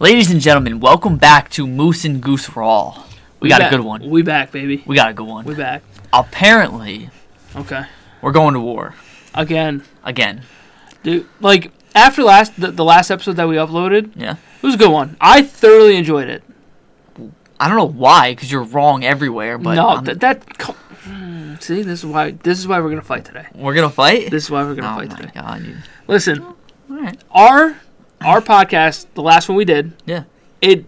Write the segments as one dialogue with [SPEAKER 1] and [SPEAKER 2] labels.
[SPEAKER 1] Ladies and gentlemen, welcome back to Moose and Goose Raw. We, got
[SPEAKER 2] back-
[SPEAKER 1] a good one.
[SPEAKER 2] We back, baby.
[SPEAKER 1] We got a good one.
[SPEAKER 2] We back.
[SPEAKER 1] Apparently,
[SPEAKER 2] Okay.
[SPEAKER 1] we're going to war
[SPEAKER 2] Again,
[SPEAKER 1] again.
[SPEAKER 2] dude. Like after last the, the last episode that we uploaded,
[SPEAKER 1] Yeah.
[SPEAKER 2] it was a good one. I thoroughly enjoyed it.
[SPEAKER 1] I don't know why, because you're wrong everywhere. But
[SPEAKER 2] no,
[SPEAKER 1] um,
[SPEAKER 2] that that. co- Hmm, See, this is why this is why we're gonna fight today.
[SPEAKER 1] we're gonna fight.
[SPEAKER 2] This is why we're
[SPEAKER 1] oh
[SPEAKER 2] gonna
[SPEAKER 1] my
[SPEAKER 2] fight today.
[SPEAKER 1] god! You,
[SPEAKER 2] Listen,
[SPEAKER 1] all right.
[SPEAKER 2] our our podcast, the last one we did,
[SPEAKER 1] Yeah,
[SPEAKER 2] it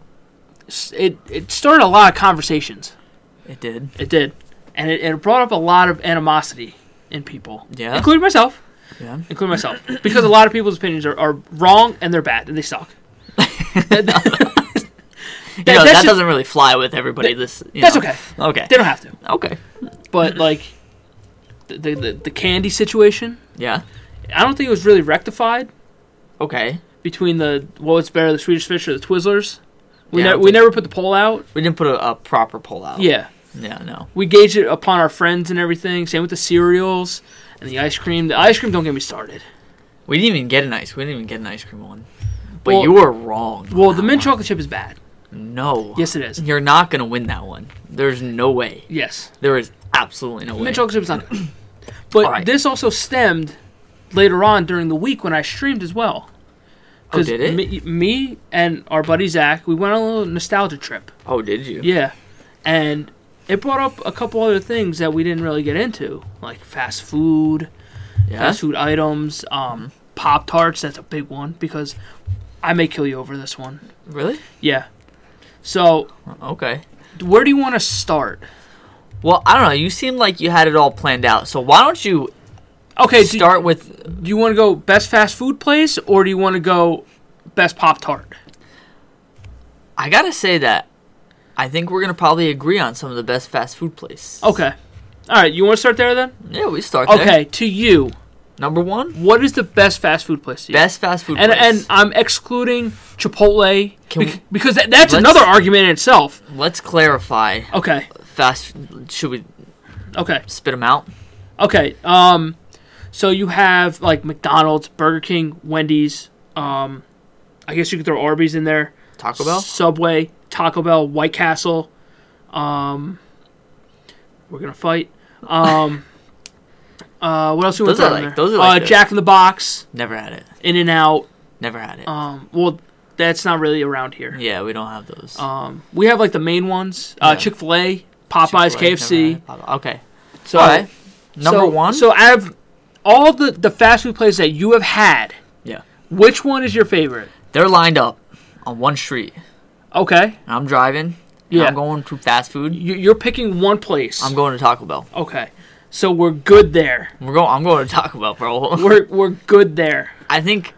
[SPEAKER 2] s- it it started a lot of conversations.
[SPEAKER 1] it did.
[SPEAKER 2] It did, and it, it brought up a lot of animosity in people,
[SPEAKER 1] Yeah.
[SPEAKER 2] including myself.
[SPEAKER 1] Yeah.
[SPEAKER 2] including myself, because a lot of people's opinions are, are wrong and they're bad and they suck. That- that-
[SPEAKER 1] You know,
[SPEAKER 2] that's
[SPEAKER 1] that
[SPEAKER 2] just-
[SPEAKER 1] doesn't really fly with everybody. this. You
[SPEAKER 2] that's
[SPEAKER 1] know.
[SPEAKER 2] okay.
[SPEAKER 1] Okay.
[SPEAKER 2] They don't have to.
[SPEAKER 1] Okay.
[SPEAKER 2] But like the, the the the candy situation,
[SPEAKER 1] Yeah.
[SPEAKER 2] I don't think it was really rectified
[SPEAKER 1] Okay.
[SPEAKER 2] between the well, it's better the Swedish Fish or the Twizzlers. We
[SPEAKER 1] Yeah, I
[SPEAKER 2] ne-
[SPEAKER 1] don't
[SPEAKER 2] we
[SPEAKER 1] think- Oh.
[SPEAKER 2] never put the poll out.
[SPEAKER 1] We didn't put a, a proper poll out.
[SPEAKER 2] Yeah,
[SPEAKER 1] Yeah. No.
[SPEAKER 2] we gauged it upon our friends and everything. Same with the cereals and the ice cream. The ice cream don't get me started.
[SPEAKER 1] We didn't even get an ice. We didn't even get an ice cream one. But
[SPEAKER 2] Well-
[SPEAKER 1] you were wrong.
[SPEAKER 2] Well, the mint chocolate chip is bad.
[SPEAKER 1] No.
[SPEAKER 2] Yes, it is.
[SPEAKER 1] You're not gonna win that one. There's no way.
[SPEAKER 2] Yes.
[SPEAKER 1] There is absolutely no way.
[SPEAKER 2] Mint chocolate chip is not good. But
[SPEAKER 1] All right.
[SPEAKER 2] this also stemmed later on during the week when I streamed as well.
[SPEAKER 1] Oh,
[SPEAKER 2] 'Cause
[SPEAKER 1] did it?
[SPEAKER 2] Me, me and our buddy Zach, we went on a little nostalgia trip.
[SPEAKER 1] oh, did you?
[SPEAKER 2] Yeah. And it brought up a couple other things that we didn't really get into, like fast food,
[SPEAKER 1] Yeah.
[SPEAKER 2] fast food items, um, Pop Tarts. That's a big one because I may kill you over this one.
[SPEAKER 1] Really?
[SPEAKER 2] Yeah. So,
[SPEAKER 1] Okay.
[SPEAKER 2] where do you want to start?
[SPEAKER 1] Well, I don't know. You seem like you had it all planned out. So why don't you
[SPEAKER 2] Okay, do-
[SPEAKER 1] start with?
[SPEAKER 2] Do you want to go best fast food place or do you want to go best Pop Tart?
[SPEAKER 1] I gotta say that I think we're gonna probably agree on some of the best fast food places.
[SPEAKER 2] Okay. All right, you want to start there then?
[SPEAKER 1] Yeah, we start there.
[SPEAKER 2] Oh. Okay, to you,
[SPEAKER 1] Number one,
[SPEAKER 2] what is the best fast food place to you?
[SPEAKER 1] best fast food.
[SPEAKER 2] and
[SPEAKER 1] place.
[SPEAKER 2] and I'm excluding Chipotle
[SPEAKER 1] Can
[SPEAKER 2] bec-
[SPEAKER 1] we-
[SPEAKER 2] because that, that's
[SPEAKER 1] let's-
[SPEAKER 2] another argument in itself.
[SPEAKER 1] let's clarify
[SPEAKER 2] Okay.
[SPEAKER 1] fast. Should we
[SPEAKER 2] Okay.
[SPEAKER 1] spit them out?
[SPEAKER 2] Okay. Um so you have like McDonald's, Burger King, Wendy's, um I guess you could throw Arby's in there.
[SPEAKER 1] Taco Bell.
[SPEAKER 2] Subway, Taco Bell, White Castle. Um, we're gonna fight. Um, uh, what else do we
[SPEAKER 1] Those
[SPEAKER 2] want
[SPEAKER 1] are
[SPEAKER 2] to
[SPEAKER 1] like-
[SPEAKER 2] throw
[SPEAKER 1] those
[SPEAKER 2] in there?
[SPEAKER 1] are like
[SPEAKER 2] uh,
[SPEAKER 1] the-
[SPEAKER 2] Jack in the Box,
[SPEAKER 1] Never had it.
[SPEAKER 2] In and Out.
[SPEAKER 1] Never had it.
[SPEAKER 2] Um, well, that's not really around here.
[SPEAKER 1] yeah, we don't have those.
[SPEAKER 2] Um, we have like the main ones: uh,
[SPEAKER 1] Yeah.
[SPEAKER 2] Chick Fil A, Popeyes,
[SPEAKER 1] Chick-fil-A,
[SPEAKER 2] KFC.
[SPEAKER 1] never had it. Okay.
[SPEAKER 2] So
[SPEAKER 1] all right. Number
[SPEAKER 2] so-
[SPEAKER 1] one.
[SPEAKER 2] So out of all the the fast food places that you have had,
[SPEAKER 1] yeah.
[SPEAKER 2] which one is your favorite?
[SPEAKER 1] They're lined up on one street,
[SPEAKER 2] Okay,
[SPEAKER 1] and I'm driving. And
[SPEAKER 2] Yeah.
[SPEAKER 1] I'm going to fast food.
[SPEAKER 2] You- you're picking one place.
[SPEAKER 1] I'm going to Taco Bell.
[SPEAKER 2] okay, so we're good there.
[SPEAKER 1] We're going. I'm going to Taco Bell, bro.
[SPEAKER 2] we're we're good there.
[SPEAKER 1] I think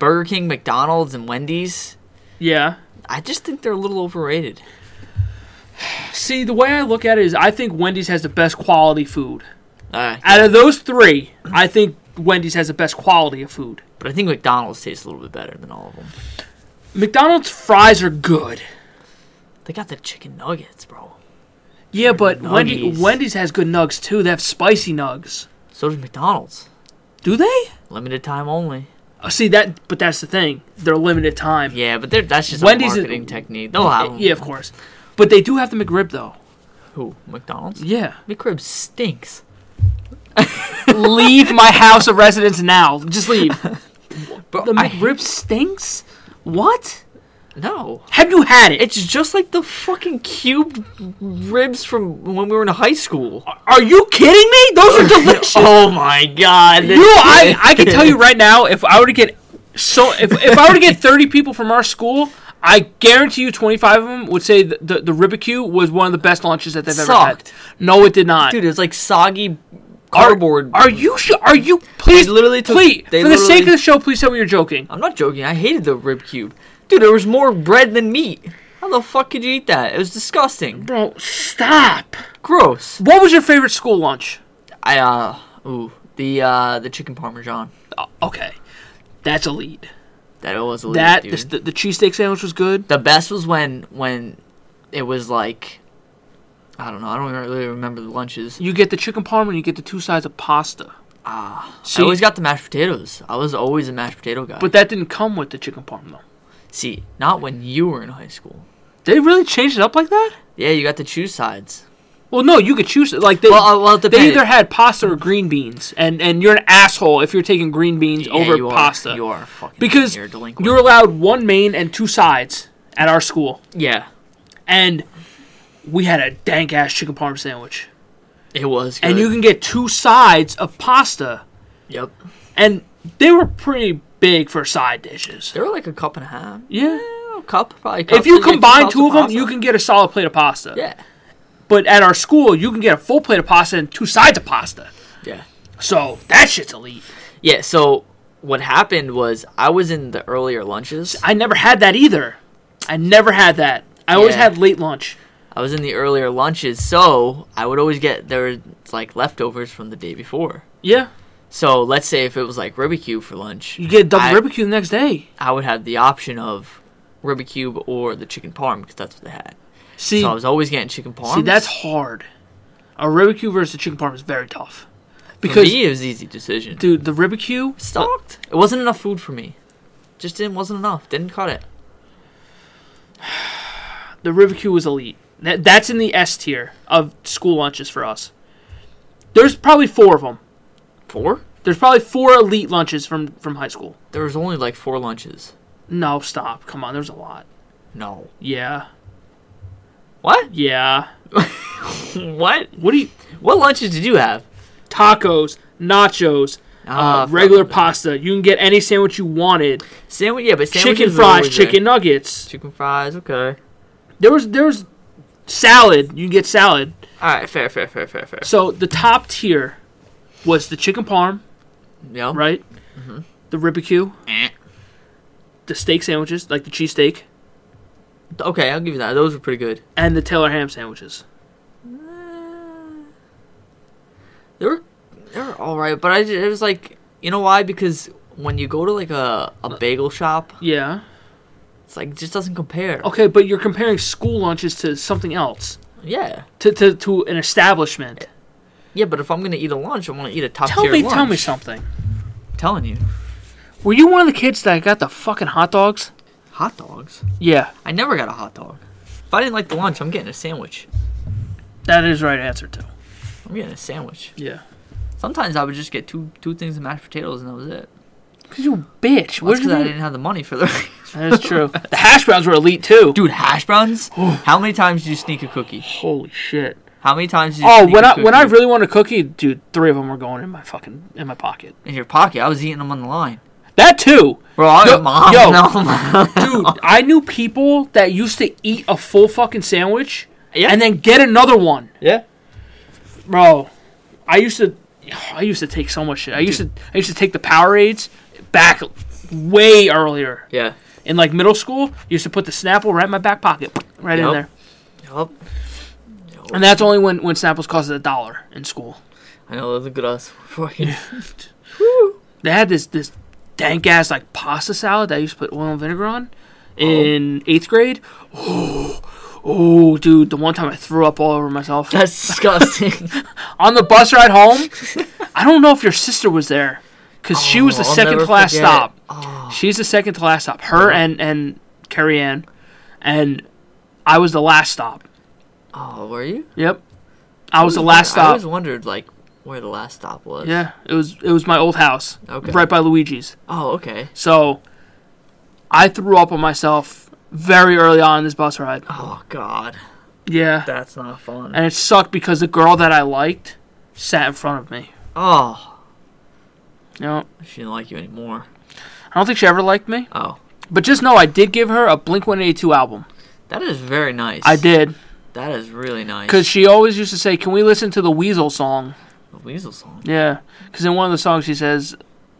[SPEAKER 1] Burger King, McDonald's, and Wendy's.
[SPEAKER 2] Yeah.
[SPEAKER 1] I just think they're a little overrated.
[SPEAKER 2] See, the way I look at it is, I think Wendy's has the best quality food.
[SPEAKER 1] All right.
[SPEAKER 2] Out of those three, I think Wendy's has the best quality of food.
[SPEAKER 1] But I think McDonald's tastes a little bit better than all of them.
[SPEAKER 2] McDonald's fries are good.
[SPEAKER 1] They got the chicken nuggets, bro.
[SPEAKER 2] Yeah, but Wendy,
[SPEAKER 1] Nuggies.
[SPEAKER 2] Wendy's has good nugs too. They have spicy nugs.
[SPEAKER 1] So does McDonald's.
[SPEAKER 2] Do they?
[SPEAKER 1] Limited time only.
[SPEAKER 2] Oh, see that, but that's the thing. They're limited time. Yeah,
[SPEAKER 1] Yeah, but they're- that's just
[SPEAKER 2] Wendy's is-
[SPEAKER 1] a marketing technique. They'll have 'em.
[SPEAKER 2] of course. But they do have the McRib though.
[SPEAKER 1] Who? McDonald's?
[SPEAKER 2] Yeah.
[SPEAKER 1] McRib stinks.
[SPEAKER 2] leave my house of residence now. Just leave.
[SPEAKER 1] But
[SPEAKER 2] The
[SPEAKER 1] I-
[SPEAKER 2] McRib stinks. What?
[SPEAKER 1] no.
[SPEAKER 2] Have you had it?
[SPEAKER 1] It's just like the fucking cubed ribs from when we were in high school.
[SPEAKER 2] Are you kidding me? Those are delicious.
[SPEAKER 1] Oh my god.
[SPEAKER 2] You, I, I can tell you right now, if I were to get so, if, if I were to get thirty people from our school, I guarantee you twenty five of them would say the the, the Ribicue was one of the best lunches that they've
[SPEAKER 1] Sucked.
[SPEAKER 2] ever had. No, it did not.
[SPEAKER 1] Dude, it's like soggy
[SPEAKER 2] are,
[SPEAKER 1] cardboard.
[SPEAKER 2] Are you? su- Are you? Please,
[SPEAKER 1] literally took-
[SPEAKER 2] please,
[SPEAKER 1] they
[SPEAKER 2] for the sake of
[SPEAKER 1] literally-
[SPEAKER 2] the show, please tell me you're joking.
[SPEAKER 1] I'm not joking. I hated the rib cube. Dude, there was more bread than meat. How the fuck could you eat that? It was disgusting.
[SPEAKER 2] Bro, stop.
[SPEAKER 1] Gross.
[SPEAKER 2] What was your favorite school lunch?
[SPEAKER 1] I uh ooh, the uh the chicken parmesan.
[SPEAKER 2] Oh, okay, that's elite.
[SPEAKER 1] That was elite,
[SPEAKER 2] That
[SPEAKER 1] dude.
[SPEAKER 2] this, the, the cheesesteak sandwich was good.
[SPEAKER 1] The best was when when it was like I don't know. I don't really remember the lunches.
[SPEAKER 2] You get the chicken parm and you get the two sides of pasta. Ah,
[SPEAKER 1] I always got the mashed potatoes. I was always a mashed potato guy.
[SPEAKER 2] But that didn't come with the chicken parm though.
[SPEAKER 1] See, not when you were in high school.
[SPEAKER 2] They really changed it up like that?
[SPEAKER 1] Yeah, you got to choose sides.
[SPEAKER 2] Well, no, you could choose. Like they,
[SPEAKER 1] Well, uh, well, it
[SPEAKER 2] they
[SPEAKER 1] depended.
[SPEAKER 2] either had pasta or green beans, and and you're an asshole if you're taking green beans
[SPEAKER 1] Yeah,
[SPEAKER 2] over
[SPEAKER 1] you are-
[SPEAKER 2] pasta.
[SPEAKER 1] you are a fucking
[SPEAKER 2] because
[SPEAKER 1] you're a
[SPEAKER 2] you're,
[SPEAKER 1] delinquent.
[SPEAKER 2] allowed one main and two sides at our school,
[SPEAKER 1] yeah,
[SPEAKER 2] and we had a dank ass chicken parm sandwich,
[SPEAKER 1] it was. Good.
[SPEAKER 2] and you can get two sides of pasta,
[SPEAKER 1] yep,
[SPEAKER 2] and they were pretty big for side dishes.
[SPEAKER 1] they were like a cup and a half.
[SPEAKER 2] Yeah.
[SPEAKER 1] a cup probably. cup,
[SPEAKER 2] If you
[SPEAKER 1] so get
[SPEAKER 2] combine
[SPEAKER 1] cups
[SPEAKER 2] two of them,
[SPEAKER 1] pasta.
[SPEAKER 2] you can get a solid plate of pasta.
[SPEAKER 1] Yeah,
[SPEAKER 2] But at our school, you can get a full plate of pasta and two sides of pasta.
[SPEAKER 1] yeah,
[SPEAKER 2] So that shit's elite.
[SPEAKER 1] yeah. So what happened was I was in the earlier lunches.
[SPEAKER 2] I never had that either. I never had that. I always
[SPEAKER 1] Yeah.
[SPEAKER 2] had late lunch.
[SPEAKER 1] I was in the earlier lunches, so I would always get there was like leftovers from the day before.
[SPEAKER 2] Yeah.
[SPEAKER 1] So let's say if it was like Rubik's Cube for lunch,
[SPEAKER 2] You get a double
[SPEAKER 1] I-
[SPEAKER 2] barbecue the next day.
[SPEAKER 1] I would have the option of Rubik's Cube or the chicken parm because that's what they had.
[SPEAKER 2] See,
[SPEAKER 1] so I was always getting chicken parm.
[SPEAKER 2] see, that's hard. A barbecue versus a chicken parm is very tough.
[SPEAKER 1] because
[SPEAKER 2] Because,
[SPEAKER 1] me, it was an easy decision.
[SPEAKER 2] dude, the barbecue,
[SPEAKER 1] Stocked. It wasn't enough food for me. Just didn't wasn't enough. Didn't cut it.
[SPEAKER 2] the barbecue was elite. That, that's in the S tier of school lunches for us. There's probably four of them.
[SPEAKER 1] Four?
[SPEAKER 2] There's probably four elite lunches from from high school.
[SPEAKER 1] There was only like four lunches.
[SPEAKER 2] No, stop. Come on, there's a lot.
[SPEAKER 1] No.
[SPEAKER 2] Yeah,
[SPEAKER 1] What?
[SPEAKER 2] yeah.
[SPEAKER 1] What?
[SPEAKER 2] What do you?
[SPEAKER 1] What lunches did you have?
[SPEAKER 2] Tacos, nachos,
[SPEAKER 1] Ah,
[SPEAKER 2] uh, regular
[SPEAKER 1] fuck.
[SPEAKER 2] pasta. You can get any sandwich you wanted.
[SPEAKER 1] Sandwich. Yeah, but sandwiches
[SPEAKER 2] chicken
[SPEAKER 1] were
[SPEAKER 2] fries,
[SPEAKER 1] always there.
[SPEAKER 2] chicken nuggets.
[SPEAKER 1] Chicken fries. Okay.
[SPEAKER 2] There was there was salad. You can get salad.
[SPEAKER 1] All right. Fair. Fair. Fair. Fair. Fair.
[SPEAKER 2] So the top tier was the chicken parm,
[SPEAKER 1] Yeah.
[SPEAKER 2] right?
[SPEAKER 1] mm-hmm.
[SPEAKER 2] The ribecue,
[SPEAKER 1] Eh.
[SPEAKER 2] the steak sandwiches, like the cheesesteak,
[SPEAKER 1] Okay, I'll give you that. Those were pretty good.
[SPEAKER 2] and the Taylor ham sandwiches.
[SPEAKER 1] They were they were all right, but I ju- it was like you know why? Because when you go to like a, a bagel shop,
[SPEAKER 2] Yeah.
[SPEAKER 1] it's like it just doesn't compare.
[SPEAKER 2] Okay, but you're comparing school lunches to something else,
[SPEAKER 1] Yeah.
[SPEAKER 2] to to, to an establishment.
[SPEAKER 1] Yeah, but if I'm gonna eat a lunch, I want to eat a top
[SPEAKER 2] Tell
[SPEAKER 1] tier
[SPEAKER 2] me,
[SPEAKER 1] lunch.
[SPEAKER 2] tell me something.
[SPEAKER 1] Telling you,
[SPEAKER 2] Were you one of the kids that got the fucking hot dogs?
[SPEAKER 1] hot dogs.
[SPEAKER 2] Yeah,
[SPEAKER 1] I never got a hot dog. If I didn't like the lunch, I'm getting a sandwich.
[SPEAKER 2] that is right answer too.
[SPEAKER 1] I'm getting a sandwich.
[SPEAKER 2] Yeah.
[SPEAKER 1] Sometimes I would just get two two things of mashed potatoes and that was it.
[SPEAKER 2] Cause you a bitch.
[SPEAKER 1] Well,
[SPEAKER 2] Where's
[SPEAKER 1] that's 'cause I
[SPEAKER 2] that?
[SPEAKER 1] didn't have the money for the.
[SPEAKER 2] That is true. the hash browns were elite too.
[SPEAKER 1] Dude, hash browns. How many times did you sneak a cookie?
[SPEAKER 2] Holy shit.
[SPEAKER 1] How many times? Did you
[SPEAKER 2] Oh,
[SPEAKER 1] sneak
[SPEAKER 2] when
[SPEAKER 1] a
[SPEAKER 2] I when
[SPEAKER 1] cookie
[SPEAKER 2] I really want a cookie, dude, three of them were going in my fucking in my pocket.
[SPEAKER 1] in your pocket, I was eating them on the line.
[SPEAKER 2] That too,
[SPEAKER 1] Bro, I got
[SPEAKER 2] Yo-
[SPEAKER 1] mom.
[SPEAKER 2] yo.
[SPEAKER 1] no.
[SPEAKER 2] dude. I knew people that used to eat a full fucking sandwich
[SPEAKER 1] Yeah.
[SPEAKER 2] and then get another one,
[SPEAKER 1] yeah.
[SPEAKER 2] bro. I used to, I used to take so much shit. I used to I used to take the Powerades back way earlier
[SPEAKER 1] Yeah.
[SPEAKER 2] in like middle school. Used to put the Snapple right in my back pocket, right in
[SPEAKER 1] Yup.
[SPEAKER 2] there,
[SPEAKER 1] Yup.
[SPEAKER 2] and that's only when when Snapples costed a dollar in school.
[SPEAKER 1] I know. Look at us. Fucking.
[SPEAKER 2] they had this this dank ass like pasta salad that I used to put oil and vinegar on
[SPEAKER 1] Oh.
[SPEAKER 2] in eighth grade. Oh, oh, dude, the one time I threw up all over myself
[SPEAKER 1] That's disgusting.
[SPEAKER 2] on the bus ride home. I don't know if your sister was there because she was the
[SPEAKER 1] Oh, I'll
[SPEAKER 2] second
[SPEAKER 1] never
[SPEAKER 2] class
[SPEAKER 1] forget. Uh-huh.
[SPEAKER 2] stop.
[SPEAKER 1] Oh.
[SPEAKER 2] She's the second to last stop. Her and and Carrie Ann, and I was the last stop.
[SPEAKER 1] Oh, were you?
[SPEAKER 2] Yep, I was the
[SPEAKER 1] Always wonder-
[SPEAKER 2] last
[SPEAKER 1] Oh, I
[SPEAKER 2] stop.
[SPEAKER 1] always wondered like where the last stop was.
[SPEAKER 2] Yeah, it was it was my old house,
[SPEAKER 1] Okay.
[SPEAKER 2] right by Luigi's.
[SPEAKER 1] Oh, okay.
[SPEAKER 2] So I threw up on myself very early on in this bus ride.
[SPEAKER 1] Oh God,
[SPEAKER 2] Yeah.
[SPEAKER 1] that's not fun.
[SPEAKER 2] And it sucked because the girl that I liked sat in front of me.
[SPEAKER 1] oh,
[SPEAKER 2] You know,
[SPEAKER 1] she didn't like you anymore.
[SPEAKER 2] I don't think she ever liked me.
[SPEAKER 1] Oh,
[SPEAKER 2] But just know I did give her a Blink 182 album.
[SPEAKER 1] that is very nice.
[SPEAKER 2] I did.
[SPEAKER 1] That is really nice.
[SPEAKER 2] Because she always used to say, Can we listen to the Weasel song?
[SPEAKER 1] The Weasel song.
[SPEAKER 2] Yeah. Because in one of the songs she says,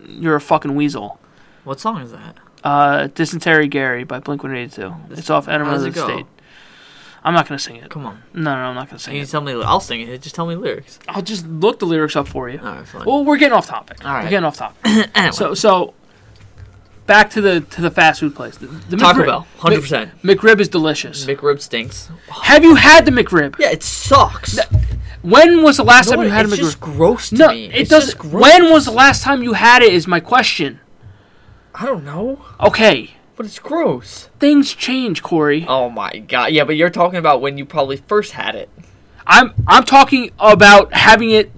[SPEAKER 2] You're a fucking Weasel.
[SPEAKER 1] What song is that?
[SPEAKER 2] Uh, Dysentery Gary by Blink 182. It's off Enema
[SPEAKER 1] does
[SPEAKER 2] of
[SPEAKER 1] it
[SPEAKER 2] the
[SPEAKER 1] go?
[SPEAKER 2] State. I'm not going to sing it.
[SPEAKER 1] Come on.
[SPEAKER 2] No, no, I'm not going to sing
[SPEAKER 1] You
[SPEAKER 2] it.
[SPEAKER 1] tell me. I'll sing it. Just tell me lyrics.
[SPEAKER 2] I'll just look the lyrics up for you.
[SPEAKER 1] All right, fine.
[SPEAKER 2] Well, we're getting off topic.
[SPEAKER 1] All right.
[SPEAKER 2] We're getting off topic.
[SPEAKER 1] Anyway,
[SPEAKER 2] Oh, so so back to the to the fast food place. The, the
[SPEAKER 1] Taco
[SPEAKER 2] McRib-
[SPEAKER 1] Bell, 100%.
[SPEAKER 2] Mc- McRib is delicious.
[SPEAKER 1] McRib stinks.
[SPEAKER 2] Have you had the McRib?
[SPEAKER 1] Yeah, it sucks.
[SPEAKER 2] When was the last
[SPEAKER 1] No,
[SPEAKER 2] time you had a
[SPEAKER 1] it's
[SPEAKER 2] McRib?
[SPEAKER 1] just gross to
[SPEAKER 2] no,
[SPEAKER 1] me.
[SPEAKER 2] it
[SPEAKER 1] It's
[SPEAKER 2] doesn't.
[SPEAKER 1] just gross.
[SPEAKER 2] When was the last time you had it? Is my question.
[SPEAKER 1] I don't know.
[SPEAKER 2] Okay,
[SPEAKER 1] But it's gross.
[SPEAKER 2] Things change, Corey.
[SPEAKER 1] Oh my god. Yeah, but you're talking about when you probably first had it.
[SPEAKER 2] I'm I'm talking about having it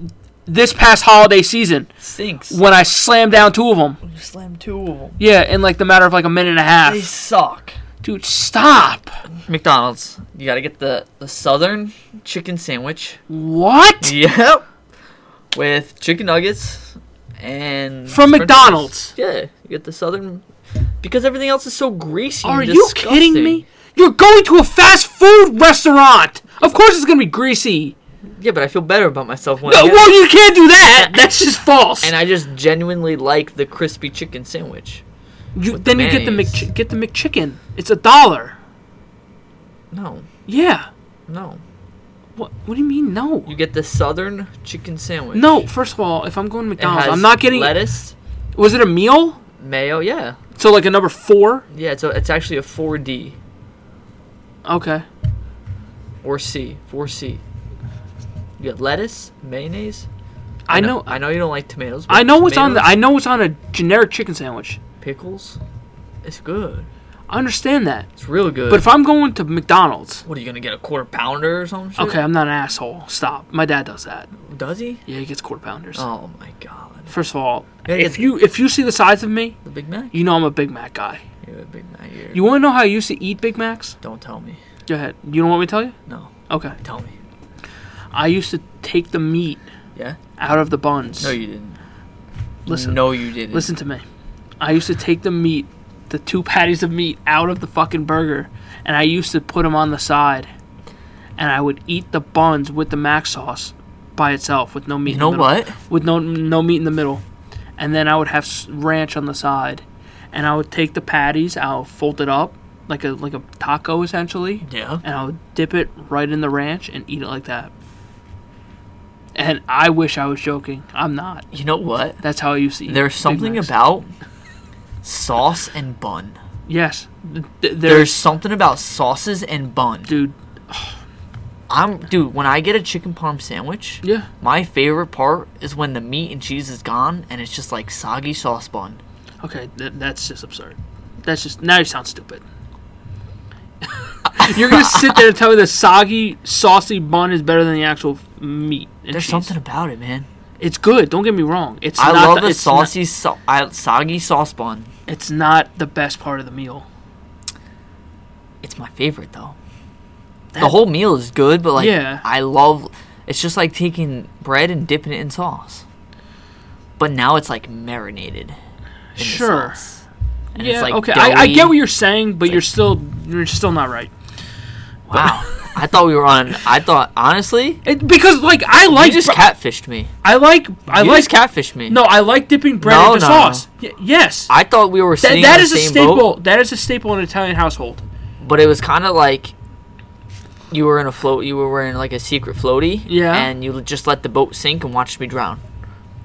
[SPEAKER 2] this past holiday season
[SPEAKER 1] Stinks.
[SPEAKER 2] when I slammed down two of them.
[SPEAKER 1] you slam two of them.
[SPEAKER 2] Yeah, in like the matter of like a minute and a
[SPEAKER 1] They
[SPEAKER 2] half.
[SPEAKER 1] suck.
[SPEAKER 2] Dude, stop.
[SPEAKER 1] McDonald's. You gotta get the the southern chicken sandwich.
[SPEAKER 2] What?
[SPEAKER 1] Yep. With chicken nuggets and french
[SPEAKER 2] From
[SPEAKER 1] fries.
[SPEAKER 2] McDonald's?
[SPEAKER 1] Yeah, you get the southern because everything else is so greasy. and
[SPEAKER 2] Are you
[SPEAKER 1] disgusting.
[SPEAKER 2] kidding me? You're going to a fast food restaurant. Of course it's going to be greasy.
[SPEAKER 1] Yeah, but I feel better about myself when
[SPEAKER 2] No,
[SPEAKER 1] I get
[SPEAKER 2] well,
[SPEAKER 1] it.
[SPEAKER 2] you can't do that. That's just false.
[SPEAKER 1] And I just genuinely like the crispy chicken sandwich.
[SPEAKER 2] you,
[SPEAKER 1] with
[SPEAKER 2] then
[SPEAKER 1] the
[SPEAKER 2] you get the
[SPEAKER 1] mayonnaise.
[SPEAKER 2] McChi- get the McChicken. It's a dollar.
[SPEAKER 1] No,
[SPEAKER 2] Yeah.
[SPEAKER 1] no.
[SPEAKER 2] What What do you mean no?
[SPEAKER 1] You get the southern chicken sandwich.
[SPEAKER 2] No, first of all, if I'm going to
[SPEAKER 1] It
[SPEAKER 2] McDonald's,
[SPEAKER 1] has
[SPEAKER 2] I'm not getting
[SPEAKER 1] lettuce,
[SPEAKER 2] Was it a meal?
[SPEAKER 1] mayo. Yeah,
[SPEAKER 2] So like a number 4?
[SPEAKER 1] yeah. It's a, it's actually a 4D
[SPEAKER 2] Okay.
[SPEAKER 1] or C, 4C. You got lettuce, mayonnaise.
[SPEAKER 2] I know
[SPEAKER 1] I know you don't like tomatoes. but
[SPEAKER 2] I know what's on the
[SPEAKER 1] tomatoes,
[SPEAKER 2] I know what's on a generic chicken sandwich.
[SPEAKER 1] pickles. It's good.
[SPEAKER 2] I understand that.
[SPEAKER 1] It's real good.
[SPEAKER 2] But if I'm going to McDonald's,
[SPEAKER 1] what are you gonna get a quarter pounder or something?
[SPEAKER 2] okay, I'm not an asshole. Stop. My dad does that.
[SPEAKER 1] Does he?
[SPEAKER 2] Yeah, he gets quarter pounders.
[SPEAKER 1] Oh my god.
[SPEAKER 2] First of all,
[SPEAKER 1] Yeah, yeah.
[SPEAKER 2] if you if you see the size of me,
[SPEAKER 1] The Big Mac.
[SPEAKER 2] you know I'm a Big Mac guy.
[SPEAKER 1] Yeah, the Big Mac. You're,
[SPEAKER 2] You want to know how I used to eat Big Macs?
[SPEAKER 1] don't tell me.
[SPEAKER 2] Go ahead. You don't want me to tell you?
[SPEAKER 1] No,
[SPEAKER 2] Okay.
[SPEAKER 1] tell me.
[SPEAKER 2] I used to take the meat
[SPEAKER 1] Yeah.
[SPEAKER 2] out of the buns.
[SPEAKER 1] No, you didn't.
[SPEAKER 2] Listen.
[SPEAKER 1] No, you didn't.
[SPEAKER 2] Listen to me. I used to take the meat, the two patties of meat out of the fucking burger, and I used to put them on the side. And I would eat the buns with the mac sauce by itself with no meat.
[SPEAKER 1] You
[SPEAKER 2] in
[SPEAKER 1] know
[SPEAKER 2] the middle.
[SPEAKER 1] what?
[SPEAKER 2] With no no meat in the middle. And then I would have s- ranch on the side. And I would take the patties, I'll fold it up like a like a taco essentially,
[SPEAKER 1] Yeah.
[SPEAKER 2] and I would dip it right in the ranch and eat it like that. And I wish I was joking. I'm not.
[SPEAKER 1] You know what?
[SPEAKER 2] That's how I used to eat.
[SPEAKER 1] There's
[SPEAKER 2] Big
[SPEAKER 1] something
[SPEAKER 2] Macs.
[SPEAKER 1] about sauce and bun.
[SPEAKER 2] Yes. Th- th-
[SPEAKER 1] There's,
[SPEAKER 2] there's,
[SPEAKER 1] something about sauces and bun.
[SPEAKER 2] dude.
[SPEAKER 1] I'm dude. When I get a chicken parm sandwich,
[SPEAKER 2] Yeah.
[SPEAKER 1] my favorite part is when the meat and cheese is gone and it's just like soggy sauce bun.
[SPEAKER 2] Okay, th- that's just absurd. That's just now you sound stupid. You're gonna sit there and tell me the soggy, saucy bun is better than the actual f- meat. and
[SPEAKER 1] There's
[SPEAKER 2] cheese.
[SPEAKER 1] something about it, man.
[SPEAKER 2] It's good. Don't get me wrong. It's
[SPEAKER 1] I
[SPEAKER 2] not
[SPEAKER 1] love
[SPEAKER 2] the,
[SPEAKER 1] a
[SPEAKER 2] it's not-
[SPEAKER 1] saucy, so- I, soggy sauce bun.
[SPEAKER 2] it's not the best part of the meal.
[SPEAKER 1] It's my favorite though. the
[SPEAKER 2] That-
[SPEAKER 1] whole meal is good, but like
[SPEAKER 2] Yeah.
[SPEAKER 1] I love. It's just like taking bread and dipping it in sauce. But now it's like marinated. In the
[SPEAKER 2] Sure.
[SPEAKER 1] sauce. And
[SPEAKER 2] yeah.
[SPEAKER 1] it's like
[SPEAKER 2] okay. I, I
[SPEAKER 1] doughy.
[SPEAKER 2] get what you're saying, but you're still you're still not right.
[SPEAKER 1] Wow. I thought we were on. I thought honestly,
[SPEAKER 2] It, because like I
[SPEAKER 1] you
[SPEAKER 2] like
[SPEAKER 1] just
[SPEAKER 2] br-
[SPEAKER 1] catfished me.
[SPEAKER 2] I like I
[SPEAKER 1] you
[SPEAKER 2] like
[SPEAKER 1] just catfished me.
[SPEAKER 2] no I like dipping bread
[SPEAKER 1] No,
[SPEAKER 2] into
[SPEAKER 1] no, no.
[SPEAKER 2] sauce. Y- yes.
[SPEAKER 1] I thought we were
[SPEAKER 2] That,
[SPEAKER 1] sitting
[SPEAKER 2] that
[SPEAKER 1] in
[SPEAKER 2] is
[SPEAKER 1] the
[SPEAKER 2] a
[SPEAKER 1] same
[SPEAKER 2] staple.
[SPEAKER 1] boat,
[SPEAKER 2] That is a staple in an Italian household.
[SPEAKER 1] but it was kind of like you were in a float. You were wearing like a secret floaty,
[SPEAKER 2] Yeah.
[SPEAKER 1] and you just let the boat sink and watched me drown.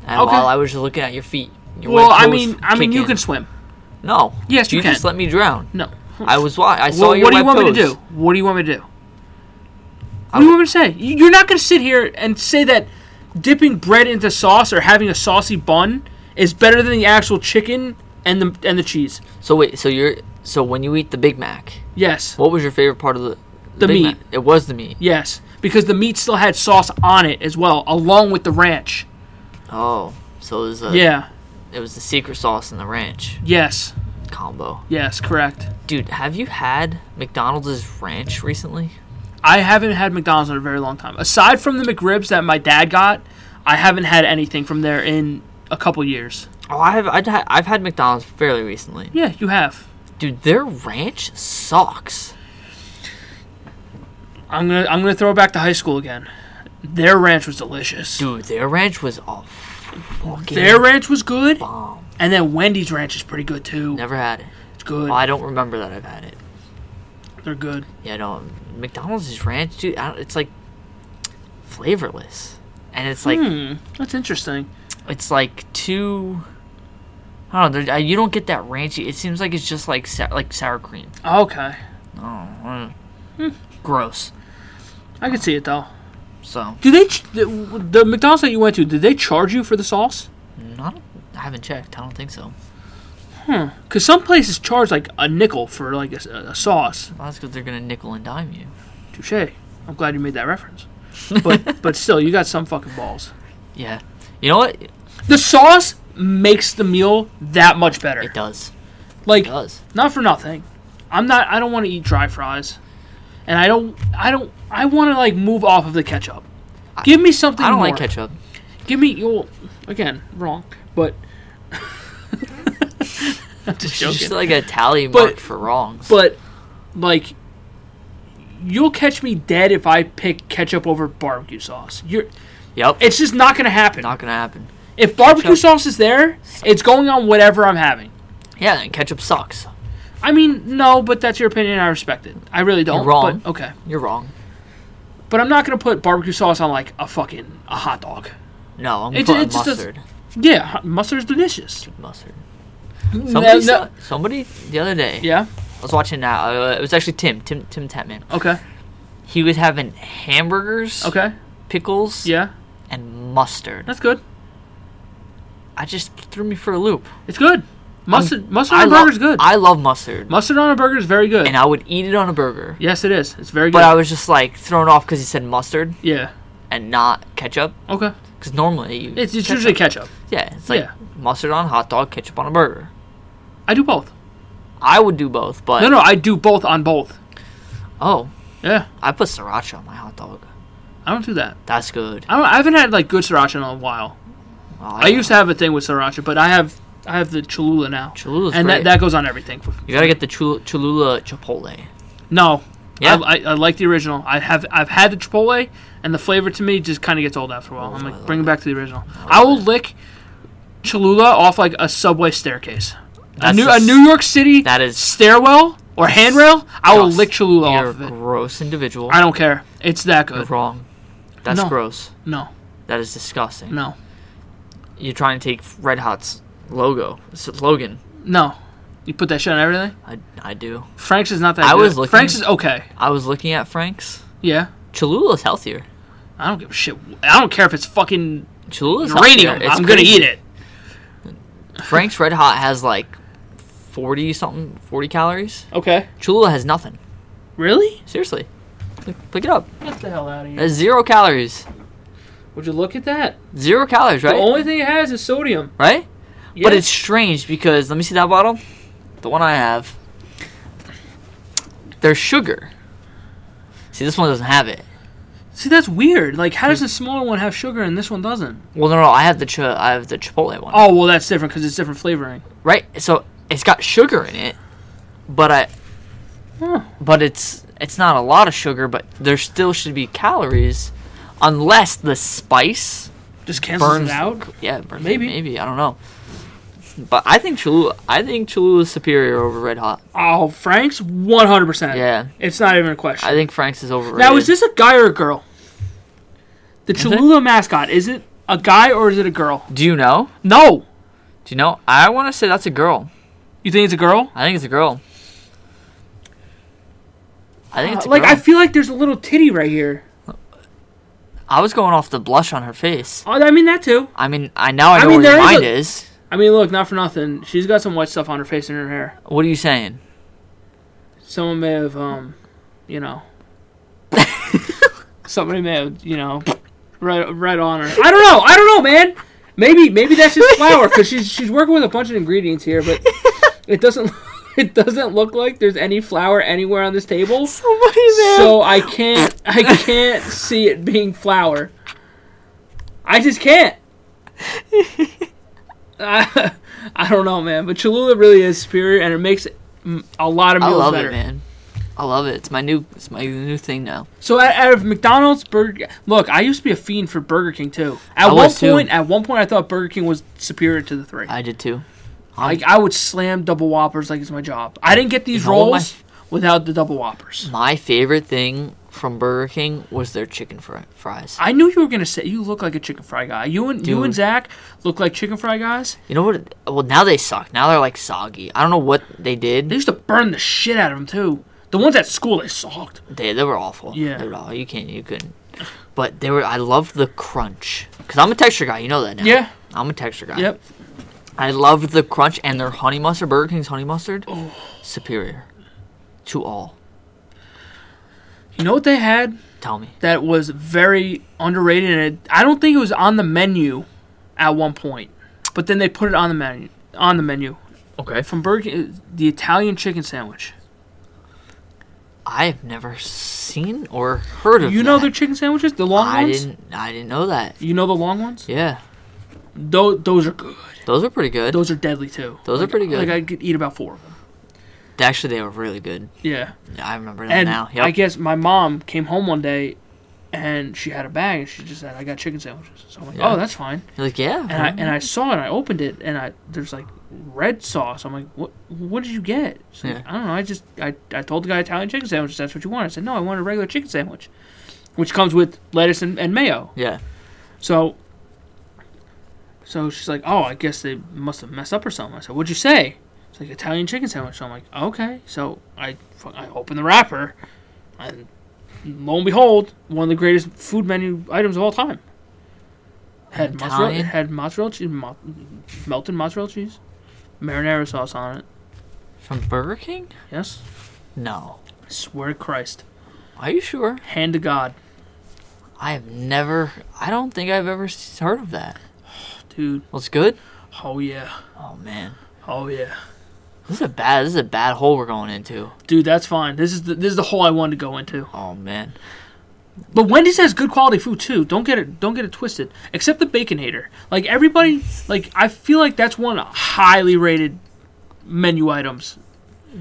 [SPEAKER 1] And
[SPEAKER 2] Okay.
[SPEAKER 1] while I was just looking at your feet, your
[SPEAKER 2] Well,
[SPEAKER 1] wet
[SPEAKER 2] I
[SPEAKER 1] toes
[SPEAKER 2] mean, I mean,
[SPEAKER 1] kick
[SPEAKER 2] you
[SPEAKER 1] in.
[SPEAKER 2] can swim.
[SPEAKER 1] No.
[SPEAKER 2] Yes, you
[SPEAKER 1] just
[SPEAKER 2] can.
[SPEAKER 1] let me drown.
[SPEAKER 2] No.
[SPEAKER 1] I was why I saw
[SPEAKER 2] Well,
[SPEAKER 1] your
[SPEAKER 2] what do you
[SPEAKER 1] wet
[SPEAKER 2] want me to
[SPEAKER 1] toes.
[SPEAKER 2] do? What do you want me to do? What do you want me to say? You- You're not going to sit here and say that dipping bread into sauce or having a saucy bun is better than the actual chicken and the and the cheese.
[SPEAKER 1] So wait, so you're so when you eat the Big Mac,
[SPEAKER 2] Yes.
[SPEAKER 1] what was your favorite part of the
[SPEAKER 2] The
[SPEAKER 1] Big Mac?
[SPEAKER 2] meat.
[SPEAKER 1] It was the meat.
[SPEAKER 2] Yes. Because the meat still had sauce on it as well, along with the ranch.
[SPEAKER 1] Oh, so it was a,
[SPEAKER 2] Yeah.
[SPEAKER 1] It was the secret sauce and the ranch
[SPEAKER 2] Yes.
[SPEAKER 1] combo.
[SPEAKER 2] Yes. Correct.
[SPEAKER 1] Dude, have you had McDonald's ranch recently?
[SPEAKER 2] I haven't had McDonald's in a very long time. Aside from the McRibs that my dad got, I haven't had anything from there in a couple years.
[SPEAKER 1] Oh, I have. I'd ha- I've had McDonald's fairly recently.
[SPEAKER 2] Yeah, you have.
[SPEAKER 1] Dude, their ranch sucks.
[SPEAKER 2] I'm gonna I'm gonna throw it back to high school again. Their ranch was delicious.
[SPEAKER 1] Dude, their ranch was a fucking
[SPEAKER 2] Their ranch was good,
[SPEAKER 1] bomb.
[SPEAKER 2] and then Wendy's ranch is pretty good too.
[SPEAKER 1] Never had it.
[SPEAKER 2] It's good.
[SPEAKER 1] Well, I don't remember that I've had it.
[SPEAKER 2] They're good.
[SPEAKER 1] Yeah, no, McDonald's is ranch, dude. I don't, it's like flavorless, and it's like
[SPEAKER 2] Hmm, that's interesting.
[SPEAKER 1] it's like too. I don't know. there- uh, You don't get that ranchy. It seems like it's just like sa- like sour cream.
[SPEAKER 2] Okay,
[SPEAKER 1] Oh, mm. gross.
[SPEAKER 2] I can see it though.
[SPEAKER 1] So
[SPEAKER 2] Do they ch- the, the McDonald's that you went to? Did they charge you for the sauce?
[SPEAKER 1] not. I haven't checked. I don't think so.
[SPEAKER 2] Because Hmm. some places charge like a nickel for like a, s- a sauce.
[SPEAKER 1] Well, that's because they're gonna nickel and dime you.
[SPEAKER 2] Touche. I'm glad you made that reference. But but still, you got some fucking balls.
[SPEAKER 1] Yeah. You know what?
[SPEAKER 2] The sauce makes the meal that much better.
[SPEAKER 1] It does. It
[SPEAKER 2] Like
[SPEAKER 1] does.
[SPEAKER 2] not for nothing. I'm not. I don't want to eat dry fries, and I don't. I don't. I want to like move off of the ketchup. Give me something.
[SPEAKER 1] I don't like
[SPEAKER 2] more.
[SPEAKER 1] ketchup.
[SPEAKER 2] Give me your. Again, wrong. But I'm just
[SPEAKER 1] It's
[SPEAKER 2] joking.
[SPEAKER 1] just like a tally
[SPEAKER 2] But-
[SPEAKER 1] mark for wrongs.
[SPEAKER 2] but like, you'll catch me dead if I pick ketchup over barbecue sauce. You're.
[SPEAKER 1] yep.
[SPEAKER 2] It's just not gonna happen.
[SPEAKER 1] not gonna happen.
[SPEAKER 2] if barbecue
[SPEAKER 1] ketchup-
[SPEAKER 2] sauce is there, it's going on whatever I'm having.
[SPEAKER 1] Yeah, and ketchup sucks.
[SPEAKER 2] I mean, no, but that's your opinion. I respect it. I really don't.
[SPEAKER 1] You're wrong.
[SPEAKER 2] But, okay.
[SPEAKER 1] You're wrong.
[SPEAKER 2] But I'm not gonna put barbecue sauce on like a fucking a hot dog.
[SPEAKER 1] No, I'm
[SPEAKER 2] It-
[SPEAKER 1] putting
[SPEAKER 2] it just does-
[SPEAKER 1] mustard.
[SPEAKER 2] Yeah, hot- mustard's delicious.
[SPEAKER 1] Mustard.
[SPEAKER 2] No,
[SPEAKER 1] Somebody,
[SPEAKER 2] no-
[SPEAKER 1] saw- somebody the other day.
[SPEAKER 2] Yeah.
[SPEAKER 1] I was watching that. Uh, it was actually Tim. Tim. Tim Tatman.
[SPEAKER 2] Okay.
[SPEAKER 1] He was having hamburgers,
[SPEAKER 2] Okay.
[SPEAKER 1] pickles,
[SPEAKER 2] Yeah.
[SPEAKER 1] and mustard.
[SPEAKER 2] That's good.
[SPEAKER 1] I just threw me for a loop.
[SPEAKER 2] It's good. Mustard. mustard
[SPEAKER 1] I
[SPEAKER 2] on a
[SPEAKER 1] love.
[SPEAKER 2] burger's good.
[SPEAKER 1] I love mustard,
[SPEAKER 2] mustard on a burger is very good.
[SPEAKER 1] and I would eat it on a burger.
[SPEAKER 2] yes, it is. It's very good.
[SPEAKER 1] But I was just like thrown off because he said mustard
[SPEAKER 2] yeah.
[SPEAKER 1] and not ketchup.
[SPEAKER 2] Okay.
[SPEAKER 1] Because normally you
[SPEAKER 2] It's, it's usually ketchup.
[SPEAKER 1] yeah, it's like
[SPEAKER 2] yeah.
[SPEAKER 1] mustard on a hot dog, ketchup on a burger.
[SPEAKER 2] I do both.
[SPEAKER 1] I would do both, but
[SPEAKER 2] No, no, I do both on both.
[SPEAKER 1] oh,
[SPEAKER 2] Yeah.
[SPEAKER 1] I put sriracha on my hot dog.
[SPEAKER 2] I don't do that.
[SPEAKER 1] That's good.
[SPEAKER 2] I don't. I haven't had like good sriracha in a while.
[SPEAKER 1] Oh,
[SPEAKER 2] I used to have a thing with sriracha, but I have I have the Cholula now.
[SPEAKER 1] Cholula's
[SPEAKER 2] and
[SPEAKER 1] great.
[SPEAKER 2] that that goes on everything.
[SPEAKER 1] You gotta get the Chul- Cholula Chipotle.
[SPEAKER 2] No.
[SPEAKER 1] Yeah?
[SPEAKER 2] I, I, I like the original. I have I've had the Chipotle, and the flavor to me just kind of gets old after a while. I'm
[SPEAKER 1] Oh, I
[SPEAKER 2] like,
[SPEAKER 1] love
[SPEAKER 2] bring it back to the original. I will lick Cholula off like a subway staircase, a
[SPEAKER 1] That's
[SPEAKER 2] new
[SPEAKER 1] a
[SPEAKER 2] a
[SPEAKER 1] s-
[SPEAKER 2] New York City
[SPEAKER 1] That is-
[SPEAKER 2] stairwell or handrail. I will
[SPEAKER 1] Gus,
[SPEAKER 2] lick Cholula
[SPEAKER 1] You're
[SPEAKER 2] off
[SPEAKER 1] a
[SPEAKER 2] of it.
[SPEAKER 1] gross individual.
[SPEAKER 2] I don't care. It's that
[SPEAKER 1] You're
[SPEAKER 2] good.
[SPEAKER 1] wrong. That's
[SPEAKER 2] No.
[SPEAKER 1] gross.
[SPEAKER 2] No,
[SPEAKER 1] That is disgusting.
[SPEAKER 2] no,
[SPEAKER 1] You're trying to take Red Hot's logo slogan.
[SPEAKER 2] no. You put that shit on everything.
[SPEAKER 1] I, I do.
[SPEAKER 2] Frank's is not that.
[SPEAKER 1] I
[SPEAKER 2] good.
[SPEAKER 1] was looking-
[SPEAKER 2] Frank's is okay.
[SPEAKER 1] I was looking at Frank's.
[SPEAKER 2] Yeah.
[SPEAKER 1] Cholula's healthier.
[SPEAKER 2] I don't give a shit. I don't care if it's fucking
[SPEAKER 1] Cholula's
[SPEAKER 2] uranium.
[SPEAKER 1] healthier. It's
[SPEAKER 2] I'm gonna
[SPEAKER 1] crazy.
[SPEAKER 2] eat it.
[SPEAKER 1] Frank's Red Hot has like forty something, forty calories.
[SPEAKER 2] Okay.
[SPEAKER 1] Cholula has nothing.
[SPEAKER 2] Really?
[SPEAKER 1] Seriously, look, look it up.
[SPEAKER 2] Get the hell out of here.
[SPEAKER 1] That's zero calories.
[SPEAKER 2] Would you look at that?
[SPEAKER 1] Zero calories, right?
[SPEAKER 2] The only thing it has is sodium.
[SPEAKER 1] right?
[SPEAKER 2] Yeah.
[SPEAKER 1] But it's strange because let me see that bottle. The one I have. There's sugar. See, this one doesn't have it.
[SPEAKER 2] see that's weird. Like, how does the smaller one have sugar and this one doesn't?
[SPEAKER 1] Well, no, no, I have the ch- I have the chipotle one.
[SPEAKER 2] Oh well, that's different because it's different flavoring.
[SPEAKER 1] Right? So it's got sugar in it, but I,
[SPEAKER 2] Huh.
[SPEAKER 1] but it's it's not a lot of sugar, but there still should be calories, unless the spice
[SPEAKER 2] Just cancels
[SPEAKER 1] burns
[SPEAKER 2] it out.
[SPEAKER 1] Yeah, it burns
[SPEAKER 2] Maybe.
[SPEAKER 1] maybe maybe I don't know. But I think Cholula, I think Cholula's superior over Red Hot.
[SPEAKER 2] Oh, Frank's one hundred percent.
[SPEAKER 1] Yeah.
[SPEAKER 2] it's not even a question.
[SPEAKER 1] I think Frank's is overrated.
[SPEAKER 2] now, is this a guy or a girl? The
[SPEAKER 1] it?
[SPEAKER 2] Cholula mascot is it a guy or is it a girl?
[SPEAKER 1] Do you know?
[SPEAKER 2] No.
[SPEAKER 1] Do you know? I want to say that's a girl.
[SPEAKER 2] You think it's a girl?
[SPEAKER 1] I think it's a girl. I think it's a
[SPEAKER 2] like
[SPEAKER 1] girl.
[SPEAKER 2] I feel like there's a little titty right here.
[SPEAKER 1] I was going off the blush on her face.
[SPEAKER 2] Oh, I mean that too.
[SPEAKER 1] I mean, I now I
[SPEAKER 2] I
[SPEAKER 1] know
[SPEAKER 2] mean,
[SPEAKER 1] where your
[SPEAKER 2] there is
[SPEAKER 1] mind
[SPEAKER 2] a-
[SPEAKER 1] is.
[SPEAKER 2] I mean, look, not for nothing. She's got some white stuff on her face and her hair.
[SPEAKER 1] What are you saying?
[SPEAKER 2] Someone may have, um, you know, somebody may have, you know, right, right on her. I don't know. I don't know, man. Maybe, maybe that's just flour because she's she's working with a bunch of ingredients here, but it doesn't it doesn't look like there's any flour anywhere on this table.
[SPEAKER 1] Somebody's
[SPEAKER 2] So I can't I can't see it being flour. I just can't. I, I don't know, man. But Cholula really is superior, and it makes mm, a lot of
[SPEAKER 1] I
[SPEAKER 2] meals
[SPEAKER 1] love
[SPEAKER 2] better.
[SPEAKER 1] it, man. I love it. It's my new. It's my new thing now.
[SPEAKER 2] So out, out of McDonald's, Burger look, I used to be a fiend for Burger King too. At
[SPEAKER 1] I
[SPEAKER 2] one
[SPEAKER 1] was, too.
[SPEAKER 2] point, at one point, I thought Burger King was superior to the three.
[SPEAKER 1] I did too.
[SPEAKER 2] Like I would slam double whoppers like it's my job. I didn't get these
[SPEAKER 1] You know what my-
[SPEAKER 2] rolls without the double whoppers.
[SPEAKER 1] My favorite thing from Burger King was their chicken fri- fries.
[SPEAKER 2] I knew you were gonna say you look like a chicken fry guy. You and you and
[SPEAKER 1] Dude.
[SPEAKER 2] Zach look like chicken fry guys.
[SPEAKER 1] You know what? Well, now they suck. Now they're like soggy. I don't know what they
[SPEAKER 2] They
[SPEAKER 1] did.
[SPEAKER 2] used to burn the shit out of them too. The ones at school they sucked.
[SPEAKER 1] They they were awful.
[SPEAKER 2] Yeah.
[SPEAKER 1] They were awful. You can't. You couldn't. But they were. I loved the crunch because I'm a texture guy. You know that now.
[SPEAKER 2] Yeah.
[SPEAKER 1] I'm a texture guy.
[SPEAKER 2] Yep.
[SPEAKER 1] I loved the crunch and their honey mustard. Burger King's honey mustard,
[SPEAKER 2] Oh.
[SPEAKER 1] superior to all.
[SPEAKER 2] You know what they had
[SPEAKER 1] Tell me.
[SPEAKER 2] that was very underrated, and it, I don't think it was on the menu at one point, but then they put it on the menu. On the menu
[SPEAKER 1] Okay.
[SPEAKER 2] from Burger King, the Italian chicken sandwich.
[SPEAKER 1] I've never seen or heard of.
[SPEAKER 2] You know
[SPEAKER 1] that.
[SPEAKER 2] their chicken sandwiches, the long
[SPEAKER 1] I
[SPEAKER 2] ones.
[SPEAKER 1] didn't. I didn't know that.
[SPEAKER 2] You know the long ones.
[SPEAKER 1] Yeah,
[SPEAKER 2] Tho- those are good.
[SPEAKER 1] those are pretty good.
[SPEAKER 2] Those are deadly too.
[SPEAKER 1] Those are
[SPEAKER 2] Like-
[SPEAKER 1] pretty good.
[SPEAKER 2] Like I could eat about four of them.
[SPEAKER 1] Actually, they were really good.
[SPEAKER 2] Yeah.
[SPEAKER 1] I remember that
[SPEAKER 2] And
[SPEAKER 1] now. Yep.
[SPEAKER 2] I guess my mom came home one day, and she had a bag, and she just said, "I got chicken sandwiches." So I'm like,
[SPEAKER 1] Yeah.
[SPEAKER 2] "Oh, that's fine."
[SPEAKER 1] You're like, yeah.
[SPEAKER 2] And I and I saw it, and I opened it, and I there's like red sauce. I'm like, "What? What did you get?" She's like,
[SPEAKER 1] Yeah.
[SPEAKER 2] I don't know. I just I, I told the guy Italian chicken sandwiches. That's what you want. I said, "No, I want a regular chicken sandwich, which comes with lettuce and, and mayo."
[SPEAKER 1] yeah.
[SPEAKER 2] So, so she's like, "Oh, I guess they must have messed up or something." I said, "What'd you say?" It's like Italian chicken sandwich. So I'm like, "Okay." So I, fu- I open the wrapper, and lo and behold, one of the greatest food menu items of all time. Had mozzarella,
[SPEAKER 1] Italian?
[SPEAKER 2] it had mozzarella cheese, mo- melted mozzarella cheese, marinara sauce on it.
[SPEAKER 1] From Burger King?
[SPEAKER 2] Yes,
[SPEAKER 1] No.
[SPEAKER 2] I swear to Christ,
[SPEAKER 1] Are you sure?
[SPEAKER 2] hand to God,
[SPEAKER 1] I have never. I don't think I've ever s- heard of that.
[SPEAKER 2] dude.
[SPEAKER 1] Well, it's good.
[SPEAKER 2] Oh yeah,
[SPEAKER 1] Oh man,
[SPEAKER 2] oh yeah,
[SPEAKER 1] this is a bad. This is a bad hole we're going into.
[SPEAKER 2] dude. That's fine. This is the, this is the hole I wanted to go into.
[SPEAKER 1] Oh man.
[SPEAKER 2] But Wendy's has good quality food too. Don't get it. Don't get it twisted. Except the Baconator. Like everybody, like I feel like that's one of highly rated menu items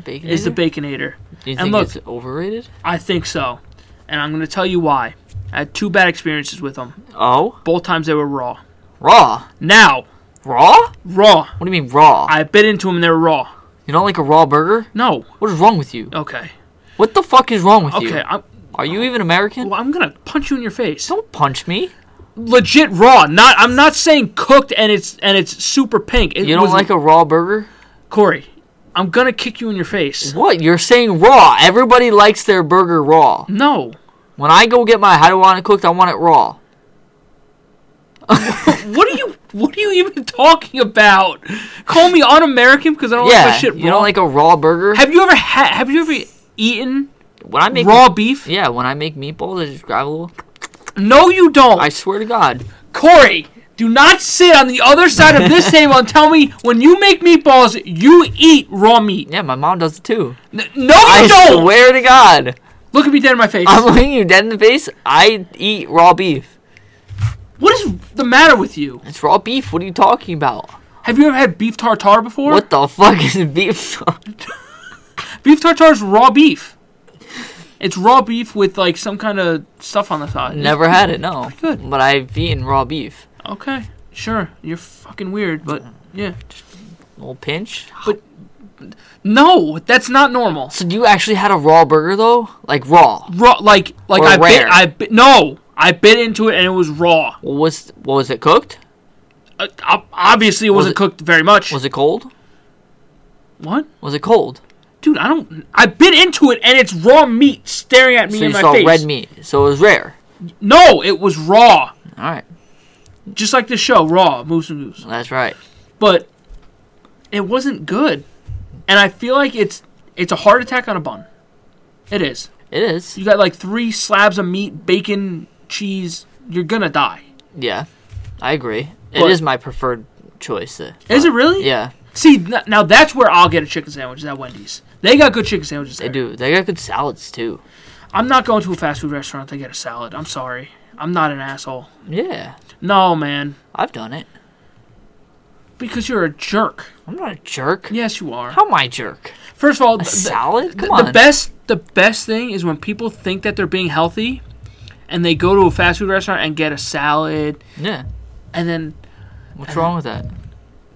[SPEAKER 1] Bacon.
[SPEAKER 2] is the Baconator.
[SPEAKER 1] Do you
[SPEAKER 2] and
[SPEAKER 1] think
[SPEAKER 2] look-
[SPEAKER 1] it's overrated?
[SPEAKER 2] I think so, and I'm gonna tell you why. I had two bad experiences with them.
[SPEAKER 1] Oh,
[SPEAKER 2] Both times they were raw.
[SPEAKER 1] raw.
[SPEAKER 2] Now
[SPEAKER 1] Raw? What
[SPEAKER 2] raw.
[SPEAKER 1] do you mean raw?
[SPEAKER 2] I bit into them and they were raw.
[SPEAKER 1] you don't like a raw burger?
[SPEAKER 2] No.
[SPEAKER 1] What is wrong with you?
[SPEAKER 2] Okay.
[SPEAKER 1] What the fuck is wrong with you?
[SPEAKER 2] Okay. I'm.
[SPEAKER 1] Are you even American?
[SPEAKER 2] Well, I'm gonna punch you in your face.
[SPEAKER 1] Don't punch me.
[SPEAKER 2] Legit raw. Not. I'm not saying cooked and it's and it's super pink. It
[SPEAKER 1] You don't
[SPEAKER 2] was-
[SPEAKER 1] like a raw burger?
[SPEAKER 2] Corey. I'm gonna kick you in your face.
[SPEAKER 1] What? You're saying raw. Everybody likes their burger raw.
[SPEAKER 2] No.
[SPEAKER 1] When I go get my how do I want it cooked, I want it raw.
[SPEAKER 2] What are you? What are you even talking about? Call me un-American because I don't like
[SPEAKER 1] yeah.
[SPEAKER 2] my Oh, shit raw.
[SPEAKER 1] you don't like a raw burger?
[SPEAKER 2] have you ever had? Have you ever eaten
[SPEAKER 1] When I make
[SPEAKER 2] raw beef?
[SPEAKER 1] Yeah, when I make meatballs, I just grab a little.
[SPEAKER 2] No, you don't.
[SPEAKER 1] I swear to God.
[SPEAKER 2] Corey, do not sit on the other side of this table and tell me when you make meatballs you eat raw meat.
[SPEAKER 1] Yeah, my mom does it too.
[SPEAKER 2] N- no,
[SPEAKER 1] I
[SPEAKER 2] you don't.
[SPEAKER 1] swear to God.
[SPEAKER 2] Look at me dead in my face.
[SPEAKER 1] I'm looking you dead in the face. I eat raw beef.
[SPEAKER 2] what is the matter with you?
[SPEAKER 1] It's raw beef. What are you talking about?
[SPEAKER 2] Have you ever had beef tartare before?
[SPEAKER 1] What the fuck is beef?
[SPEAKER 2] Beef tartare is raw beef. It's raw beef with like some kind of stuff on the side.
[SPEAKER 1] Never had it, no.
[SPEAKER 2] good.
[SPEAKER 1] But I've eaten raw beef.
[SPEAKER 2] Okay, sure. You're fucking weird, but yeah.
[SPEAKER 1] little pinch.
[SPEAKER 2] No, that's not normal.
[SPEAKER 1] So you actually had a raw burger though, like raw.
[SPEAKER 2] Raw, like, like
[SPEAKER 1] Or
[SPEAKER 2] I bit,
[SPEAKER 1] rare.
[SPEAKER 2] I bit. No, I bit into it and it was raw.
[SPEAKER 1] What was what was it cooked?
[SPEAKER 2] Uh, ob- obviously, it
[SPEAKER 1] Was
[SPEAKER 2] wasn't
[SPEAKER 1] it-
[SPEAKER 2] cooked very much.
[SPEAKER 1] Was it cold?
[SPEAKER 2] what,
[SPEAKER 1] Was it cold?
[SPEAKER 2] dude? I don't. I bit into it and it's raw meat staring at me
[SPEAKER 1] so
[SPEAKER 2] in
[SPEAKER 1] you
[SPEAKER 2] my
[SPEAKER 1] saw
[SPEAKER 2] face.
[SPEAKER 1] red meat. So it was rare.
[SPEAKER 2] No, it was raw,
[SPEAKER 1] All right,
[SPEAKER 2] just like the show, raw moose and goose.
[SPEAKER 1] that's right.
[SPEAKER 2] But it wasn't good, and I feel like it's it's a heart attack on a bun. It is.
[SPEAKER 1] It is.
[SPEAKER 2] You got like three slabs of meat, bacon, cheese. You're gonna die.
[SPEAKER 1] Yeah, I agree. It
[SPEAKER 2] But-
[SPEAKER 1] is my preferred choice. uh,
[SPEAKER 2] Is it really?
[SPEAKER 1] Yeah,
[SPEAKER 2] See, n- now that's where I'll get a chicken sandwich is at Wendy's. They got good chicken sandwiches.
[SPEAKER 1] they
[SPEAKER 2] there.
[SPEAKER 1] do. They got good salads too.
[SPEAKER 2] I'm not going to a fast food restaurant to get a salad. I'm sorry. I'm not an asshole.
[SPEAKER 1] Yeah,
[SPEAKER 2] No, man.
[SPEAKER 1] I've done it.
[SPEAKER 2] Because you're a jerk.
[SPEAKER 1] I'm not a jerk.
[SPEAKER 2] Yes, you are.
[SPEAKER 1] How am I a jerk?
[SPEAKER 2] First of all, th-
[SPEAKER 1] A
[SPEAKER 2] th-
[SPEAKER 1] salad? Come
[SPEAKER 2] th-
[SPEAKER 1] on.
[SPEAKER 2] the best the best thing is when people think that they're being healthy and they go to a fast food restaurant and get a salad
[SPEAKER 1] yeah.
[SPEAKER 2] and then
[SPEAKER 1] What's wrong with that?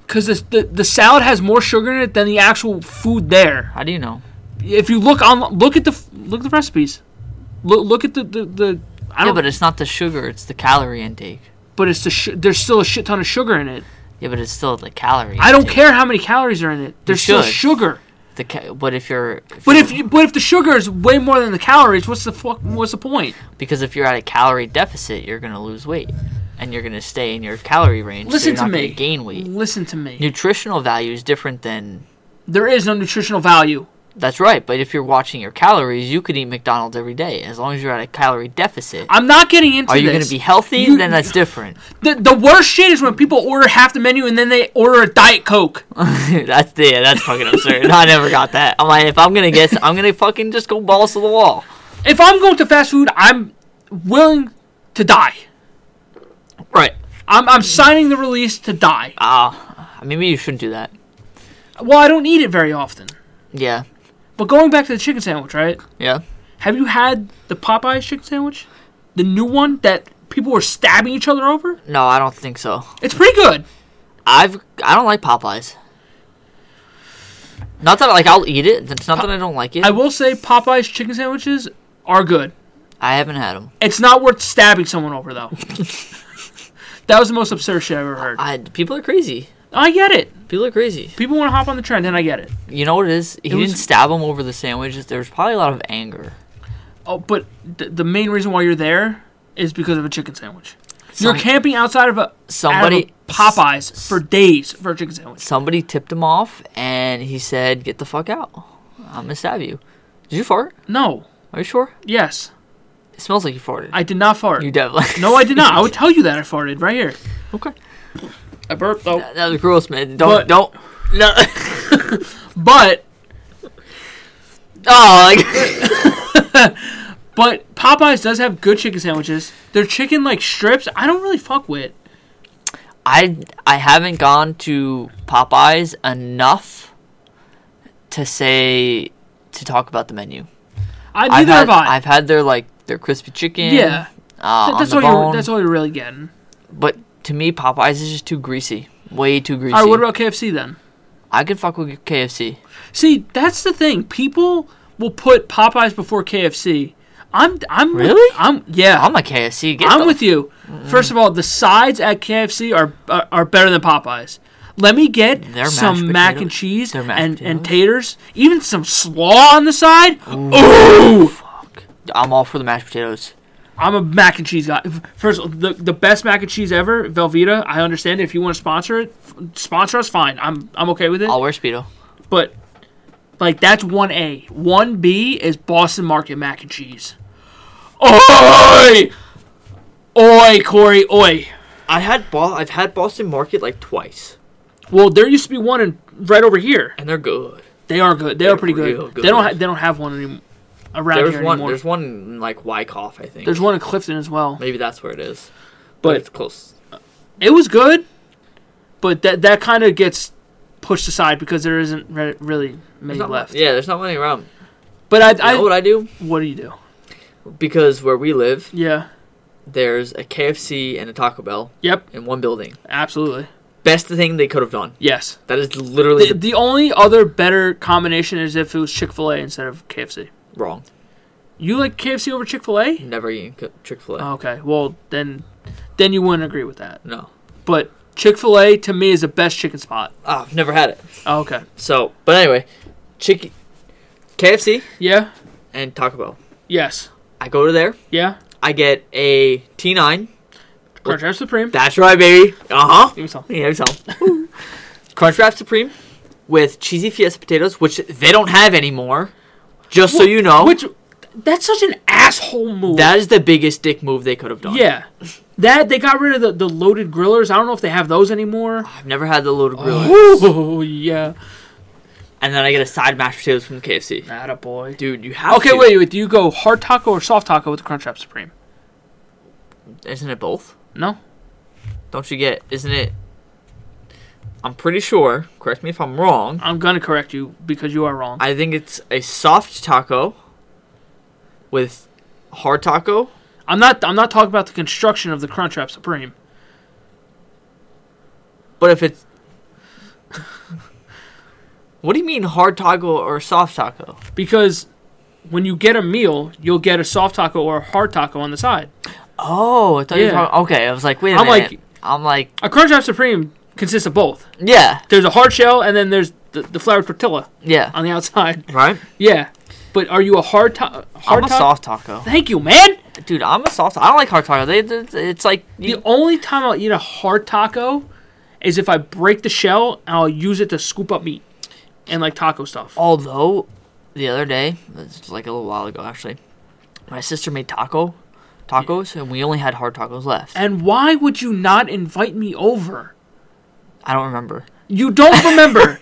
[SPEAKER 2] because the, the salad has more sugar in it than the actual food there.
[SPEAKER 1] How do you know?
[SPEAKER 2] If you look on, look at the f- look at the recipes, look look at the the, the I
[SPEAKER 1] Yeah,
[SPEAKER 2] don't.
[SPEAKER 1] but it's not the sugar. It's the calorie intake.
[SPEAKER 2] but it's the sh- there's still a shit ton of sugar in it.
[SPEAKER 1] Yeah, but it's still the calorie.
[SPEAKER 2] I don't
[SPEAKER 1] intake.
[SPEAKER 2] care how many calories are in it. There's still
[SPEAKER 1] should.
[SPEAKER 2] sugar.
[SPEAKER 1] The ca- but if you're
[SPEAKER 2] But if you, but if the sugar is way more than the calories, what's the fuck, what's the point?
[SPEAKER 1] because if you're at a calorie deficit, you're gonna lose weight. and you're gonna stay in your calorie range. so
[SPEAKER 2] Listen
[SPEAKER 1] you're
[SPEAKER 2] to
[SPEAKER 1] not gonna
[SPEAKER 2] me.
[SPEAKER 1] Gain weight.
[SPEAKER 2] Listen to me.
[SPEAKER 1] Nutritional value is different than
[SPEAKER 2] There is no nutritional value.
[SPEAKER 1] That's right, but if you're watching your calories, you could eat McDonald's every day as long as you're at a calorie deficit.
[SPEAKER 2] I'm not getting into
[SPEAKER 1] Are you going
[SPEAKER 2] Uh, this.
[SPEAKER 1] to be healthy?
[SPEAKER 2] You-
[SPEAKER 1] then that's different.
[SPEAKER 2] The, the worst shit is when people order half the menu and then they order a diet coke.
[SPEAKER 1] that's yeah, that's fucking absurd. I never got that. I'm like, if I'm gonna guess, I'm gonna fucking just go balls to the wall.
[SPEAKER 2] If I'm going to fast food, I'm willing to die.
[SPEAKER 1] Right.
[SPEAKER 2] I'm I'm signing the release to die.
[SPEAKER 1] Ah, maybe you shouldn't do that.
[SPEAKER 2] Well, I don't eat it very often.
[SPEAKER 1] Yeah.
[SPEAKER 2] But going back to the chicken sandwich, right?
[SPEAKER 1] Yeah.
[SPEAKER 2] Have you had the Popeyes chicken sandwich? The new one that people were stabbing each other over?
[SPEAKER 1] No, I don't think so.
[SPEAKER 2] It's pretty good.
[SPEAKER 1] I've I don't like Popeyes. Not that like I'll eat it. It's not that I don't like it.
[SPEAKER 2] I
[SPEAKER 1] I,
[SPEAKER 2] will say Popeyes chicken sandwiches are good.
[SPEAKER 1] haven't had them.
[SPEAKER 2] It's not worth stabbing someone over though. that was the most absurd shit I ever heard.
[SPEAKER 1] I people are crazy.
[SPEAKER 2] I get it.
[SPEAKER 1] People are crazy.
[SPEAKER 2] People want to hop on the trend, and I get it.
[SPEAKER 1] You know what it is? He
[SPEAKER 2] was-
[SPEAKER 1] didn't stab him over the sandwiches. There was probably a lot of anger.
[SPEAKER 2] Oh, but th- the main reason why you're there is because of a chicken sandwich.
[SPEAKER 1] Some-
[SPEAKER 2] you're camping outside of a
[SPEAKER 1] somebody-
[SPEAKER 2] out of a Popeyes for days for a chicken sandwich.
[SPEAKER 1] Somebody tipped him off, and he said, "Get the fuck out! I'm gonna stab you." Did you fart?
[SPEAKER 2] No.
[SPEAKER 1] Are you sure?
[SPEAKER 2] Yes,
[SPEAKER 1] It smells like you farted.
[SPEAKER 2] I did not fart.
[SPEAKER 1] you definitely.
[SPEAKER 2] no, I did not. I would tell you that I farted right here.
[SPEAKER 1] okay.
[SPEAKER 2] I burped. Oh,
[SPEAKER 1] That was gross, man. Don't
[SPEAKER 2] But-
[SPEAKER 1] don't. No.
[SPEAKER 2] but
[SPEAKER 1] oh, like,
[SPEAKER 2] but Popeyes does have good chicken sandwiches. Their chicken like strips, I don't really fuck with.
[SPEAKER 1] I I haven't gone to Popeyes enough to say to talk about the menu.
[SPEAKER 2] I
[SPEAKER 1] I've
[SPEAKER 2] neither
[SPEAKER 1] had,
[SPEAKER 2] have I.
[SPEAKER 1] have had their like their crispy chicken.
[SPEAKER 2] Yeah.
[SPEAKER 1] Uh,
[SPEAKER 2] Th- that's
[SPEAKER 1] on
[SPEAKER 2] all
[SPEAKER 1] the
[SPEAKER 2] you're.
[SPEAKER 1] bone.
[SPEAKER 2] That's all you're really getting.
[SPEAKER 1] But to me, Popeyes is just too greasy. Way too greasy.
[SPEAKER 2] All right, what about KFC then?
[SPEAKER 1] I could fuck with KFC.
[SPEAKER 2] See, that's the thing. People will put Popeyes before KFC. I'm. I'm. with-
[SPEAKER 1] Really?
[SPEAKER 2] I'm. Yeah.
[SPEAKER 1] I'm a KFC. Get
[SPEAKER 2] I'm
[SPEAKER 1] the-
[SPEAKER 2] with you. First of all, the sides at KFC are are, are better than Popeyes. Let me get
[SPEAKER 1] Their mashed
[SPEAKER 2] some mac
[SPEAKER 1] potatoes-
[SPEAKER 2] and cheese
[SPEAKER 1] their mashed
[SPEAKER 2] and, and
[SPEAKER 1] potatoes.
[SPEAKER 2] taters, even some slaw on the side. Ooh,
[SPEAKER 1] I'm all for the mashed potatoes.
[SPEAKER 2] I'm a mac and cheese guy. First, of all, the the best mac and cheese ever, Velveeta. I understand if you want to sponsor it, f- sponsor us. Fine, I'm I'm okay with it.
[SPEAKER 1] I'll wear speedo.
[SPEAKER 2] but like that's one A. One B is Boston Market mac and cheese. Oi, oi, Corey, oi.
[SPEAKER 1] I had Bo- I've had Boston Market like twice,
[SPEAKER 2] Well, there used to be one in, right over here.
[SPEAKER 1] and they're good.
[SPEAKER 2] They are good. They
[SPEAKER 1] They're
[SPEAKER 2] are pretty
[SPEAKER 1] real
[SPEAKER 2] good.
[SPEAKER 1] good.
[SPEAKER 2] They don't. Ha- they don't have one anymore around
[SPEAKER 1] There's
[SPEAKER 2] here
[SPEAKER 1] one.
[SPEAKER 2] anymore.
[SPEAKER 1] There's
[SPEAKER 2] There's,
[SPEAKER 1] one in like Wyckoff, I think.
[SPEAKER 2] one in Clifton as well.
[SPEAKER 1] Maybe that's where it is. But,
[SPEAKER 2] But-
[SPEAKER 1] it's close.
[SPEAKER 2] It was good, but that that kind of gets pushed aside because there isn't re- really
[SPEAKER 1] There's
[SPEAKER 2] many
[SPEAKER 1] not-
[SPEAKER 2] left.
[SPEAKER 1] Yeah, there's not many around.
[SPEAKER 2] But I.
[SPEAKER 1] You
[SPEAKER 2] I,
[SPEAKER 1] know what I do?
[SPEAKER 2] what do you do?
[SPEAKER 1] Because where we live,
[SPEAKER 2] Yeah.
[SPEAKER 1] there's a KFC and a Taco Bell
[SPEAKER 2] Yep.
[SPEAKER 1] in one building.
[SPEAKER 2] Absolutely.
[SPEAKER 1] Best thing they could have done.
[SPEAKER 2] Yes.
[SPEAKER 1] That is literally
[SPEAKER 2] The, the only other better combination is if it was Chick Fil A instead of KFC.
[SPEAKER 1] wrong.
[SPEAKER 2] You like KFC over Chick Fil A?
[SPEAKER 1] Never eating Chick Fil A.
[SPEAKER 2] Okay. Well, then, then you wouldn't agree with that.
[SPEAKER 1] no,
[SPEAKER 2] But Chick Fil A to me is the best chicken spot.
[SPEAKER 1] Ah, I've never had it.
[SPEAKER 2] Oh, okay.
[SPEAKER 1] So, but anyway, chicken, KFC
[SPEAKER 2] Yeah.
[SPEAKER 1] and Taco Bell.
[SPEAKER 2] Yes.
[SPEAKER 1] I go to there.
[SPEAKER 2] Yeah.
[SPEAKER 1] I get a T9.
[SPEAKER 2] Crunchwrap Supreme.
[SPEAKER 1] That's right, baby. Uh huh.
[SPEAKER 2] Give me some.
[SPEAKER 1] Yeah, so Crunchwrap Supreme with cheesy fiesta potatoes, which they don't have anymore. Just so you know,
[SPEAKER 2] Which that's such an asshole move.
[SPEAKER 1] that is the biggest dick move they could have done.
[SPEAKER 2] yeah. That they got rid of the, the loaded grillers. I don't know if they have those anymore.
[SPEAKER 1] I've never had the loaded griller.
[SPEAKER 2] Oh yeah.
[SPEAKER 1] And then I get a side mashed potatoes from the KFC.
[SPEAKER 2] Not a boy.
[SPEAKER 1] Dude, you have
[SPEAKER 2] Okay,
[SPEAKER 1] to.
[SPEAKER 2] wait, wait. Do you go hard taco or soft taco with the Crunchwrap Supreme?
[SPEAKER 1] Isn't it both?
[SPEAKER 2] No.
[SPEAKER 1] Don't you get? Isn't it? I'm pretty sure. Correct me if I'm wrong.
[SPEAKER 2] I'm gonna correct you because you are wrong.
[SPEAKER 1] I think it's a soft taco with hard taco.
[SPEAKER 2] I'm not. I'm not talking about the construction of the Crunchwrap Supreme.
[SPEAKER 1] But if it's What do you mean hard taco or soft taco?
[SPEAKER 2] Because when you get a meal, you'll get a soft taco or a hard taco on the side.
[SPEAKER 1] Oh, I thought you were
[SPEAKER 2] Yeah.
[SPEAKER 1] talking Okay, I was like, wait a
[SPEAKER 2] I'm
[SPEAKER 1] minute.
[SPEAKER 2] like-
[SPEAKER 1] I'm like,
[SPEAKER 2] A Crunchwrap Supreme consists of both.
[SPEAKER 1] yeah,
[SPEAKER 2] There's a hard shell and then there's the, the floured tortilla
[SPEAKER 1] yeah.
[SPEAKER 2] on the outside.
[SPEAKER 1] Right?
[SPEAKER 2] Yeah, but are you a hard taco? Hard
[SPEAKER 1] I'm a
[SPEAKER 2] taco?
[SPEAKER 1] soft taco.
[SPEAKER 2] Thank you, man.
[SPEAKER 1] dude, I'm a soft. I don't like hard taco. They, they- it's like
[SPEAKER 2] The only time I'll eat a hard taco is if I break the shell and I'll use it to scoop up meat and like taco stuff.
[SPEAKER 1] Although, the other day, this was like a little while ago actually, my sister made taco, tacos, and we only had hard tacos left.
[SPEAKER 2] And why would you not invite me over?
[SPEAKER 1] I don't remember.
[SPEAKER 2] You don't remember.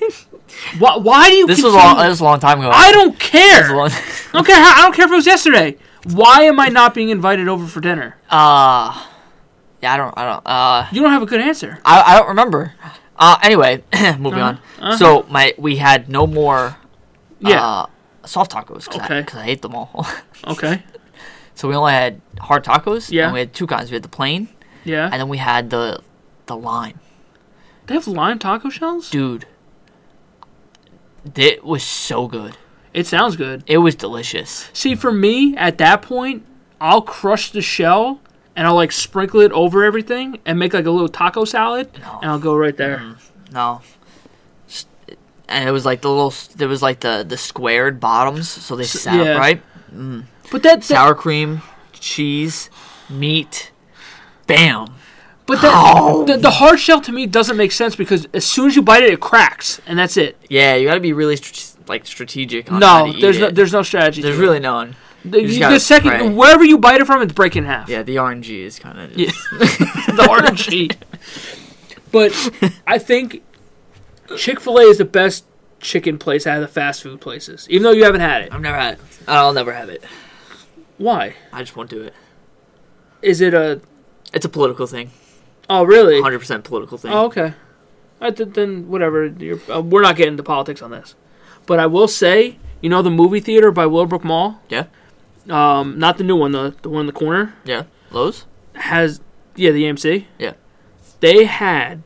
[SPEAKER 2] why, why do you?
[SPEAKER 1] This was a
[SPEAKER 2] continue-
[SPEAKER 1] long, this was a long time ago.
[SPEAKER 2] I don't
[SPEAKER 1] This
[SPEAKER 2] care. I
[SPEAKER 1] was a long-
[SPEAKER 2] don't care. How, I don't care if it was yesterday. Why am I not being invited over for dinner?
[SPEAKER 1] Uh, yeah, I don't, I don't, uh,
[SPEAKER 2] You don't have a good answer.
[SPEAKER 1] I, I don't remember. Uh, anyway, moving on. So my, we had no more,
[SPEAKER 2] Uh-huh. Yeah.
[SPEAKER 1] uh, soft tacos because I,
[SPEAKER 2] Okay.
[SPEAKER 1] 'cause I hate them all.
[SPEAKER 2] okay.
[SPEAKER 1] so we only had hard tacos.
[SPEAKER 2] Yeah.
[SPEAKER 1] And we had two kinds. We had the plain,
[SPEAKER 2] Yeah.
[SPEAKER 1] and then we had the, the lime.
[SPEAKER 2] they have lime taco shells.
[SPEAKER 1] Dude, it was so good.
[SPEAKER 2] It sounds good.
[SPEAKER 1] It was delicious.
[SPEAKER 2] See, for me, at that point, I'll crush the shell and I'll like sprinkle it over everything and make like a little taco salad and I'll go right there.
[SPEAKER 1] Mm. No. S- And it was like the little, s- there was like the the squared bottoms, so they sat
[SPEAKER 2] yeah.
[SPEAKER 1] right.
[SPEAKER 2] But that, that-
[SPEAKER 1] Sour cream, cheese, meat, bam.
[SPEAKER 2] but that, the, the hard shell to me doesn't make sense because as soon as you bite it, it cracks and that's it.
[SPEAKER 1] Yeah, you got to be really str- like strategic. On how
[SPEAKER 2] No,
[SPEAKER 1] Oh, to eat
[SPEAKER 2] there's no,
[SPEAKER 1] it.
[SPEAKER 2] there's no strategy.
[SPEAKER 1] there's
[SPEAKER 2] to
[SPEAKER 1] really none.
[SPEAKER 2] it. the,
[SPEAKER 1] you just
[SPEAKER 2] you-
[SPEAKER 1] gotta
[SPEAKER 2] the second
[SPEAKER 1] pray.
[SPEAKER 2] wherever you bite it from, it's breaking in half.
[SPEAKER 1] Yeah, the RNG is kind of
[SPEAKER 2] Yeah. the RNG. But I think Chick Fil A is the best chicken place out of the fast food places, even though you haven't had it.
[SPEAKER 1] I've never had. It. I'll never have it.
[SPEAKER 2] Why?
[SPEAKER 1] I just won't do it.
[SPEAKER 2] Is it a
[SPEAKER 1] It's a political thing.
[SPEAKER 2] Oh, really?
[SPEAKER 1] 100 percent political thing.
[SPEAKER 2] Oh, okay. I th- then whatever. You're, uh, we're not getting into politics on this, but I will say, you know, the movie theater by Willowbrook Mall.
[SPEAKER 1] Yeah.
[SPEAKER 2] Um, not the new one, the the one in the corner
[SPEAKER 1] Yeah. Lowe's.
[SPEAKER 2] has yeah the AMC.
[SPEAKER 1] Yeah.
[SPEAKER 2] They had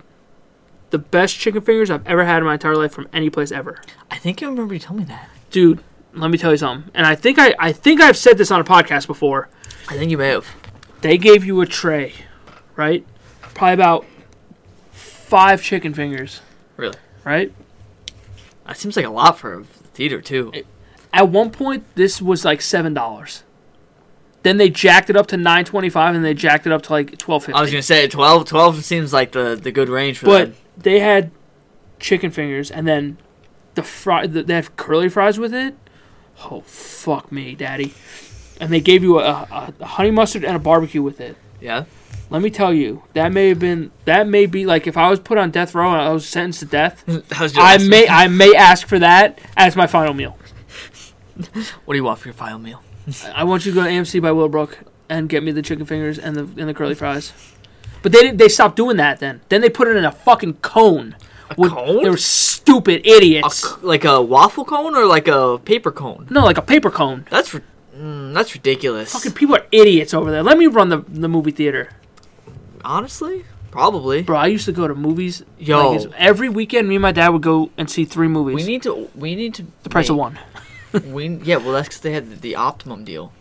[SPEAKER 2] the best chicken fingers I've ever had in my entire life from any place ever,
[SPEAKER 1] I think you remember you told me that.
[SPEAKER 2] dude. Let me tell you something, and I think I I think I've said this on a podcast before.
[SPEAKER 1] I think you may have.
[SPEAKER 2] they gave you a tray, right? Probably about five chicken fingers,
[SPEAKER 1] Really?
[SPEAKER 2] right?
[SPEAKER 1] That seems like a lot for a theater too.
[SPEAKER 2] At one point, this was like seven dollars. Then they jacked it up to nine twenty five, and they jacked it up to like twelve
[SPEAKER 1] I was
[SPEAKER 2] fifty.
[SPEAKER 1] gonna say 12. 12 seems like the the good range for
[SPEAKER 2] But
[SPEAKER 1] them.
[SPEAKER 2] they had chicken fingers, and then the fry. The, they have curly fries with it. Oh fuck me, daddy! And they gave you a, a, a honey mustard and a barbecue with it.
[SPEAKER 1] Yeah.
[SPEAKER 2] Let me tell you, that may have been that may be like if I was put on death row and I was sentenced to death.
[SPEAKER 1] How's your
[SPEAKER 2] I
[SPEAKER 1] last
[SPEAKER 2] may
[SPEAKER 1] meal?
[SPEAKER 2] I may ask for that as my final meal.
[SPEAKER 1] What do you want for your final meal?
[SPEAKER 2] I want you to go to AMC by Willowbrook and get me the chicken fingers and the and the curly fries. But they didn't, they stopped doing that then. Then they put it in a fucking cone. A
[SPEAKER 1] cone?
[SPEAKER 2] They were stupid
[SPEAKER 1] A
[SPEAKER 2] idiots.
[SPEAKER 1] c- like a waffle cone or like a paper cone?
[SPEAKER 2] no, like a paper cone.
[SPEAKER 1] That's ri- mm, that's ridiculous.
[SPEAKER 2] Fucking people are idiots over there. Let me run the, the movie theater.
[SPEAKER 1] Honestly, probably.
[SPEAKER 2] Bro, I used to go to movies.
[SPEAKER 1] Yo.
[SPEAKER 2] it's- every weekend, me and my dad would go and see three movies.
[SPEAKER 1] We need to. We need to.
[SPEAKER 2] the price of one.
[SPEAKER 1] one. We, yeah, well, that's because they had the, the optimum deal.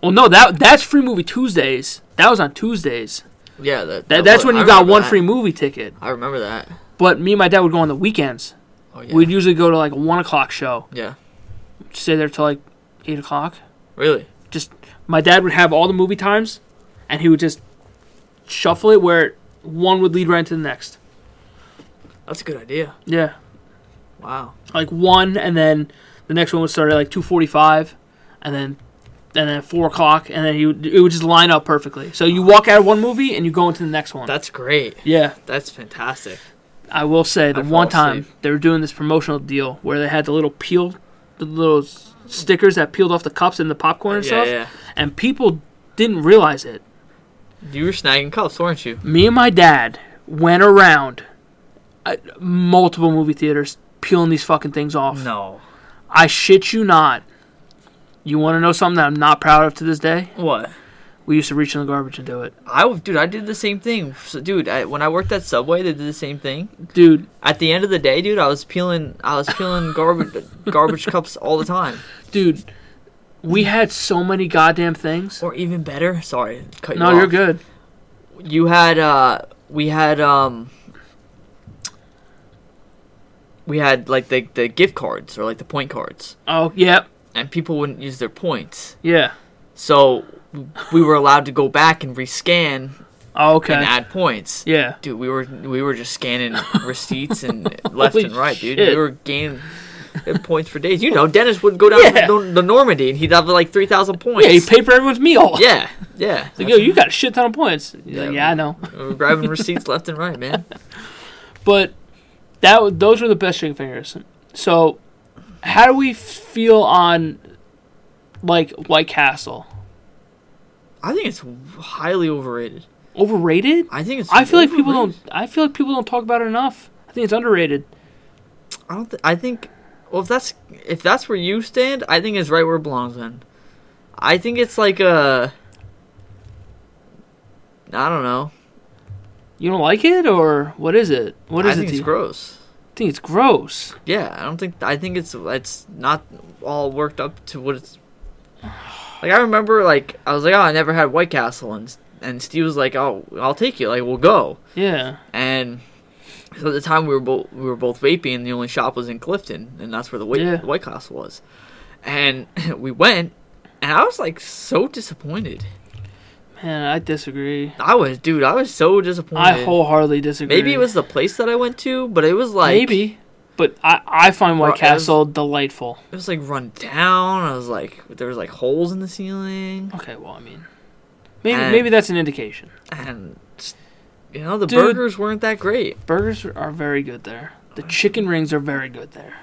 [SPEAKER 2] Well, no, that that's free movie Tuesdays. That was on Tuesdays.
[SPEAKER 1] Yeah, that,
[SPEAKER 2] That,
[SPEAKER 1] that
[SPEAKER 2] that's
[SPEAKER 1] was-
[SPEAKER 2] when
[SPEAKER 1] I
[SPEAKER 2] you got
[SPEAKER 1] remember
[SPEAKER 2] one
[SPEAKER 1] that.
[SPEAKER 2] free movie ticket.
[SPEAKER 1] I remember that.
[SPEAKER 2] But me and my dad would go on the weekends.
[SPEAKER 1] Oh yeah.
[SPEAKER 2] We'd usually go to like a one o'clock show,
[SPEAKER 1] yeah.
[SPEAKER 2] stay there till like eight o'clock.
[SPEAKER 1] Really.
[SPEAKER 2] Just my dad would have all the movie times, and he would just shuffle it where one would lead right into the next.
[SPEAKER 1] That's a good idea.
[SPEAKER 2] Yeah,
[SPEAKER 1] Wow.
[SPEAKER 2] like one, and then the next one would start at like two forty-five, and then and then four o'clock, and then he would, it would just line up perfectly. So you walk out of one movie and you go into the next one.
[SPEAKER 1] That's great.
[SPEAKER 2] yeah,
[SPEAKER 1] That's fantastic.
[SPEAKER 2] I will say the
[SPEAKER 1] I
[SPEAKER 2] one
[SPEAKER 1] fall
[SPEAKER 2] time they were doing this promotional deal where they had the little peel, the little s- stickers that peeled off the cups and the popcorn and
[SPEAKER 1] yeah,
[SPEAKER 2] stuff,
[SPEAKER 1] yeah.
[SPEAKER 2] and people didn't realize it.
[SPEAKER 1] You were snagging cups, weren't you?
[SPEAKER 2] Me and my dad went around at multiple movie theaters peeling these fucking things off.
[SPEAKER 1] No.
[SPEAKER 2] I shit you not. You want to know something that I'm not proud of to this day?
[SPEAKER 1] What?
[SPEAKER 2] We used to reach in the garbage and do it,
[SPEAKER 1] I w- dude, I did the same thing. So, dude, I, when I worked at Subway, they did the same thing.
[SPEAKER 2] dude.
[SPEAKER 1] At the end of the day, dude, I was peeling, I was peeling garbage, garbage cups all the time.
[SPEAKER 2] Dude, we had so many goddamn things.
[SPEAKER 1] Or even better, sorry, cut you
[SPEAKER 2] No,
[SPEAKER 1] off.
[SPEAKER 2] you're good.
[SPEAKER 1] You had, uh, we had, um, we had like the the gift cards or like the point cards,
[SPEAKER 2] Oh, yeah,
[SPEAKER 1] and people wouldn't use their points.
[SPEAKER 2] yeah.
[SPEAKER 1] So we were allowed to go back and rescan
[SPEAKER 2] Oh, okay.
[SPEAKER 1] and add points.
[SPEAKER 2] yeah.
[SPEAKER 1] Dude, we were we were just scanning receipts and left
[SPEAKER 2] Holy
[SPEAKER 1] and right, dude.
[SPEAKER 2] shit.
[SPEAKER 1] We were gaining uh, points for days. You know, Dennis would go down
[SPEAKER 2] Yeah.
[SPEAKER 1] to the, the Normandy and he'd have like three thousand points.
[SPEAKER 2] Yeah, you paid for everyone's meal.
[SPEAKER 1] yeah, yeah.
[SPEAKER 2] Like, yo, you got a shit ton of points. He's
[SPEAKER 1] Yeah.
[SPEAKER 2] like, yeah, I know.
[SPEAKER 1] We We're grabbing receipts left and right, man.
[SPEAKER 2] But that wa- those were the best chicken fingers. So, how do we f- feel on like White Castle?
[SPEAKER 1] I think it's highly overrated.
[SPEAKER 2] Overrated?
[SPEAKER 1] I think it's.
[SPEAKER 2] I feel like people don't.
[SPEAKER 1] overrated.
[SPEAKER 2] I feel like people don't talk about it enough. I think it's underrated.
[SPEAKER 1] I don't. Th- I think. Well, if that's if that's where you stand, I think it's right where it belongs. Then, I think it's like a. I don't know.
[SPEAKER 2] You don't like it, or what is it? What is
[SPEAKER 1] I
[SPEAKER 2] it?
[SPEAKER 1] think
[SPEAKER 2] to
[SPEAKER 1] it's
[SPEAKER 2] you?
[SPEAKER 1] gross.
[SPEAKER 2] I think it's gross.
[SPEAKER 1] Yeah, I don't think. I think it's it's not all worked up to what it's. Like I remember, like I was like, oh, I never had White Castle, and and Steve was like, oh, I'll take you. Like we'll go.
[SPEAKER 2] Yeah.
[SPEAKER 1] And so at the time we were both we were both vaping, and the only shop was in Clifton, and that's where the White,
[SPEAKER 2] Yeah.
[SPEAKER 1] White Castle was. And we went, and I was like so disappointed.
[SPEAKER 2] Man, I disagree.
[SPEAKER 1] I was, dude, I was so disappointed.
[SPEAKER 2] I wholeheartedly disagree.
[SPEAKER 1] Maybe it was the place that I went to, but it was like
[SPEAKER 2] maybe, but I I find
[SPEAKER 1] Bro,
[SPEAKER 2] White
[SPEAKER 1] it was-
[SPEAKER 2] Castle delightful.
[SPEAKER 1] it was like run down. I was like there was like holes in the ceiling,
[SPEAKER 2] Okay, well, I mean, maybe
[SPEAKER 1] And-
[SPEAKER 2] maybe that's an indication.
[SPEAKER 1] and you know the
[SPEAKER 2] Dude.
[SPEAKER 1] burgers weren't that great.
[SPEAKER 2] Burgers are very good there. The chicken rings are very good there.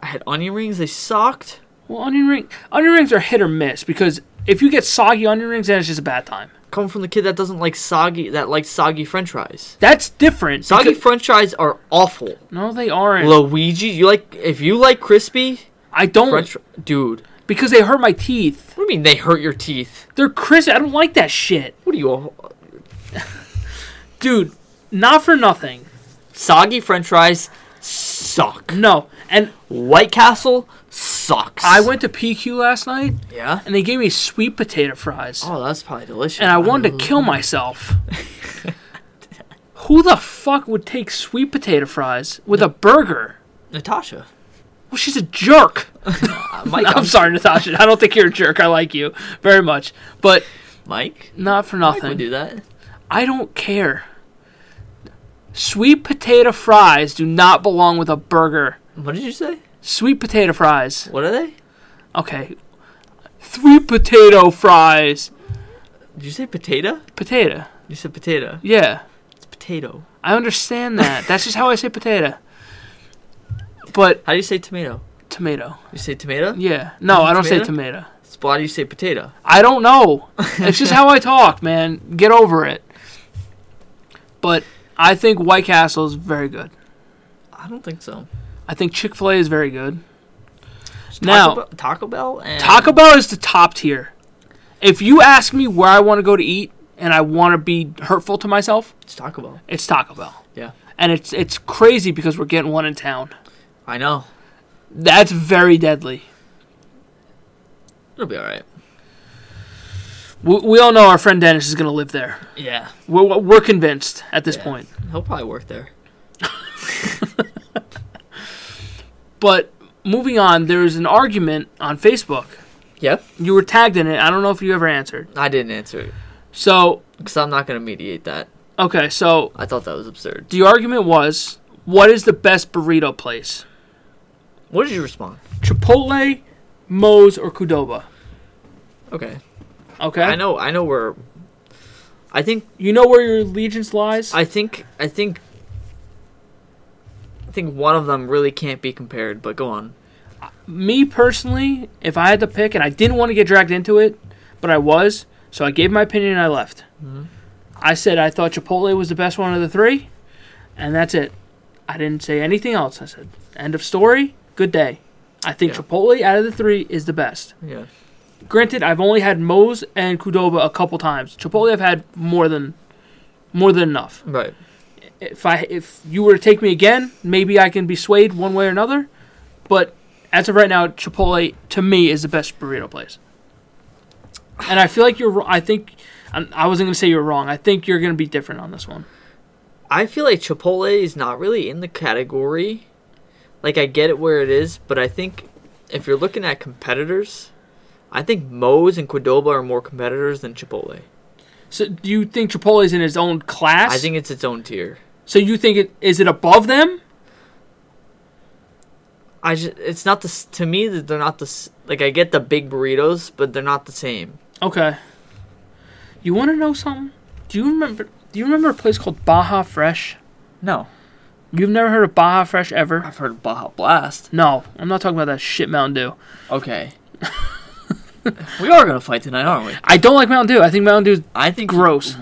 [SPEAKER 1] I had onion rings, they sucked.
[SPEAKER 2] Well, onion ring onion rings are hit or miss because if you get soggy onion rings, then it's just a bad time.
[SPEAKER 1] Come from the kid that doesn't like soggy that likes soggy French fries.
[SPEAKER 2] That's different.
[SPEAKER 1] Soggy
[SPEAKER 2] because-
[SPEAKER 1] french fries are awful.
[SPEAKER 2] no, they aren't.
[SPEAKER 1] Luigi, you like if you like crispy
[SPEAKER 2] I don't
[SPEAKER 1] french fr- dude.
[SPEAKER 2] because they hurt my teeth.
[SPEAKER 1] What do you mean they hurt your teeth?
[SPEAKER 2] They're crisp. I don't like that shit,
[SPEAKER 1] What are you all
[SPEAKER 2] dude. Not for nothing.
[SPEAKER 1] Soggy french fries suck.
[SPEAKER 2] No, and
[SPEAKER 1] White Castle sucks.
[SPEAKER 2] I went to PQ last night,
[SPEAKER 1] Yeah.
[SPEAKER 2] and they gave me sweet potato fries.
[SPEAKER 1] Oh, that's probably delicious.
[SPEAKER 2] and I wanted to kill myself. Who the fuck would take sweet potato fries with a burger?
[SPEAKER 1] Natasha.
[SPEAKER 2] Well, she's a jerk.
[SPEAKER 1] Mm. Uh, Mike,
[SPEAKER 2] I'm
[SPEAKER 1] I'm
[SPEAKER 2] sorry, Natasha. I don't think you're a jerk. I like you very much, but
[SPEAKER 1] Mike.
[SPEAKER 2] not for
[SPEAKER 1] Mike
[SPEAKER 2] nothing.
[SPEAKER 1] would do that.
[SPEAKER 2] I don't care. Sweet potato fries do not belong with a burger.
[SPEAKER 1] What did you say?
[SPEAKER 2] Sweet potato fries.
[SPEAKER 1] What are they?
[SPEAKER 2] Okay. Three potato fries.
[SPEAKER 1] Did you say potato?
[SPEAKER 2] Potato.
[SPEAKER 1] You said potato.
[SPEAKER 2] Yeah.
[SPEAKER 1] It's potato.
[SPEAKER 2] I understand that. That's just how I say potato. But
[SPEAKER 1] How do you say tomato?
[SPEAKER 2] tomato.
[SPEAKER 1] You say tomato?
[SPEAKER 2] Yeah. No, I don't say tomato.
[SPEAKER 1] It's- Why do you say potato?
[SPEAKER 2] I don't know. It's just how I talk, man. Get over it. But I think White Castle is very good.
[SPEAKER 1] I don't think so.
[SPEAKER 2] I think Chick Fil A is very good.
[SPEAKER 1] Taco
[SPEAKER 2] Now-
[SPEAKER 1] Bell- Taco Bell and
[SPEAKER 2] Taco Bell is the top tier. If you ask me where I want to go to eat and I want to be hurtful to myself,
[SPEAKER 1] It's Taco Bell.
[SPEAKER 2] it's Taco Bell.
[SPEAKER 1] Yeah.
[SPEAKER 2] And it's it's crazy because we're getting one in town.
[SPEAKER 1] I know.
[SPEAKER 2] That's very deadly.
[SPEAKER 1] It'll be all right.
[SPEAKER 2] We, we all know our friend Dennis is going to live there.
[SPEAKER 1] Yeah.
[SPEAKER 2] We're, we're convinced at this
[SPEAKER 1] Yeah.
[SPEAKER 2] point.
[SPEAKER 1] He'll probably work there.
[SPEAKER 2] But moving on, there was an argument on Facebook.
[SPEAKER 1] Yep.
[SPEAKER 2] You were tagged in it. I don't know if you ever answered.
[SPEAKER 1] I didn't answer it
[SPEAKER 2] So,
[SPEAKER 1] because I'm not going to mediate that.
[SPEAKER 2] okay, so
[SPEAKER 1] I thought that was absurd.
[SPEAKER 2] the argument was what is the best burrito place?
[SPEAKER 1] What did you respond?
[SPEAKER 2] Chipotle, Moe's, or Kudoba?
[SPEAKER 1] Okay.
[SPEAKER 2] Okay.
[SPEAKER 1] I know. I know where. I think.
[SPEAKER 2] You know where your allegiance lies?
[SPEAKER 1] I think. I think. I think one of them really can't be compared. But go on.
[SPEAKER 2] Me personally, if I had to pick, and I didn't want to get dragged into it, but I was, so I gave my opinion and I left. I said I thought Chipotle was the best one of the three, and that's it. I didn't say anything else. I said, end of story, good day. I think
[SPEAKER 1] Yeah.
[SPEAKER 2] Chipotle out of the three is the best.
[SPEAKER 1] Yeah.
[SPEAKER 2] Granted, I've only had Moe's and Kudoba a couple times. Chipotle I've had more than more than enough.
[SPEAKER 1] Right.
[SPEAKER 2] if I if you were to take me again, maybe I can be swayed one way or another. But as of right now, Chipotle to me is the best burrito place. And I feel like you're. wr- I think I'm, I wasn't gonna say you're wrong. I think you're gonna be different on this one.
[SPEAKER 1] I feel like Chipotle is not really in the category. Like I get it where it is, but I think if you're looking at competitors, I think Moe's and Qdoba are more competitors than Chipotle.
[SPEAKER 2] So do you think Chipotle's in its own class?
[SPEAKER 1] I think it's its own tier.
[SPEAKER 2] So you think it is it above them?
[SPEAKER 1] I just, it's not the s- to me that they're not the s- like I get the big burritos, but they're not the same.
[SPEAKER 2] Okay. You want to know something? Do you remember? Do you remember a place called Baja Fresh?
[SPEAKER 1] No,
[SPEAKER 2] You've never heard of Baja Fresh ever?
[SPEAKER 1] I've heard of Baja Blast.
[SPEAKER 2] No, I'm not talking about that shit Mountain Dew.
[SPEAKER 1] Okay, we are gonna fight tonight, aren't we?
[SPEAKER 2] I don't like Mountain Dew. I think Mountain Dew's
[SPEAKER 1] I think
[SPEAKER 2] gross.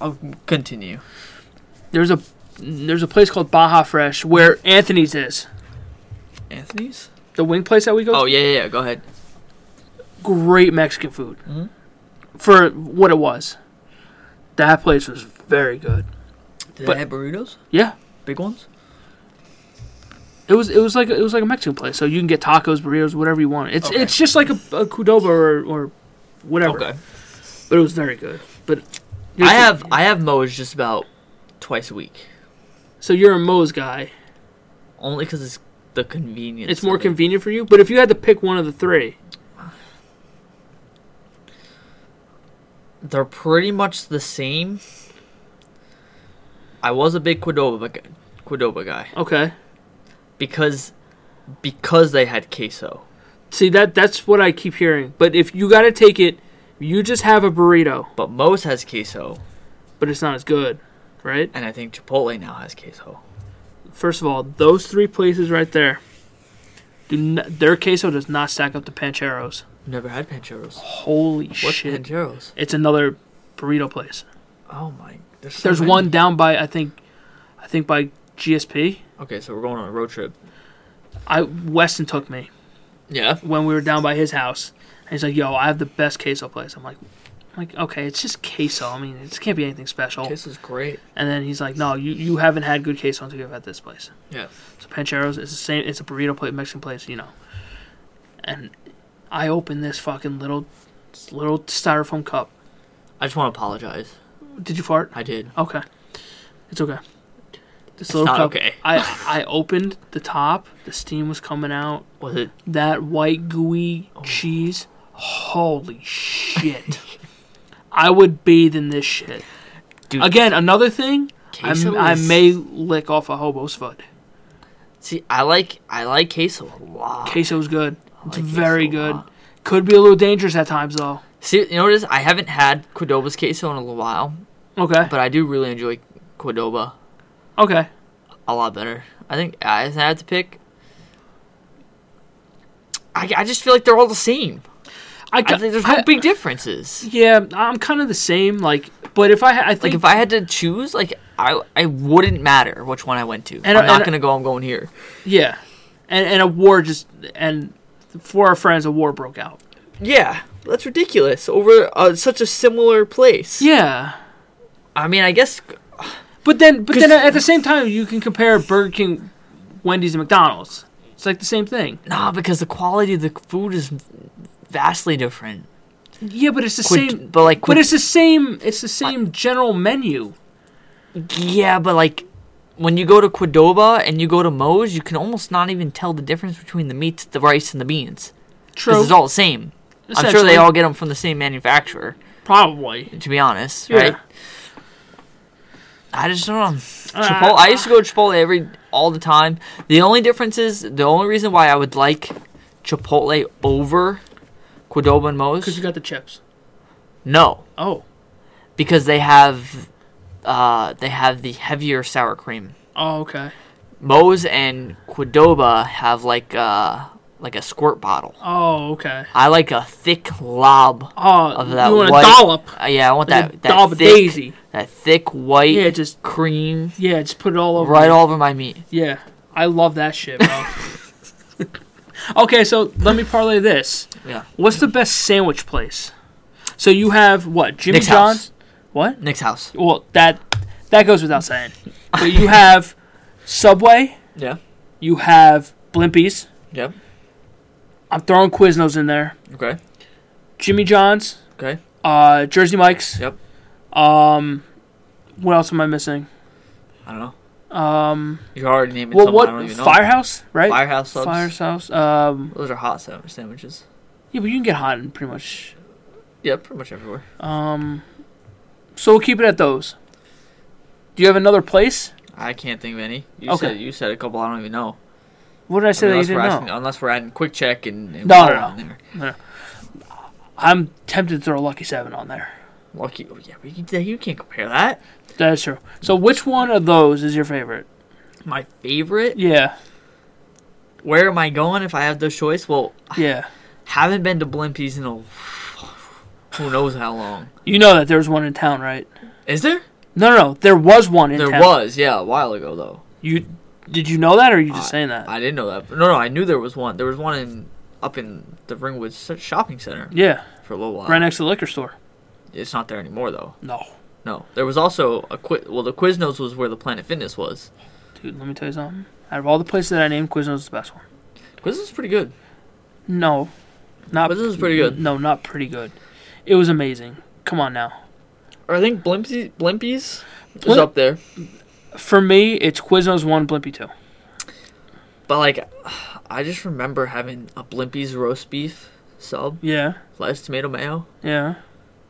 [SPEAKER 1] I'll continue.
[SPEAKER 2] There's a there's a place called Baja Fresh where Anthony's is.
[SPEAKER 1] Anthony's?
[SPEAKER 2] The wing place that we go
[SPEAKER 1] Oh
[SPEAKER 2] to.
[SPEAKER 1] yeah, yeah, yeah. Go ahead.
[SPEAKER 2] Great Mexican food.
[SPEAKER 1] Mm-hmm.
[SPEAKER 2] For what it was. That place was very good.
[SPEAKER 1] Did
[SPEAKER 2] But-
[SPEAKER 1] they have burritos?
[SPEAKER 2] Yeah.
[SPEAKER 1] Big ones?
[SPEAKER 2] It was it was like it was like a Mexican place, so you can get tacos, burritos, whatever you want. It's
[SPEAKER 1] Okay.
[SPEAKER 2] it's just like a, a Qdoba or, or whatever.
[SPEAKER 1] Okay.
[SPEAKER 2] But it was very good. But
[SPEAKER 1] I have I have Moe's just about twice a week,
[SPEAKER 2] so you're a Moe's guy.
[SPEAKER 1] only because it's the convenience.
[SPEAKER 2] It's more
[SPEAKER 1] of it.
[SPEAKER 2] convenient for you. But if you had to pick one of the three,
[SPEAKER 1] They're pretty much the same. I was a big Qdoba guy, Qdoba guy
[SPEAKER 2] okay.
[SPEAKER 1] because because they had queso.
[SPEAKER 2] See that that's what I keep hearing. But if you got to take it, you just have a burrito,
[SPEAKER 1] But Moe's has queso,
[SPEAKER 2] but it's not as good, right?
[SPEAKER 1] and I think Chipotle now has queso.
[SPEAKER 2] First of all, those three places right there, do n- their queso does not stack up to Pancheros.
[SPEAKER 1] Never had pancheros.
[SPEAKER 2] Holy
[SPEAKER 1] What's
[SPEAKER 2] shit!
[SPEAKER 1] pancheros?
[SPEAKER 2] It's another burrito place.
[SPEAKER 1] Oh my. There's, so
[SPEAKER 2] There's
[SPEAKER 1] many.
[SPEAKER 2] one down by I think, I think by GSP.
[SPEAKER 1] Okay, so we're going on a road trip.
[SPEAKER 2] I Weston took me
[SPEAKER 1] Yeah.
[SPEAKER 2] when we were down by his house, and he's like, "Yo, I have the best queso place." I'm like, I'm like okay, it's just queso. I mean, it can't be anything special.
[SPEAKER 1] Queso's great.
[SPEAKER 2] And then he's like, "No, you, you haven't had good queso until you've had this place."
[SPEAKER 1] Yeah.
[SPEAKER 2] So Pancheros is the same. It's a burrito plate, Mexican place, you know. And I opened this fucking little, this little styrofoam cup.
[SPEAKER 1] I just want to apologize.
[SPEAKER 2] Did you fart?
[SPEAKER 1] I did.
[SPEAKER 2] Okay, it's okay. This
[SPEAKER 1] It's not okay.
[SPEAKER 2] I I opened the top. The steam was coming out.
[SPEAKER 1] Was it?
[SPEAKER 2] That white gooey
[SPEAKER 1] Oh.
[SPEAKER 2] cheese. Holy shit! I would bathe in this shit.
[SPEAKER 1] Dude.
[SPEAKER 2] Again, another thing.
[SPEAKER 1] Queso
[SPEAKER 2] I'm, I
[SPEAKER 1] is-
[SPEAKER 2] may lick off a hobo's foot.
[SPEAKER 1] See, I like I like queso a lot.
[SPEAKER 2] Queso's good. It's
[SPEAKER 1] Oh, like queso
[SPEAKER 2] very
[SPEAKER 1] a
[SPEAKER 2] good.
[SPEAKER 1] lot.
[SPEAKER 2] Could be a little dangerous at times though.
[SPEAKER 1] See, you know what it is? I haven't had Cordoba's queso in a little while,
[SPEAKER 2] Okay.
[SPEAKER 1] but I do really enjoy Cordoba
[SPEAKER 2] Okay.
[SPEAKER 1] a lot better. I think I if I had to pick. I, I just feel like they're all the same.
[SPEAKER 2] I,
[SPEAKER 1] I
[SPEAKER 2] ca-
[SPEAKER 1] think there's no
[SPEAKER 2] I-
[SPEAKER 1] big differences.
[SPEAKER 2] Yeah, I'm kind of the same. Like, but if I ha- I think
[SPEAKER 1] Like if I had to choose, like I I wouldn't matter which one I went to.
[SPEAKER 2] And-
[SPEAKER 1] I'm not
[SPEAKER 2] and-
[SPEAKER 1] gonna go. I'm going here.
[SPEAKER 2] yeah, and and a war just and for our friends a war broke out.
[SPEAKER 1] Yeah, that's ridiculous. Over uh, such a similar place.
[SPEAKER 2] Yeah,
[SPEAKER 1] I mean, I guess
[SPEAKER 2] but then but
[SPEAKER 1] 'Cause-
[SPEAKER 2] then at the same time you can compare Burger King, Wendy's, and McDonald's. It's like the same thing.
[SPEAKER 1] nah, because the quality of the food is vastly different.
[SPEAKER 2] Yeah, but it's the
[SPEAKER 1] Quid-
[SPEAKER 2] same.
[SPEAKER 1] but like,
[SPEAKER 2] But
[SPEAKER 1] quid-
[SPEAKER 2] it's the same. It's the same general menu.
[SPEAKER 1] yeah, but like when you go to Quidoba and you go to Moe's, you can almost not even tell the difference between the meats, the rice, and the beans.
[SPEAKER 2] True.
[SPEAKER 1] Because it's all the same. I'm sure
[SPEAKER 2] Essentially.
[SPEAKER 1] they all get them from the same manufacturer.
[SPEAKER 2] Probably.
[SPEAKER 1] To be honest,
[SPEAKER 2] Yeah.
[SPEAKER 1] right? I just don't know.
[SPEAKER 2] Uh,
[SPEAKER 1] Chipotle. I used to go to Chipotle every all the time. The only difference is the only reason why I would like Chipotle over Qdoba and
[SPEAKER 2] Because
[SPEAKER 1] Moe's.
[SPEAKER 2] you got the chips.
[SPEAKER 1] No,
[SPEAKER 2] Oh.
[SPEAKER 1] because they have uh, they have the heavier sour cream.
[SPEAKER 2] Oh, okay.
[SPEAKER 1] Moe's and Qdoba have like uh, like a squirt bottle.
[SPEAKER 2] Oh, okay.
[SPEAKER 1] I like a thick lob.
[SPEAKER 2] Oh,
[SPEAKER 1] Of that
[SPEAKER 2] you want
[SPEAKER 1] white,
[SPEAKER 2] a dollop?
[SPEAKER 1] Uh, yeah, I want
[SPEAKER 2] Like a
[SPEAKER 1] that, that
[SPEAKER 2] dollop
[SPEAKER 1] thick,
[SPEAKER 2] of daisy.
[SPEAKER 1] that thick white
[SPEAKER 2] Yeah, just
[SPEAKER 1] cream
[SPEAKER 2] yeah, just put it all over.
[SPEAKER 1] right
[SPEAKER 2] me.
[SPEAKER 1] all over my meat.
[SPEAKER 2] Yeah, I love that shit, bro. okay, so let me parlay this.
[SPEAKER 1] Yeah,
[SPEAKER 2] What's the best sandwich place? So you have what? Jimmy
[SPEAKER 1] Nick's
[SPEAKER 2] John's.
[SPEAKER 1] house.
[SPEAKER 2] What?
[SPEAKER 1] Nick's house.
[SPEAKER 2] Well, that that goes without saying. But you have Subway.
[SPEAKER 1] Yeah.
[SPEAKER 2] You have Blimpies.
[SPEAKER 1] Yep.
[SPEAKER 2] I'm throwing Quiznos in there.
[SPEAKER 1] Okay.
[SPEAKER 2] Jimmy John's.
[SPEAKER 1] Okay.
[SPEAKER 2] Uh, Jersey Mike's.
[SPEAKER 1] Yep.
[SPEAKER 2] Um, what else am I missing?
[SPEAKER 1] I don't know.
[SPEAKER 2] Um,
[SPEAKER 1] You're already naming
[SPEAKER 2] well,
[SPEAKER 1] some I don't
[SPEAKER 2] what
[SPEAKER 1] even know.
[SPEAKER 2] firehouse, right?
[SPEAKER 1] Firehouse subs.
[SPEAKER 2] Firehouse. Um,
[SPEAKER 1] Those are hot sa- sandwiches.
[SPEAKER 2] Yeah, but you can get hot in pretty much.
[SPEAKER 1] Yeah, pretty much everywhere.
[SPEAKER 2] Um, so we'll keep it at those. Do you have another place?
[SPEAKER 1] I can't think of any. You
[SPEAKER 2] Okay.
[SPEAKER 1] said you said a couple. I don't even know.
[SPEAKER 2] What did I say
[SPEAKER 1] unless,
[SPEAKER 2] that you
[SPEAKER 1] we're
[SPEAKER 2] didn't
[SPEAKER 1] asking,
[SPEAKER 2] know?
[SPEAKER 1] unless we're adding quick check and, and
[SPEAKER 2] No,
[SPEAKER 1] Wawa
[SPEAKER 2] no, no.
[SPEAKER 1] in there.
[SPEAKER 2] I'm tempted to throw Lucky Seven on there.
[SPEAKER 1] Lucky. oh, Yeah, but you, you can't compare that.
[SPEAKER 2] That's true. So which one of those is your favorite?
[SPEAKER 1] My favorite.
[SPEAKER 2] Yeah,
[SPEAKER 1] Where am I going if I have the choice? Well,
[SPEAKER 2] yeah.
[SPEAKER 1] haven't been to Blimpies in a who knows how long.
[SPEAKER 2] You know that there's one in town, right?
[SPEAKER 1] Is there?
[SPEAKER 2] No, no, no. There was one in
[SPEAKER 1] there
[SPEAKER 2] town.
[SPEAKER 1] was. Yeah, a while ago though.
[SPEAKER 2] You did you know that, or are you just
[SPEAKER 1] I-
[SPEAKER 2] saying that?
[SPEAKER 1] I didn't know that. No, no, I knew there was one. There was one in up in the Ringwood s- Shopping Center
[SPEAKER 2] yeah,
[SPEAKER 1] for a little while.
[SPEAKER 2] right next to the liquor store.
[SPEAKER 1] It's not there anymore though.
[SPEAKER 2] No,
[SPEAKER 1] No, there was also a quiz. Well, the Quiznos was where the Planet Fitness was.
[SPEAKER 2] dude. Let me tell you something. Out of all the places that I named, Quiznos is the best one.
[SPEAKER 1] Quiznos was pretty good.
[SPEAKER 2] No, not.
[SPEAKER 1] Quiznos was pretty good.
[SPEAKER 2] No, not pretty good. It was amazing. Come on now.
[SPEAKER 1] Or I think Blimpy Blimpies was
[SPEAKER 2] Blim-
[SPEAKER 1] up there,
[SPEAKER 2] For me, it's Quiznos one, Blimpie two.
[SPEAKER 1] but like, I just remember having a Blimpies roast beef sub,
[SPEAKER 2] Yeah,
[SPEAKER 1] lettuce, tomato, mayo.
[SPEAKER 2] yeah,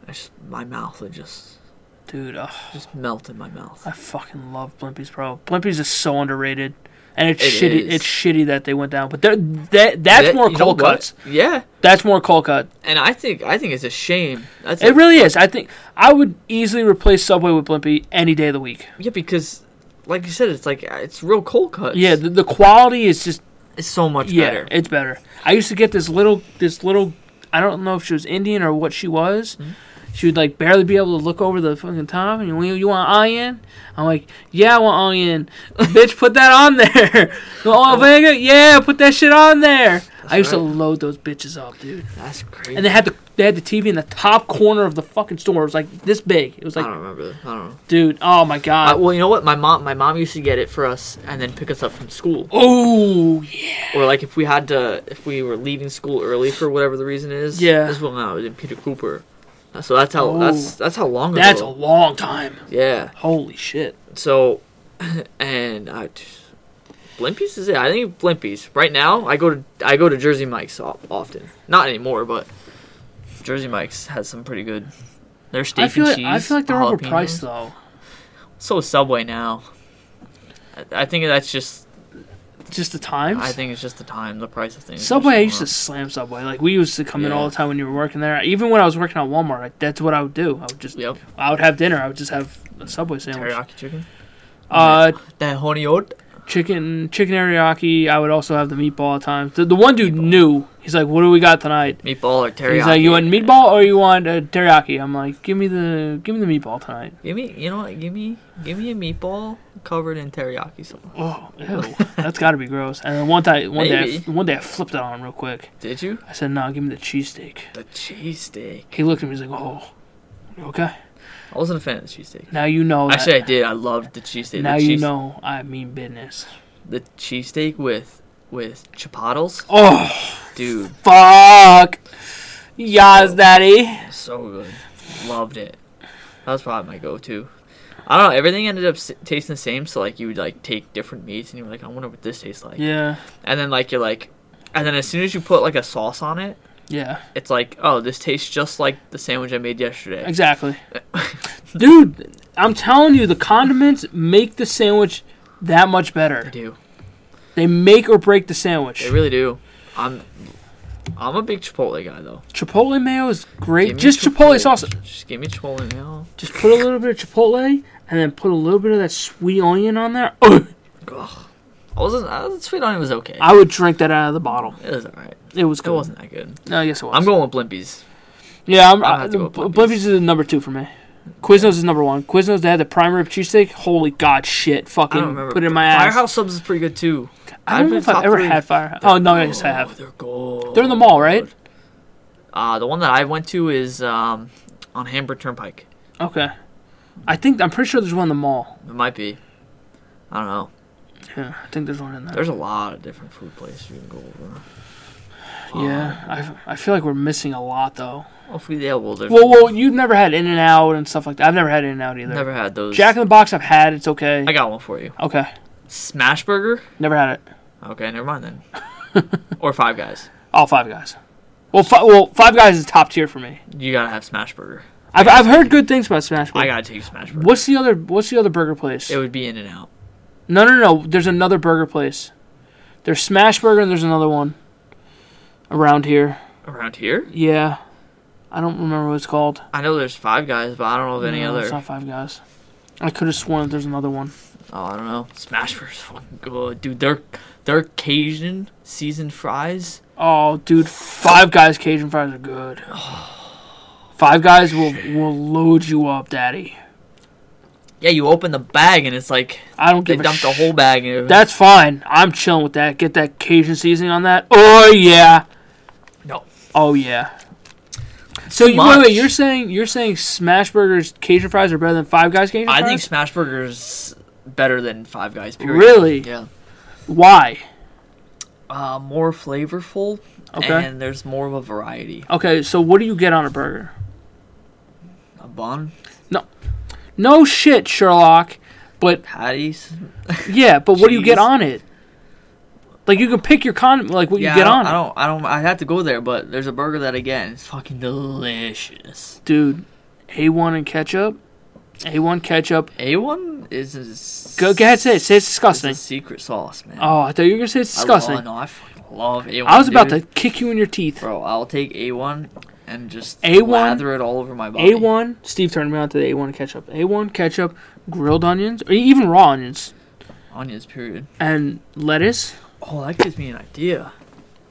[SPEAKER 1] I just my mouth would just
[SPEAKER 2] dude. ugh,
[SPEAKER 1] just melt in my mouth.
[SPEAKER 2] I fucking love Blimpies, bro. Blimpies is so underrated, and it's
[SPEAKER 1] It
[SPEAKER 2] shitty.
[SPEAKER 1] is.
[SPEAKER 2] It's shitty that they went down, but they're- that that's
[SPEAKER 1] That-
[SPEAKER 2] more
[SPEAKER 1] you know
[SPEAKER 2] cold
[SPEAKER 1] what?
[SPEAKER 2] cuts.
[SPEAKER 1] Yeah,
[SPEAKER 2] That's more cold cut.
[SPEAKER 1] and I think I think it's a shame. That's
[SPEAKER 2] It
[SPEAKER 1] a-
[SPEAKER 2] really is. I think I would easily replace Subway with Blimpie any day of the week.
[SPEAKER 1] yeah because, like you said, it's like uh, it's real cold cuts.
[SPEAKER 2] Yeah, the, the quality is just
[SPEAKER 1] it's so much
[SPEAKER 2] yeah,
[SPEAKER 1] better.
[SPEAKER 2] it's better. I used to get this little this little I don't know if she was Indian or what she was.
[SPEAKER 1] Mm-hmm.
[SPEAKER 2] She would like barely be able to look over the fucking top, and you, you want onion? I'm like, yeah, I want onion. Bitch, put that on there. You want Vega? Yeah, put that shit on there. I used to
[SPEAKER 1] Oh. right.
[SPEAKER 2] load those bitches up, dude.
[SPEAKER 1] That's crazy.
[SPEAKER 2] And they had the they had the TV in the top corner of the fucking store. It was like this big. It was
[SPEAKER 1] I don't
[SPEAKER 2] like,
[SPEAKER 1] remember. that. I don't know.
[SPEAKER 2] dude, oh my god.
[SPEAKER 1] Uh, well, you know what? My mom, my mom used to get it for us and then pick us up from school.
[SPEAKER 2] Oh yeah.
[SPEAKER 1] Or like if we had to, if we were leaving school early for whatever the reason is.
[SPEAKER 2] Yeah. Oh.
[SPEAKER 1] This one I was in Peter Cooper. Uh, So that's how that's that's how long ago.
[SPEAKER 2] That's a long time.
[SPEAKER 1] yeah.
[SPEAKER 2] Holy shit.
[SPEAKER 1] So, and I, t- Blimpies is it? I think Blimpies. Right now, I go to I go to Jersey Mike's o- often. Not anymore, but Jersey Mike's has some pretty good. Their steak
[SPEAKER 2] I feel
[SPEAKER 1] and
[SPEAKER 2] like
[SPEAKER 1] cheese.
[SPEAKER 2] I feel like they're
[SPEAKER 1] jalapenos.
[SPEAKER 2] overpriced though.
[SPEAKER 1] So is Subway now. I, I think that's just
[SPEAKER 2] Just the times.
[SPEAKER 1] I think it's just the time, the price of things.
[SPEAKER 2] Subway, I used to
[SPEAKER 1] Just-
[SPEAKER 2] slam Subway. Like we used to come in
[SPEAKER 1] Yeah.
[SPEAKER 2] all the time when you were working there. Even when I was working at Walmart, I, that's what I would do. I would just
[SPEAKER 1] Yep.
[SPEAKER 2] I would have dinner. I would just have a Subway sandwich.
[SPEAKER 1] Teriyaki chicken.
[SPEAKER 2] Uh,
[SPEAKER 1] That honey oat.
[SPEAKER 2] chicken chicken teriyaki. I would also have the meatball at times. The, the one dude knew. He's like, "What do we got tonight?"
[SPEAKER 1] Meatball or teriyaki.
[SPEAKER 2] He's like, "You want meatball or you want uh, teriyaki?" I'm like, "Give me the give me the meatball tonight."
[SPEAKER 1] Give me, you know what? Give me, give me a meatball covered in teriyaki sauce.
[SPEAKER 2] Oh, ew. that's got to be gross. And then one time, one day,
[SPEAKER 1] Maybe.
[SPEAKER 2] one day, I flipped it on real quick.
[SPEAKER 1] Did you?
[SPEAKER 2] I said, "No, give me the cheesesteak."
[SPEAKER 1] The cheesesteak.
[SPEAKER 2] He looked at me. He's like, "Oh, okay.
[SPEAKER 1] I wasn't a fan of the cheesesteak.
[SPEAKER 2] Now you know." Oh, That,
[SPEAKER 1] Actually, I did. I loved the cheesesteak.
[SPEAKER 2] now
[SPEAKER 1] the
[SPEAKER 2] you
[SPEAKER 1] cheese,
[SPEAKER 2] know I mean business.
[SPEAKER 1] the cheesesteak with with chipotle,
[SPEAKER 2] Oh,
[SPEAKER 1] dude.
[SPEAKER 2] fuck. Yas, daddy.
[SPEAKER 1] So good. Loved it. That was probably my go-to. I don't know. Everything ended up s- tasting the same. So like you would like take different meats and you were like, I wonder what this tastes like.
[SPEAKER 2] Yeah,
[SPEAKER 1] And then like you're like, and then as soon as you put like a sauce on it,
[SPEAKER 2] yeah,
[SPEAKER 1] it's like, oh, this tastes just like the sandwich I made yesterday.
[SPEAKER 2] exactly. Dude, I'm telling you, the condiments make the sandwich that much
[SPEAKER 1] They
[SPEAKER 2] better.
[SPEAKER 1] do.
[SPEAKER 2] They make or break the sandwich.
[SPEAKER 1] They really do. I'm, I'm a big Chipotle guy though.
[SPEAKER 2] Chipotle mayo is
[SPEAKER 1] Give
[SPEAKER 2] great.
[SPEAKER 1] me
[SPEAKER 2] Just chipotle sauce.
[SPEAKER 1] Just give me Chipotle now.
[SPEAKER 2] Just put a little bit of chipotle and then put a little bit of that sweet onion on there. Ugh,
[SPEAKER 1] Ugh. I wasn't. I was, sweet onion was okay.
[SPEAKER 2] I would drink that out of the bottle.
[SPEAKER 1] it was alright.
[SPEAKER 2] It was
[SPEAKER 1] It
[SPEAKER 2] good.
[SPEAKER 1] wasn't that good.
[SPEAKER 2] No, yes, it was.
[SPEAKER 1] I'm going with Blimpies.
[SPEAKER 2] Yeah, I'm,
[SPEAKER 1] I'll
[SPEAKER 2] I,
[SPEAKER 1] have to go with
[SPEAKER 2] Bl-
[SPEAKER 1] Blimpies.
[SPEAKER 2] Blimpies is number two for me. Quiznos is number one. Quiznos, they had the prime rib cheesesteak. Holy god, shit!
[SPEAKER 1] I don't
[SPEAKER 2] Fucking
[SPEAKER 1] remember.
[SPEAKER 2] put it in my ass.
[SPEAKER 1] Firehouse subs is pretty good too.
[SPEAKER 2] I don't
[SPEAKER 1] I've
[SPEAKER 2] know
[SPEAKER 1] been
[SPEAKER 2] if I've
[SPEAKER 1] top
[SPEAKER 2] ever
[SPEAKER 1] three.
[SPEAKER 2] had Firehouse. Oh no, yes, I
[SPEAKER 1] Oh,
[SPEAKER 2] have.
[SPEAKER 1] They're gold.
[SPEAKER 2] They're in the mall, right?
[SPEAKER 1] Uh, the one that I went to is um, on Hamburg Turnpike.
[SPEAKER 2] Okay, I think I'm pretty sure there's one in the mall.
[SPEAKER 1] It might be. I don't know.
[SPEAKER 2] Yeah, I think there's one in there.
[SPEAKER 1] There's a lot of different food places you can go over.
[SPEAKER 2] Yeah, I, I feel like we're missing a lot though.
[SPEAKER 1] Um, Hopefully they will. There's
[SPEAKER 2] Well, well, you've never had In and Out and stuff like that. I've never had In and Out either.
[SPEAKER 1] never had those.
[SPEAKER 2] Jack in the Box, I've had. It's okay.
[SPEAKER 1] I got one for you.
[SPEAKER 2] Okay,
[SPEAKER 1] Smash Burger.
[SPEAKER 2] never had it.
[SPEAKER 1] Okay, never mind then. or Five Guys.
[SPEAKER 2] All five guys. Well, fi- well, Five Guys is top tier for me.
[SPEAKER 1] You gotta have Smash Burger.
[SPEAKER 2] I've, I've heard good things about Smash.
[SPEAKER 1] I
[SPEAKER 2] Burger.
[SPEAKER 1] gotta take Smash Burger.
[SPEAKER 2] What's the other What's the other burger place?
[SPEAKER 1] It would be In and Out.
[SPEAKER 2] No, no, no. There's another burger place. There's Smash Burger and there's another one around here.
[SPEAKER 1] Around here?
[SPEAKER 2] Yeah, I don't remember what it's called.
[SPEAKER 1] I know there's five guys, but I don't know of any
[SPEAKER 2] No,
[SPEAKER 1] other.
[SPEAKER 2] It's not Five Guys. I could have sworn that there's another one.
[SPEAKER 1] Oh, I don't know. Smash Burger's fucking good. Dude, their, their Cajun seasoned fries.
[SPEAKER 2] Oh, dude, Five Guys Cajun fries are good. Five Guys will will load you up, daddy.
[SPEAKER 1] Yeah, you open the bag and it's like
[SPEAKER 2] I don't
[SPEAKER 1] they
[SPEAKER 2] give a
[SPEAKER 1] dumped
[SPEAKER 2] sh-
[SPEAKER 1] the whole bag in. That-
[SPEAKER 2] That's fine. I'm chilling with that. Get that Cajun seasoning on that. Oh yeah.
[SPEAKER 1] no.
[SPEAKER 2] Oh yeah. So you, wait,
[SPEAKER 1] much.
[SPEAKER 2] wait, you're saying you're saying Smash Burgers Cajun fries are better than Five Guys Cajun
[SPEAKER 1] I
[SPEAKER 2] fries?
[SPEAKER 1] think Smash Burger's better than Five Guys, period.
[SPEAKER 2] Really?
[SPEAKER 1] Yeah.
[SPEAKER 2] Why?
[SPEAKER 1] Uh, more flavorful,
[SPEAKER 2] Okay.
[SPEAKER 1] and there's more of a variety.
[SPEAKER 2] Okay, so what do you get on a burger?
[SPEAKER 1] A bun,
[SPEAKER 2] No shit, Sherlock. But
[SPEAKER 1] patties.
[SPEAKER 2] yeah, but what do you get
[SPEAKER 1] Cheese.
[SPEAKER 2] on it? Like you can pick your con like what
[SPEAKER 1] yeah,
[SPEAKER 2] you get
[SPEAKER 1] I don't,
[SPEAKER 2] on
[SPEAKER 1] I
[SPEAKER 2] it.
[SPEAKER 1] don't. I don't. I have to go there, but there's a burger that I get. And it's fucking delicious.
[SPEAKER 2] Dude, A1 and ketchup. A1 ketchup.
[SPEAKER 1] A one is. is
[SPEAKER 2] Go, go ahead, say it. Say it's
[SPEAKER 1] It's
[SPEAKER 2] disgusting.
[SPEAKER 1] a secret sauce, man.
[SPEAKER 2] Oh, I thought you were gonna say it's disgusting.
[SPEAKER 1] I love, no, I fucking love A1.
[SPEAKER 2] I was about
[SPEAKER 1] dude.
[SPEAKER 2] to kick you in your teeth.
[SPEAKER 1] Bro, I'll take A1 and just
[SPEAKER 2] A1?
[SPEAKER 1] lather it all over my body.
[SPEAKER 2] A1, Steve turned me on to the A1 ketchup. A1 ketchup, grilled onions, or even raw onions,
[SPEAKER 1] Onions, period.
[SPEAKER 2] and lettuce.
[SPEAKER 1] Oh, that gives me an idea.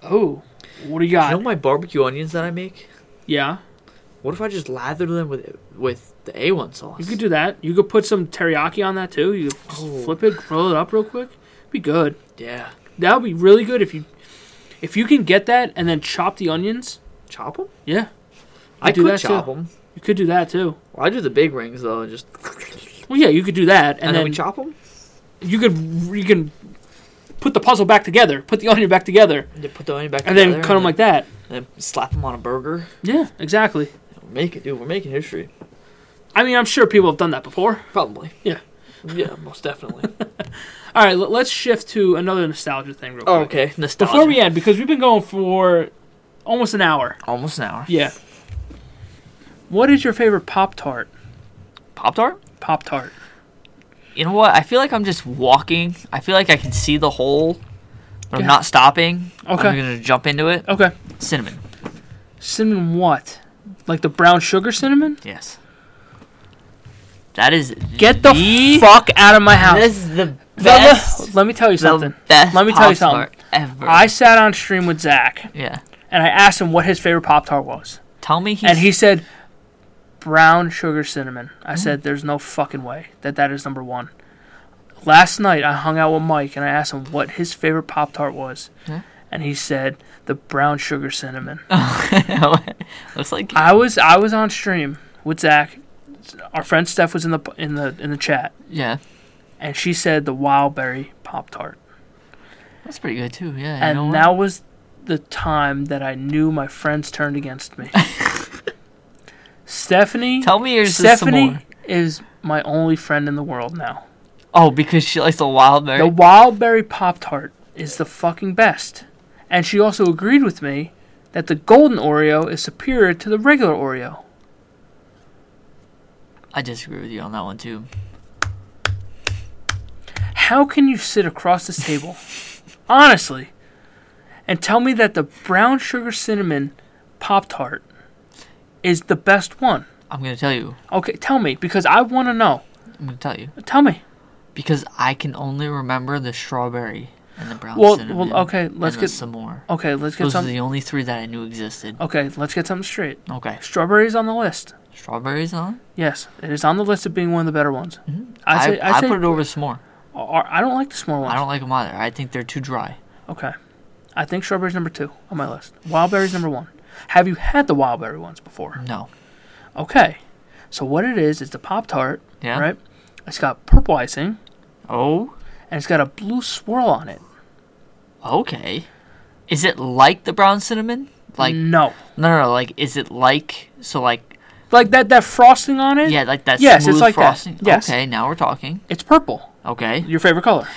[SPEAKER 2] Oh, what do you
[SPEAKER 1] You
[SPEAKER 2] got?
[SPEAKER 1] know my barbecue onions that I make?
[SPEAKER 2] yeah,
[SPEAKER 1] What if I just lather them with with the A1 sauce?
[SPEAKER 2] you could do that. You could put some teriyaki on that too. You could just
[SPEAKER 1] Oh.
[SPEAKER 2] flip it, grill it up real quick. Be good.
[SPEAKER 1] yeah.
[SPEAKER 2] That would be really good if you if you can get that and then chop the onions.
[SPEAKER 1] Chop them?
[SPEAKER 2] Yeah,
[SPEAKER 1] I
[SPEAKER 2] do
[SPEAKER 1] could
[SPEAKER 2] that,
[SPEAKER 1] chop
[SPEAKER 2] too.
[SPEAKER 1] them.
[SPEAKER 2] you could do that too.
[SPEAKER 1] Well, I do the big rings though, and just
[SPEAKER 2] Well, yeah, you could do that,
[SPEAKER 1] and,
[SPEAKER 2] and,
[SPEAKER 1] then,
[SPEAKER 2] then,
[SPEAKER 1] we chop them.
[SPEAKER 2] you could you can put the puzzle back together, put the onion back together,
[SPEAKER 1] And then put the onion back
[SPEAKER 2] and then
[SPEAKER 1] together,
[SPEAKER 2] cut them like that.
[SPEAKER 1] and then slap them on a burger.
[SPEAKER 2] Yeah, exactly.
[SPEAKER 1] Make it, dude. We're making history.
[SPEAKER 2] I mean, I'm sure people have done that before.
[SPEAKER 1] Probably.
[SPEAKER 2] Yeah.
[SPEAKER 1] Yeah, most definitely.
[SPEAKER 2] All right, let- let's shift to another nostalgia thing real quick.
[SPEAKER 1] oh, okay. Nostalgia.
[SPEAKER 2] Before we end, because we've been going for almost an hour.
[SPEAKER 1] almost an hour.
[SPEAKER 2] Yeah. What is your favorite Pop Tart?
[SPEAKER 1] Pop tart.
[SPEAKER 2] Pop Tart.
[SPEAKER 1] You know what? I feel like I'm just walking. I feel like I can see the hole, but
[SPEAKER 2] Yeah.
[SPEAKER 1] I'm not stopping.
[SPEAKER 2] Okay.
[SPEAKER 1] I'm gonna jump into it.
[SPEAKER 2] Okay.
[SPEAKER 1] Cinnamon.
[SPEAKER 2] Cinnamon what? Like the brown sugar cinnamon?
[SPEAKER 1] Yes. That is
[SPEAKER 2] Get the fuck out of my house.
[SPEAKER 1] This is the
[SPEAKER 2] The-
[SPEAKER 1] best.
[SPEAKER 2] Let me tell you
[SPEAKER 1] The
[SPEAKER 2] something.
[SPEAKER 1] best.
[SPEAKER 2] Let me tell you
[SPEAKER 1] Pop-Tart ever.
[SPEAKER 2] I sat on stream with Zach
[SPEAKER 1] yeah.
[SPEAKER 2] and I asked him what his favorite Pop Tart was.
[SPEAKER 1] Tell me he's Mm-hmm.
[SPEAKER 2] And he said, brown sugar cinnamon. I said, there's no fucking way that that is number one. Last night, I hung out with Mike and I asked him what his favorite Pop Tart was.
[SPEAKER 1] Yeah.
[SPEAKER 2] And he said, the brown sugar cinnamon.
[SPEAKER 1] looks like
[SPEAKER 2] I was I was on stream with Zach. Our friend Steph was in the in the in the chat,
[SPEAKER 1] yeah.
[SPEAKER 2] and she said the wild berry Pop Tart,
[SPEAKER 1] That's pretty good too. Yeah. you
[SPEAKER 2] and
[SPEAKER 1] know what?
[SPEAKER 2] that was the time that I knew my friends turned against me. Stephanie,
[SPEAKER 1] tell me yours is some
[SPEAKER 2] Stephanie
[SPEAKER 1] more.
[SPEAKER 2] is my only friend in the world now.
[SPEAKER 1] Oh, because she likes the wild berry.
[SPEAKER 2] The wild berry Pop Tart is the fucking best. And she also agreed with me that the golden Oreo is superior to the regular Oreo.
[SPEAKER 1] I disagree with you on that one too.
[SPEAKER 2] How can you sit across this table, honestly, and tell me that the brown sugar cinnamon Pop Tart is the best one?
[SPEAKER 1] I'm gonna tell you.
[SPEAKER 2] Okay, tell me, because I want to know.
[SPEAKER 1] I'm gonna tell you
[SPEAKER 2] Tell me.
[SPEAKER 1] because I can only remember the strawberry and the brown
[SPEAKER 2] Well,
[SPEAKER 1] cinnamon.
[SPEAKER 2] well, okay, let's
[SPEAKER 1] and the
[SPEAKER 2] get-
[SPEAKER 1] some more.
[SPEAKER 2] Okay, let's get
[SPEAKER 1] Those are
[SPEAKER 2] some. Oh.
[SPEAKER 1] the only three that I knew existed.
[SPEAKER 2] Okay, let's get something straight.
[SPEAKER 1] Okay,
[SPEAKER 2] Strawberries on the list.
[SPEAKER 1] strawberries on.
[SPEAKER 2] Yes, it is on the list of being one of the better ones. I
[SPEAKER 1] I
[SPEAKER 2] say, I,
[SPEAKER 1] I
[SPEAKER 2] say,
[SPEAKER 1] put it over some more.
[SPEAKER 2] or- I don't like the small ones.
[SPEAKER 1] I don't like them either. I think they're too dry.
[SPEAKER 2] Okay. I think strawberry's number two on my list. Wild berry's number one. Have you had the wild berry ones before?
[SPEAKER 1] No.
[SPEAKER 2] Okay. So what it is is the Pop Tart,
[SPEAKER 1] Mm-hmm. Yeah.
[SPEAKER 2] right? It's got purple icing
[SPEAKER 1] Oh.
[SPEAKER 2] and it's got a blue swirl on it.
[SPEAKER 1] Okay. Is it like the brown cinnamon? Like no,
[SPEAKER 2] no.
[SPEAKER 1] no, no like is it like so like
[SPEAKER 2] Like that that frosting on it?
[SPEAKER 1] yeah like that
[SPEAKER 2] Yes, it's
[SPEAKER 1] smooth
[SPEAKER 2] like that.
[SPEAKER 1] frosting?
[SPEAKER 2] Yes.
[SPEAKER 1] Okay, now we're talking.
[SPEAKER 2] It's purple.
[SPEAKER 1] Okay.
[SPEAKER 2] Your favorite color.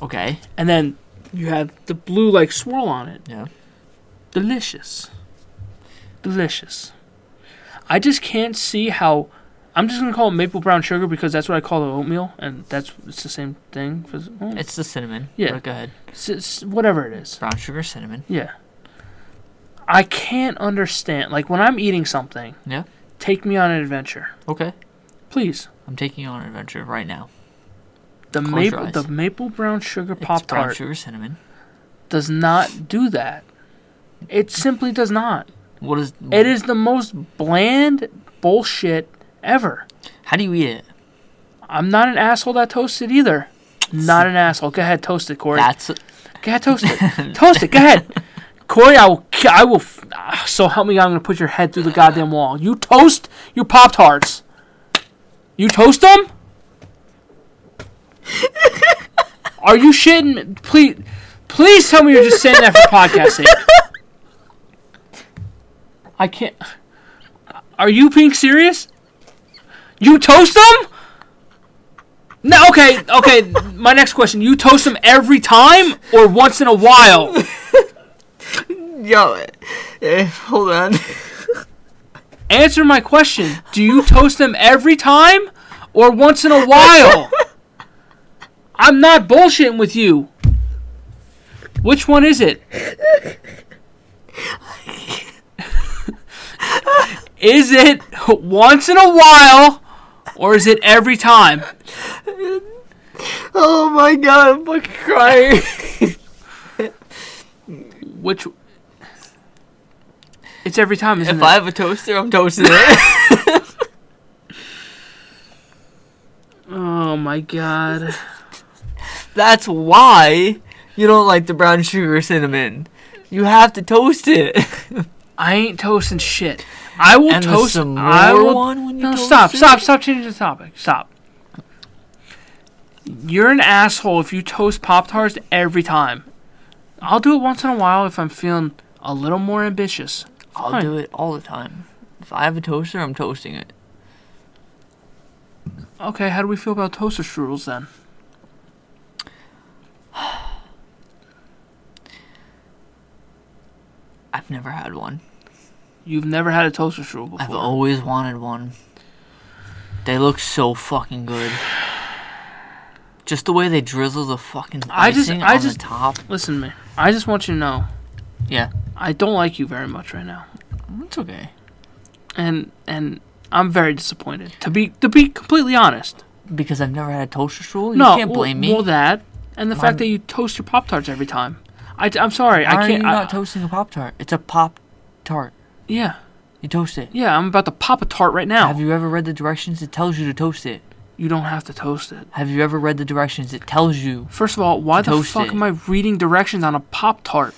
[SPEAKER 1] Okay.
[SPEAKER 2] And then you have the blue like swirl on it.
[SPEAKER 1] Yeah.
[SPEAKER 2] Delicious. delicious. I just can't see how. I'm just gonna call it maple brown sugar because that's what I call the oatmeal, and that's it's the same thing for the- oh,
[SPEAKER 1] It's the cinnamon.
[SPEAKER 2] Yeah.
[SPEAKER 1] But go ahead.
[SPEAKER 2] it's- it's whatever it is.
[SPEAKER 1] Brown sugar, cinnamon.
[SPEAKER 2] Yeah. I can't understand. Like when I'm eating something,
[SPEAKER 1] Yeah.
[SPEAKER 2] take me on an adventure,
[SPEAKER 1] Okay.
[SPEAKER 2] please.
[SPEAKER 1] I'm taking you on an adventure right now.
[SPEAKER 2] The
[SPEAKER 1] Close your
[SPEAKER 2] maple,
[SPEAKER 1] eyes.
[SPEAKER 2] the maple brown sugar pop
[SPEAKER 1] it's brown
[SPEAKER 2] tart
[SPEAKER 1] sugar, cinnamon.
[SPEAKER 2] does not do that. It simply does not.
[SPEAKER 1] What is?
[SPEAKER 2] It is the most bland bullshit ever.
[SPEAKER 1] How do you eat it?
[SPEAKER 2] I'm not an asshole that toasted either. Not an asshole. Go ahead, toast it, Corey.
[SPEAKER 1] That's
[SPEAKER 2] Go ahead, toast it. toast it. Go ahead, Corey. I will. ki- I will. f- ah, So help me, God, I'm gonna put your head through the goddamn wall. You toast your pop tarts. You toast them? Are you shitting? me? Please, please tell me you're just saying that for podcast sake. I can't. Are you being serious? You toast them? No, okay, okay. My next question: You toast them every time or once in a while?
[SPEAKER 1] yo. eh, hold on.
[SPEAKER 2] Answer my question: Do you toast them every time or once in a while? I'm not bullshitting with you. Which one is it? is it once in a while or is it every time?
[SPEAKER 1] Oh my god, I'm fucking crying.
[SPEAKER 2] Which It's every time, isn't
[SPEAKER 1] if
[SPEAKER 2] it?
[SPEAKER 1] I have a toaster, I'm toasting it.
[SPEAKER 2] oh my god.
[SPEAKER 1] That's why you don't like the brown sugar, cinnamon. You have to toast it.
[SPEAKER 2] I ain't toasting shit. I will
[SPEAKER 1] And the
[SPEAKER 2] toast.
[SPEAKER 1] s'more
[SPEAKER 2] I will,
[SPEAKER 1] one when you
[SPEAKER 2] no,
[SPEAKER 1] toast
[SPEAKER 2] stop,
[SPEAKER 1] it?
[SPEAKER 2] stop, stop changing the topic. Stop. You're an asshole if you toast Pop Tarts every time. I'll do it once in a while if I'm feeling a little more ambitious.
[SPEAKER 1] I'll
[SPEAKER 2] Fine.
[SPEAKER 1] do it all the time. If I have a toaster, I'm toasting it.
[SPEAKER 2] Okay, how do we feel about toaster strudels then?
[SPEAKER 1] I've never had one.
[SPEAKER 2] You've never had a toaster strudel
[SPEAKER 1] I've
[SPEAKER 2] before.
[SPEAKER 1] always wanted one. They look so fucking good. Just the way they drizzle the fucking
[SPEAKER 2] I just-
[SPEAKER 1] icing
[SPEAKER 2] I
[SPEAKER 1] on
[SPEAKER 2] just-
[SPEAKER 1] the top.
[SPEAKER 2] Listen to me. I just want you to know
[SPEAKER 1] Yeah,
[SPEAKER 2] I don't like you very much right now,
[SPEAKER 1] it's okay.
[SPEAKER 2] and and I'm very disappointed. To be to be completely honest.
[SPEAKER 1] Because I've never had a toaster strudel. You
[SPEAKER 2] no,
[SPEAKER 1] can't
[SPEAKER 2] well-
[SPEAKER 1] blame me.
[SPEAKER 2] Well, that and the
[SPEAKER 1] Mine-
[SPEAKER 2] fact that you toast your pop tarts every time. I, am sorry,
[SPEAKER 1] Why
[SPEAKER 2] I can't.
[SPEAKER 1] are you not
[SPEAKER 2] I-
[SPEAKER 1] toasting a pop tart? It's a pop tart.
[SPEAKER 2] yeah,
[SPEAKER 1] You toast it.
[SPEAKER 2] yeah. I'm about to pop a tart right now.
[SPEAKER 1] Have
[SPEAKER 2] You,
[SPEAKER 1] you ever read the directions? It tells you to toast it.
[SPEAKER 2] don't have to toast it.
[SPEAKER 1] Have you ever read the directions? It tells you.
[SPEAKER 2] First of all, why the
[SPEAKER 1] Toast
[SPEAKER 2] fuck
[SPEAKER 1] it.
[SPEAKER 2] am I reading directions on a pop tart?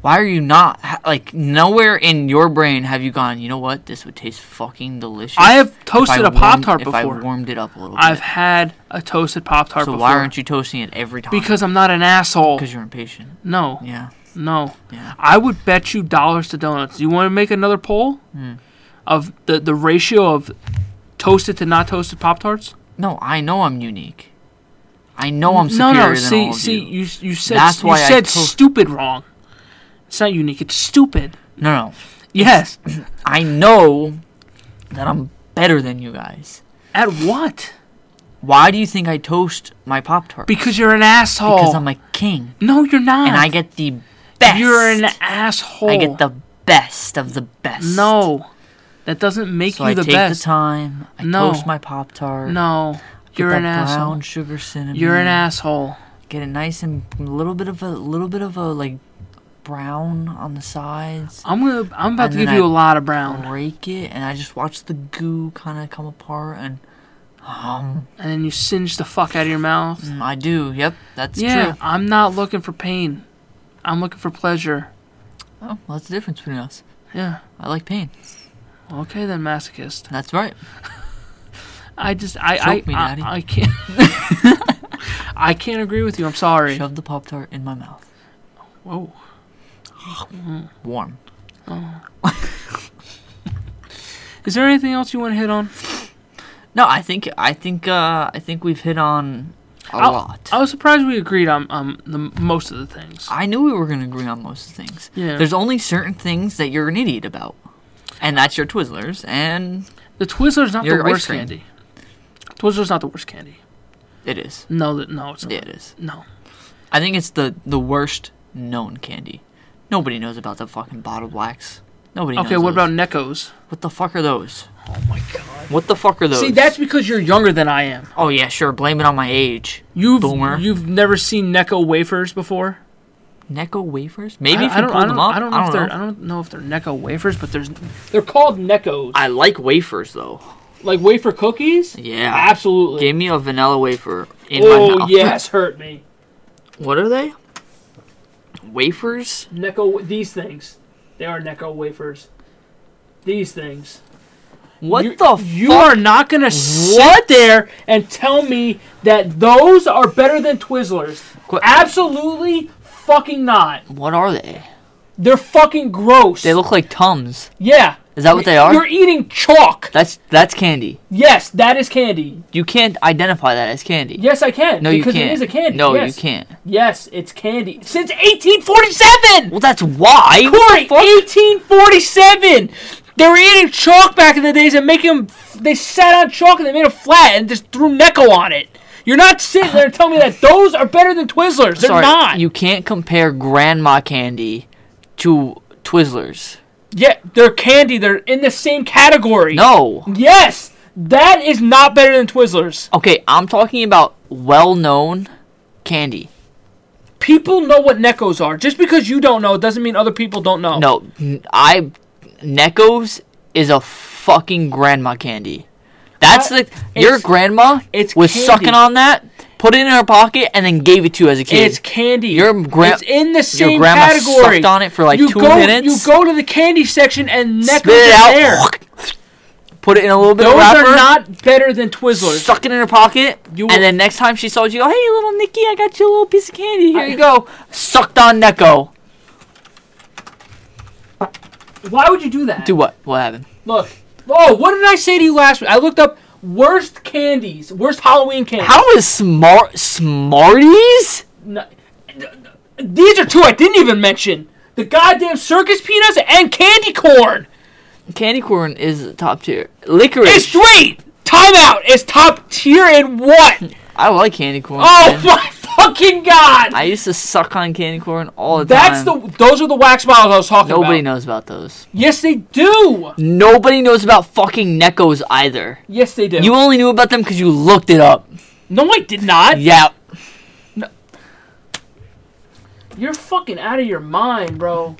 [SPEAKER 1] Why are you not ha- like nowhere in your brain have you gone? You know what? This would taste fucking delicious.
[SPEAKER 2] I have
[SPEAKER 1] if
[SPEAKER 2] toasted a
[SPEAKER 1] warmed-
[SPEAKER 2] Pop-Tart
[SPEAKER 1] If I
[SPEAKER 2] before.
[SPEAKER 1] warmed it up a little
[SPEAKER 2] I've
[SPEAKER 1] bit.
[SPEAKER 2] had a toasted pop tart
[SPEAKER 1] So
[SPEAKER 2] before.
[SPEAKER 1] why aren't you toasting it every time?
[SPEAKER 2] Because I'm not an asshole.
[SPEAKER 1] because you're impatient.
[SPEAKER 2] No,
[SPEAKER 1] Yeah.
[SPEAKER 2] no.
[SPEAKER 1] Yeah.
[SPEAKER 2] I would bet you dollars to donuts. You want to make another poll
[SPEAKER 1] Hmm.
[SPEAKER 2] of the the ratio of toasted to not toasted pop tarts?
[SPEAKER 1] No, I know I'm unique. I know I'm
[SPEAKER 2] no,
[SPEAKER 1] superior
[SPEAKER 2] no.
[SPEAKER 1] than
[SPEAKER 2] See,
[SPEAKER 1] all of
[SPEAKER 2] see,
[SPEAKER 1] you.
[SPEAKER 2] you you said
[SPEAKER 1] That's
[SPEAKER 2] you
[SPEAKER 1] why I
[SPEAKER 2] said
[SPEAKER 1] told-
[SPEAKER 2] stupid wrong. It's not unique. It's stupid.
[SPEAKER 1] No, no.
[SPEAKER 2] Yes.
[SPEAKER 1] I know that I'm better than you guys.
[SPEAKER 2] At what?
[SPEAKER 1] Why do you think I toast my pop tart?
[SPEAKER 2] Because you're an asshole.
[SPEAKER 1] because I'm a king
[SPEAKER 2] no, you're not.
[SPEAKER 1] and I get the best.
[SPEAKER 2] You're an asshole.
[SPEAKER 1] I get the best of the best.
[SPEAKER 2] No, that doesn't make
[SPEAKER 1] So
[SPEAKER 2] you
[SPEAKER 1] I
[SPEAKER 2] the
[SPEAKER 1] take
[SPEAKER 2] best.
[SPEAKER 1] the time. I
[SPEAKER 2] No.
[SPEAKER 1] toast my pop tart.
[SPEAKER 2] no,
[SPEAKER 1] Get
[SPEAKER 2] you're
[SPEAKER 1] that
[SPEAKER 2] an
[SPEAKER 1] Brown
[SPEAKER 2] asshole.
[SPEAKER 1] sugar cinnamon.
[SPEAKER 2] You're an asshole.
[SPEAKER 1] Get it nice and a little bit of a little bit of a like brown on the sides.
[SPEAKER 2] I'm gonna. I'm about
[SPEAKER 1] And
[SPEAKER 2] to
[SPEAKER 1] then
[SPEAKER 2] give
[SPEAKER 1] I-
[SPEAKER 2] you a lot of brown,
[SPEAKER 1] Break it, and I just watch the goo kind of come apart, and um,
[SPEAKER 2] and then you singe the fuck out of your mouth.
[SPEAKER 1] mm, I do. Yep, that's
[SPEAKER 2] yeah,
[SPEAKER 1] true.
[SPEAKER 2] I'm not looking for pain. I'm looking for pleasure.
[SPEAKER 1] Oh, well, that's the difference between us.
[SPEAKER 2] Yeah.
[SPEAKER 1] I like pain.
[SPEAKER 2] Okay then, masochist.
[SPEAKER 1] That's right.
[SPEAKER 2] I just I
[SPEAKER 1] Choke
[SPEAKER 2] I,
[SPEAKER 1] me,
[SPEAKER 2] I,
[SPEAKER 1] Daddy.
[SPEAKER 2] I can't I can't agree with you. I'm sorry.
[SPEAKER 1] Shove the pop tart in my mouth.
[SPEAKER 2] Whoa.
[SPEAKER 1] Warm.
[SPEAKER 2] Is there anything else you want to hit on?
[SPEAKER 1] No, I think I think uh, I think we've hit on a
[SPEAKER 2] I-
[SPEAKER 1] lot.
[SPEAKER 2] I was surprised we agreed on um the most of the things.
[SPEAKER 1] I knew we were going to agree on most things.
[SPEAKER 2] Yeah.
[SPEAKER 1] There's only certain things that you're an idiot about, and that's your Twizzlers, and
[SPEAKER 2] The Twizzler's not the
[SPEAKER 1] Your ice
[SPEAKER 2] worst
[SPEAKER 1] cream.
[SPEAKER 2] candy. Twizzler's not the worst candy.
[SPEAKER 1] it is.
[SPEAKER 2] No, that no, it's not.
[SPEAKER 1] Yeah, it is.
[SPEAKER 2] No,
[SPEAKER 1] I think it's the the worst known candy. Nobody knows about the fucking bottled wax. Nobody.
[SPEAKER 2] Okay,
[SPEAKER 1] knows
[SPEAKER 2] what
[SPEAKER 1] those.
[SPEAKER 2] about Neckos?
[SPEAKER 1] what the fuck are those?
[SPEAKER 2] Oh my god.
[SPEAKER 1] What the fuck are those?
[SPEAKER 2] See, that's because you're younger than I am.
[SPEAKER 1] Oh yeah, sure. Blame it on my age.
[SPEAKER 2] You've
[SPEAKER 1] Boomer.
[SPEAKER 2] you've never seen Necco wafers before.
[SPEAKER 1] Necco wafers? Maybe
[SPEAKER 2] I,
[SPEAKER 1] if
[SPEAKER 2] I
[SPEAKER 1] you
[SPEAKER 2] don't,
[SPEAKER 1] pull
[SPEAKER 2] I don't,
[SPEAKER 1] them up.
[SPEAKER 2] I don't know if they're I don't know if they're Necco wafers, but there's they're called Neckos.
[SPEAKER 1] I like wafers though.
[SPEAKER 2] like wafer cookies.
[SPEAKER 1] Yeah.
[SPEAKER 2] absolutely.
[SPEAKER 1] Give me a vanilla wafer in my
[SPEAKER 2] oh
[SPEAKER 1] mouth.
[SPEAKER 2] yes, hurt me.
[SPEAKER 1] What are they? Wafers?
[SPEAKER 2] Necco these things. They are Necco wafers. These things.
[SPEAKER 1] What
[SPEAKER 2] You-
[SPEAKER 1] the
[SPEAKER 2] You
[SPEAKER 1] fuck?
[SPEAKER 2] are not gonna sit
[SPEAKER 1] What?
[SPEAKER 2] there and tell me that those are better than Twizzlers.
[SPEAKER 1] Qu-
[SPEAKER 2] Absolutely fucking not.
[SPEAKER 1] What are they?
[SPEAKER 2] They're fucking gross.
[SPEAKER 1] They look like tums.
[SPEAKER 2] yeah.
[SPEAKER 1] Is that what they are?
[SPEAKER 2] You're eating chalk.
[SPEAKER 1] That's that's candy.
[SPEAKER 2] Yes, that is candy.
[SPEAKER 1] You can't identify that as candy.
[SPEAKER 2] Yes, I can.
[SPEAKER 1] no, you
[SPEAKER 2] because
[SPEAKER 1] can't.
[SPEAKER 2] it is a candy.
[SPEAKER 1] No,
[SPEAKER 2] yes.
[SPEAKER 1] you can't.
[SPEAKER 2] Yes, it's candy. Since 1847!
[SPEAKER 1] Well, that's why.
[SPEAKER 2] Corey,
[SPEAKER 1] What the fuck?
[SPEAKER 2] 1847! They were eating chalk back in the days and making them. They sat on chalk and they made it flat and just threw Necco on it. You're not sitting there telling me that those are better than Twizzlers. They're
[SPEAKER 1] Sorry,
[SPEAKER 2] not.
[SPEAKER 1] You can't compare grandma candy to Twizzlers.
[SPEAKER 2] yeah, they're candy. They're in the same category.
[SPEAKER 1] No.
[SPEAKER 2] Yes, that is not better than Twizzlers.
[SPEAKER 1] Okay, I'm talking about well-known candy.
[SPEAKER 2] People know what Neckos are. Just because you don't know doesn't mean other people don't know.
[SPEAKER 1] No, n- I Neckos is a fucking grandma candy. That's
[SPEAKER 2] That-
[SPEAKER 1] the your
[SPEAKER 2] it's-
[SPEAKER 1] grandma
[SPEAKER 2] it's
[SPEAKER 1] was
[SPEAKER 2] candy.
[SPEAKER 1] sucking on that, put it in her pocket, and then gave it to you as a kid.
[SPEAKER 2] It's candy.
[SPEAKER 1] Your gra-
[SPEAKER 2] It's in the same
[SPEAKER 1] grandma
[SPEAKER 2] category.
[SPEAKER 1] sucked on it for, like,
[SPEAKER 2] you
[SPEAKER 1] two
[SPEAKER 2] go,
[SPEAKER 1] minutes.
[SPEAKER 2] You go to the candy section and Neckos
[SPEAKER 1] Spit it
[SPEAKER 2] are
[SPEAKER 1] out,
[SPEAKER 2] there.
[SPEAKER 1] put it in a little bit
[SPEAKER 2] Those
[SPEAKER 1] of wrapper,
[SPEAKER 2] are not better than Twizzlers.
[SPEAKER 1] stuck it in her pocket,
[SPEAKER 2] You will-
[SPEAKER 1] and then next time she saw you, hey little Nikki, I got you a little piece of candy. Here you go. Sucked on Necco.
[SPEAKER 2] Why would you do that?
[SPEAKER 1] Do what? What happened?
[SPEAKER 2] Look. Oh, what did I say to you last week? I looked up worst candies, worst Halloween candies.
[SPEAKER 1] How is smart Smarties?
[SPEAKER 2] No- These are two I didn't even mention. The goddamn circus peanuts and candy corn.
[SPEAKER 1] Candy corn is top tier. Licorice.
[SPEAKER 2] It's great. Timeout is top tier in what?
[SPEAKER 1] I like candy corn.
[SPEAKER 2] Oh
[SPEAKER 1] man.
[SPEAKER 2] my fucking god!
[SPEAKER 1] I used to suck on candy corn all the
[SPEAKER 2] That's
[SPEAKER 1] time.
[SPEAKER 2] the those are the wax models I was talking
[SPEAKER 1] nobody
[SPEAKER 2] about.
[SPEAKER 1] knows about those.
[SPEAKER 2] Yes, they do.
[SPEAKER 1] Nobody knows about fucking Neckos either.
[SPEAKER 2] Yes, they do.
[SPEAKER 1] You only knew about them because you looked it up.
[SPEAKER 2] no, I did not.
[SPEAKER 1] Yeah.
[SPEAKER 2] You're fucking out of your mind, bro.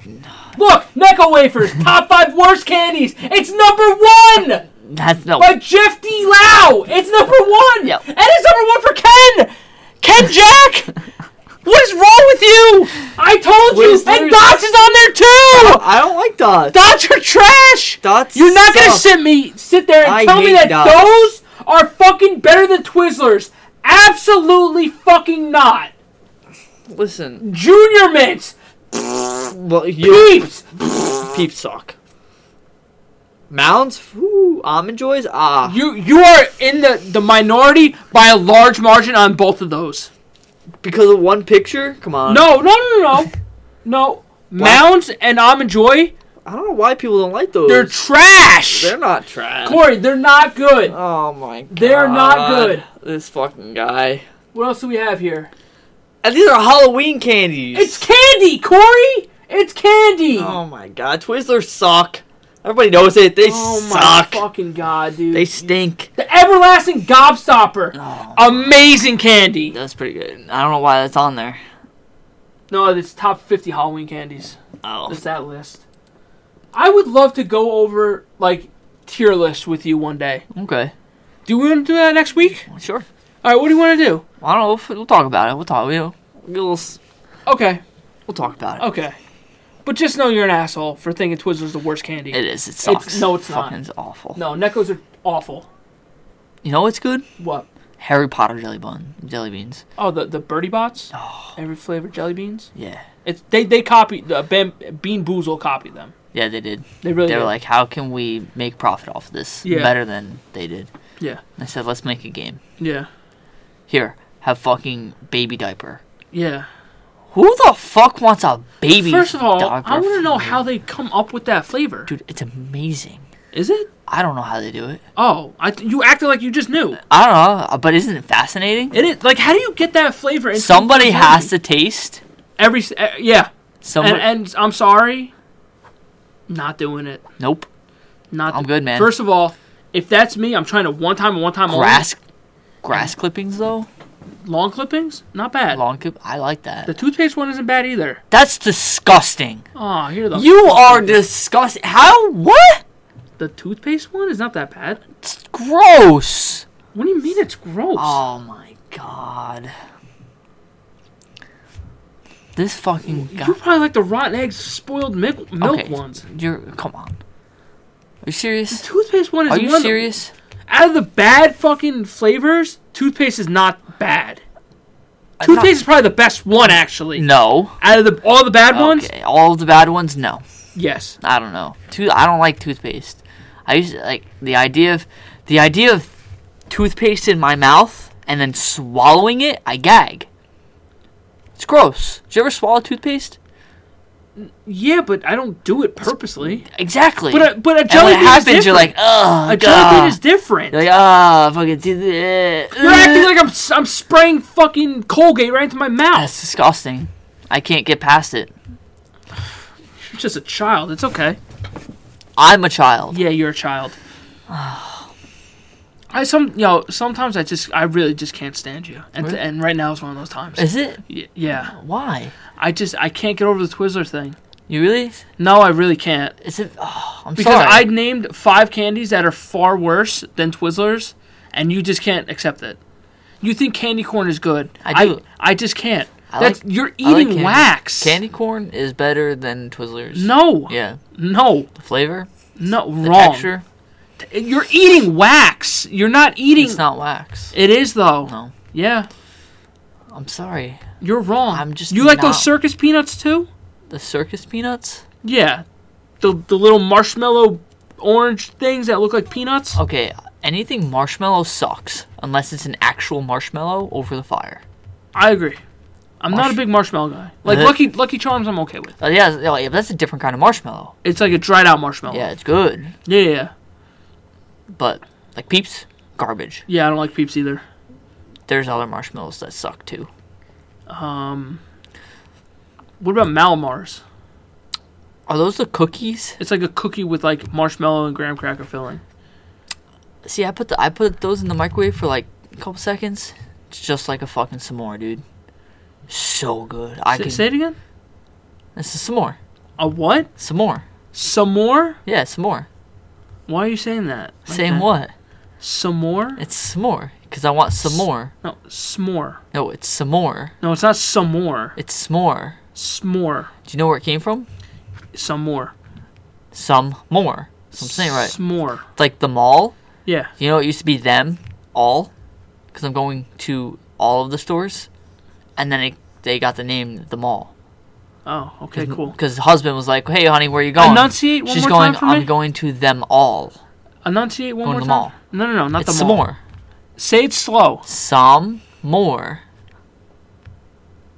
[SPEAKER 2] Look, Necco wafers, top five worst candies. It's number one
[SPEAKER 1] That's no.
[SPEAKER 2] by Jeff D. Lau. It's number one,
[SPEAKER 1] Yep.
[SPEAKER 2] and it's number one for Ken. Ken Jack. what is wrong with you? I told
[SPEAKER 1] Wait,
[SPEAKER 2] you,
[SPEAKER 1] is there-
[SPEAKER 2] and Dots is on there too.
[SPEAKER 1] I don't like dots.
[SPEAKER 2] Dots are trash.
[SPEAKER 1] Dots.
[SPEAKER 2] You're not gonna sit me sit there and
[SPEAKER 1] I
[SPEAKER 2] tell me
[SPEAKER 1] hate
[SPEAKER 2] that
[SPEAKER 1] dots.
[SPEAKER 2] those are fucking better than Twizzlers. Absolutely fucking not.
[SPEAKER 1] Listen.
[SPEAKER 2] Junior mints,
[SPEAKER 1] Well, you
[SPEAKER 2] peeps.
[SPEAKER 1] peep suck. Mounds. Ooh, almond joys. Ah.
[SPEAKER 2] You you are in the, the minority by a large margin on both of those.
[SPEAKER 1] Because of one picture. Come on.
[SPEAKER 2] No, no, no, no, no. No. Mounds and Almond Joy,
[SPEAKER 1] I don't know why people don't like those.
[SPEAKER 2] they're trash.
[SPEAKER 1] not trash.
[SPEAKER 2] Corey, they're not good.
[SPEAKER 1] Oh my god.
[SPEAKER 2] They're not good.
[SPEAKER 1] This fucking guy.
[SPEAKER 2] What else do we have here?
[SPEAKER 1] And these are Halloween candies.
[SPEAKER 2] It's candy, Corey. It's candy.
[SPEAKER 1] Oh my god, Twizzlers suck. Everybody knows it. They
[SPEAKER 2] Oh my
[SPEAKER 1] suck.
[SPEAKER 2] fucking god, dude.
[SPEAKER 1] They stink.
[SPEAKER 2] The everlasting gobstopper. Amazing candy.
[SPEAKER 1] That's pretty good. I don't know why that's on there.
[SPEAKER 2] No, it's top 50 Halloween candies.
[SPEAKER 1] Oh,
[SPEAKER 2] It's that list. I would love to go over like tier list with you one day.
[SPEAKER 1] okay.
[SPEAKER 2] Do we want to do that next week?
[SPEAKER 1] Sure.
[SPEAKER 2] All right, what do you want to do?
[SPEAKER 1] I don't know. If, we'll talk about it. We'll talk. We'll, we'll, s-
[SPEAKER 2] Okay,
[SPEAKER 1] we'll talk about it.
[SPEAKER 2] okay. But just know you're an asshole for thinking Twizzlers the worst candy.
[SPEAKER 1] It is. It sucks.
[SPEAKER 2] no, it's not.
[SPEAKER 1] fucking It's awful.
[SPEAKER 2] no, Neckos are awful.
[SPEAKER 1] You know what's good?
[SPEAKER 2] What?
[SPEAKER 1] Harry Potter jelly bun, jelly beans.
[SPEAKER 2] Oh, the the Birdie Bots. Every flavored jelly beans.
[SPEAKER 1] Yeah.
[SPEAKER 2] It's they they copied the Bam, Bean Boozle copied them.
[SPEAKER 1] Yeah, they did.
[SPEAKER 2] They really
[SPEAKER 1] They were
[SPEAKER 2] did.
[SPEAKER 1] like, "How can we make profit off of this
[SPEAKER 2] Yeah.
[SPEAKER 1] better than they did?"
[SPEAKER 2] yeah
[SPEAKER 1] And I said, "Let's make a game."
[SPEAKER 2] yeah.
[SPEAKER 1] Here, have fucking baby diaper.
[SPEAKER 2] Yeah.
[SPEAKER 1] Who the fuck wants a baby?
[SPEAKER 2] First of all,
[SPEAKER 1] diaper
[SPEAKER 2] I want to know
[SPEAKER 1] flavor?
[SPEAKER 2] how they come up with that flavor.
[SPEAKER 1] Dude, it's amazing.
[SPEAKER 2] Is it?
[SPEAKER 1] I don't know how they do it.
[SPEAKER 2] Oh, I th- you acted like you just knew.
[SPEAKER 1] I don't know, uh, but isn't it fascinating?
[SPEAKER 2] It is like how do you get that flavor? into
[SPEAKER 1] Somebody
[SPEAKER 2] your
[SPEAKER 1] has to
[SPEAKER 2] body?
[SPEAKER 1] taste.
[SPEAKER 2] every s- uh, yeah.
[SPEAKER 1] Somebody,
[SPEAKER 2] and, and I'm sorry, not doing it.
[SPEAKER 1] nope.
[SPEAKER 2] Not.
[SPEAKER 1] I'm good, man.
[SPEAKER 2] First of all, if that's me, I'm trying to one time and one time only.
[SPEAKER 1] Grass, grass clippings though.
[SPEAKER 2] long clippings. Not bad.
[SPEAKER 1] Long clip. I like that.
[SPEAKER 2] The toothpaste one isn't bad either.
[SPEAKER 1] That's disgusting.
[SPEAKER 2] Oh, here the
[SPEAKER 1] You are disgusting. How? What?
[SPEAKER 2] the toothpaste one is not that bad.
[SPEAKER 1] It's gross.
[SPEAKER 2] What do you mean it's gross?
[SPEAKER 1] Oh my god. This fucking guy.
[SPEAKER 2] you probably like the rotten eggs, spoiled milk, milk
[SPEAKER 1] Okay,
[SPEAKER 2] ones.
[SPEAKER 1] You're come on. Are you serious?
[SPEAKER 2] Toothpaste one is
[SPEAKER 1] Are
[SPEAKER 2] one
[SPEAKER 1] you
[SPEAKER 2] of the-
[SPEAKER 1] serious?
[SPEAKER 2] out of the bad fucking flavors, toothpaste is not bad.
[SPEAKER 1] I'm
[SPEAKER 2] Toothpaste
[SPEAKER 1] not-
[SPEAKER 2] is probably the best one actually.
[SPEAKER 1] Uh, No.
[SPEAKER 2] Out of the all the bad ones,
[SPEAKER 1] Okay. All the bad ones. No.
[SPEAKER 2] yes.
[SPEAKER 1] I don't know. Tooth. I don't like toothpaste. I used to, like the idea of the idea of toothpaste in my mouth and then swallowing it. I gag. It's gross. Did you ever swallow toothpaste?
[SPEAKER 2] Yeah, but I don't do it purposely.
[SPEAKER 1] Exactly.
[SPEAKER 2] But a, but a
[SPEAKER 1] and when
[SPEAKER 2] jelly
[SPEAKER 1] it
[SPEAKER 2] bean is
[SPEAKER 1] happens,
[SPEAKER 2] different.
[SPEAKER 1] you're like, oh,
[SPEAKER 2] a jelly bean is different.
[SPEAKER 1] You're like, ah, fucking teeth. eh,
[SPEAKER 2] You're acting
[SPEAKER 1] eh."
[SPEAKER 2] like I'm s- I'm spraying fucking Colgate right into my mouth.
[SPEAKER 1] That's disgusting. I can't get past it.
[SPEAKER 2] You're just a child. It's okay.
[SPEAKER 1] I'm a child.
[SPEAKER 2] Yeah, you're a child. I some you know sometimes I just I really just can't stand you, and
[SPEAKER 1] Really?
[SPEAKER 2] and right now is one of those times.
[SPEAKER 1] Is it?
[SPEAKER 2] Y- yeah,
[SPEAKER 1] Why?
[SPEAKER 2] I just I can't get over the Twizzler thing.
[SPEAKER 1] You really?
[SPEAKER 2] No, I really can't.
[SPEAKER 1] Is it? Oh, I'm
[SPEAKER 2] Because
[SPEAKER 1] sorry.
[SPEAKER 2] I named five candies that are far worse than Twizzlers, and you just can't accept it. You think candy corn is good?
[SPEAKER 1] I do.
[SPEAKER 2] I, just can't.
[SPEAKER 1] I
[SPEAKER 2] That's
[SPEAKER 1] like-
[SPEAKER 2] you're
[SPEAKER 1] I like
[SPEAKER 2] eating
[SPEAKER 1] candy.
[SPEAKER 2] wax.
[SPEAKER 1] Candy corn is better than Twizzlers.
[SPEAKER 2] No.
[SPEAKER 1] Yeah.
[SPEAKER 2] No.
[SPEAKER 1] The flavor,
[SPEAKER 2] No.
[SPEAKER 1] the
[SPEAKER 2] Wrong.
[SPEAKER 1] texture.
[SPEAKER 2] You're eating wax. You're not eating.
[SPEAKER 1] It's not wax.
[SPEAKER 2] It is though.
[SPEAKER 1] No.
[SPEAKER 2] Yeah.
[SPEAKER 1] I'm sorry.
[SPEAKER 2] You're wrong.
[SPEAKER 1] I'm just
[SPEAKER 2] You like
[SPEAKER 1] not-
[SPEAKER 2] those circus peanuts too?
[SPEAKER 1] The circus peanuts.
[SPEAKER 2] Yeah. The the little marshmallow orange things that look like peanuts.
[SPEAKER 1] Okay. Anything marshmallow sucks unless it's an actual marshmallow over the fire.
[SPEAKER 2] I agree. I'm not
[SPEAKER 1] Marsh-
[SPEAKER 2] a big marshmallow guy. Like
[SPEAKER 1] Uh,
[SPEAKER 2] Lucky Lucky Charms, I'm okay with.
[SPEAKER 1] Uh, yeah, yeah, like, that's a different kind of marshmallow.
[SPEAKER 2] It's like a dried out marshmallow.
[SPEAKER 1] Yeah, it's good,
[SPEAKER 2] yeah, yeah, yeah.
[SPEAKER 1] but like Peeps, garbage.
[SPEAKER 2] Yeah, I don't like Peeps either.
[SPEAKER 1] There's other marshmallows that suck too.
[SPEAKER 2] Um, what about Malamars?
[SPEAKER 1] Are those the cookies?
[SPEAKER 2] It's like a cookie with like marshmallow and graham cracker filling.
[SPEAKER 1] See, I put the I put those in the microwave for like a couple seconds. It's just like a fucking s'more, dude. So good. I
[SPEAKER 2] Say-
[SPEAKER 1] can.
[SPEAKER 2] say it again.
[SPEAKER 1] It's a s'more.
[SPEAKER 2] A what?
[SPEAKER 1] S'more.
[SPEAKER 2] Some more?
[SPEAKER 1] Yeah, s'more.
[SPEAKER 2] Why are you saying that? Like
[SPEAKER 1] Saying
[SPEAKER 2] that?
[SPEAKER 1] what?
[SPEAKER 2] Some more?
[SPEAKER 1] It's s'more. Cause I want some more.
[SPEAKER 2] No, s'more.
[SPEAKER 1] No, it's s'more.
[SPEAKER 2] No, it's not some more.
[SPEAKER 1] It's s'more.
[SPEAKER 2] S'more.
[SPEAKER 1] Do you know where it came from?
[SPEAKER 2] Some more.
[SPEAKER 1] Some more. So I'm saying right.
[SPEAKER 2] S'more.
[SPEAKER 1] It's like the mall.
[SPEAKER 2] Yeah.
[SPEAKER 1] You know, it used to be them all. Cause I'm going to all of the stores, and then it, they got the name the mall.
[SPEAKER 2] Oh, okay, cool.
[SPEAKER 1] Because husband was like, "Hey, honey, where you going?"
[SPEAKER 2] Enunciate one
[SPEAKER 1] Mm-hmm. She's
[SPEAKER 2] more
[SPEAKER 1] going.
[SPEAKER 2] time for
[SPEAKER 1] I'm
[SPEAKER 2] me.
[SPEAKER 1] going to them all.
[SPEAKER 2] Enunciate one
[SPEAKER 1] Going
[SPEAKER 2] more
[SPEAKER 1] to
[SPEAKER 2] time.
[SPEAKER 1] the mall.
[SPEAKER 2] No, no, no, not
[SPEAKER 1] It's
[SPEAKER 2] the
[SPEAKER 1] some
[SPEAKER 2] mall.
[SPEAKER 1] more.
[SPEAKER 2] Say it slow.
[SPEAKER 1] Some more.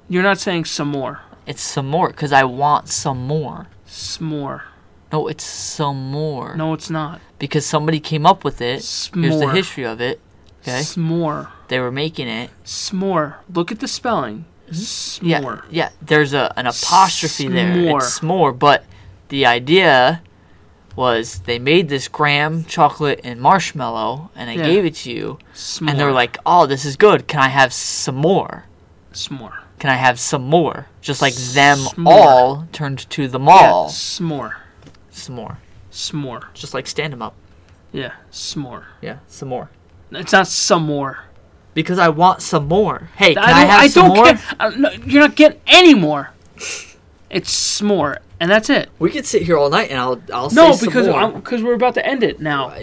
[SPEAKER 2] You're not saying some more.
[SPEAKER 1] It's some more because I want some more.
[SPEAKER 2] S'more.
[SPEAKER 1] No, it's some more.
[SPEAKER 2] No, it's not.
[SPEAKER 1] Because somebody came up with it. Here's the
[SPEAKER 2] S'more.
[SPEAKER 1] history of it. Okay.
[SPEAKER 2] S'more.
[SPEAKER 1] they were making it.
[SPEAKER 2] S'more. Look at the spelling. S'more.
[SPEAKER 1] Yeah. Yeah. There's a an apostrophe there.
[SPEAKER 2] S'more.
[SPEAKER 1] It's s'more. But the idea was they made this graham chocolate and marshmallow and I
[SPEAKER 2] Yeah.
[SPEAKER 1] gave it to you
[SPEAKER 2] S'more.
[SPEAKER 1] and they were like, "Oh, this is good. Can I have some more?"
[SPEAKER 2] s'more.
[SPEAKER 1] Can I have some more? Just like them
[SPEAKER 2] S'more.
[SPEAKER 1] all turned to the
[SPEAKER 2] Yeah,
[SPEAKER 1] mall.
[SPEAKER 2] s'more.
[SPEAKER 1] Some more.
[SPEAKER 2] S'more.
[SPEAKER 1] Just like stand 'em up.
[SPEAKER 2] Yeah, s'more.
[SPEAKER 1] Yeah, some more.
[SPEAKER 2] It's not some more.
[SPEAKER 1] Because I want some more. Hey, can I,
[SPEAKER 2] I don't,
[SPEAKER 1] have
[SPEAKER 2] I
[SPEAKER 1] some
[SPEAKER 2] don't
[SPEAKER 1] more?
[SPEAKER 2] care. I don't- no, you're not getting any more. It's s'more, and that's it.
[SPEAKER 1] We could sit here all night and I'll I'll
[SPEAKER 2] No,
[SPEAKER 1] say
[SPEAKER 2] because
[SPEAKER 1] some more.
[SPEAKER 2] I'm, because we're about to end it now.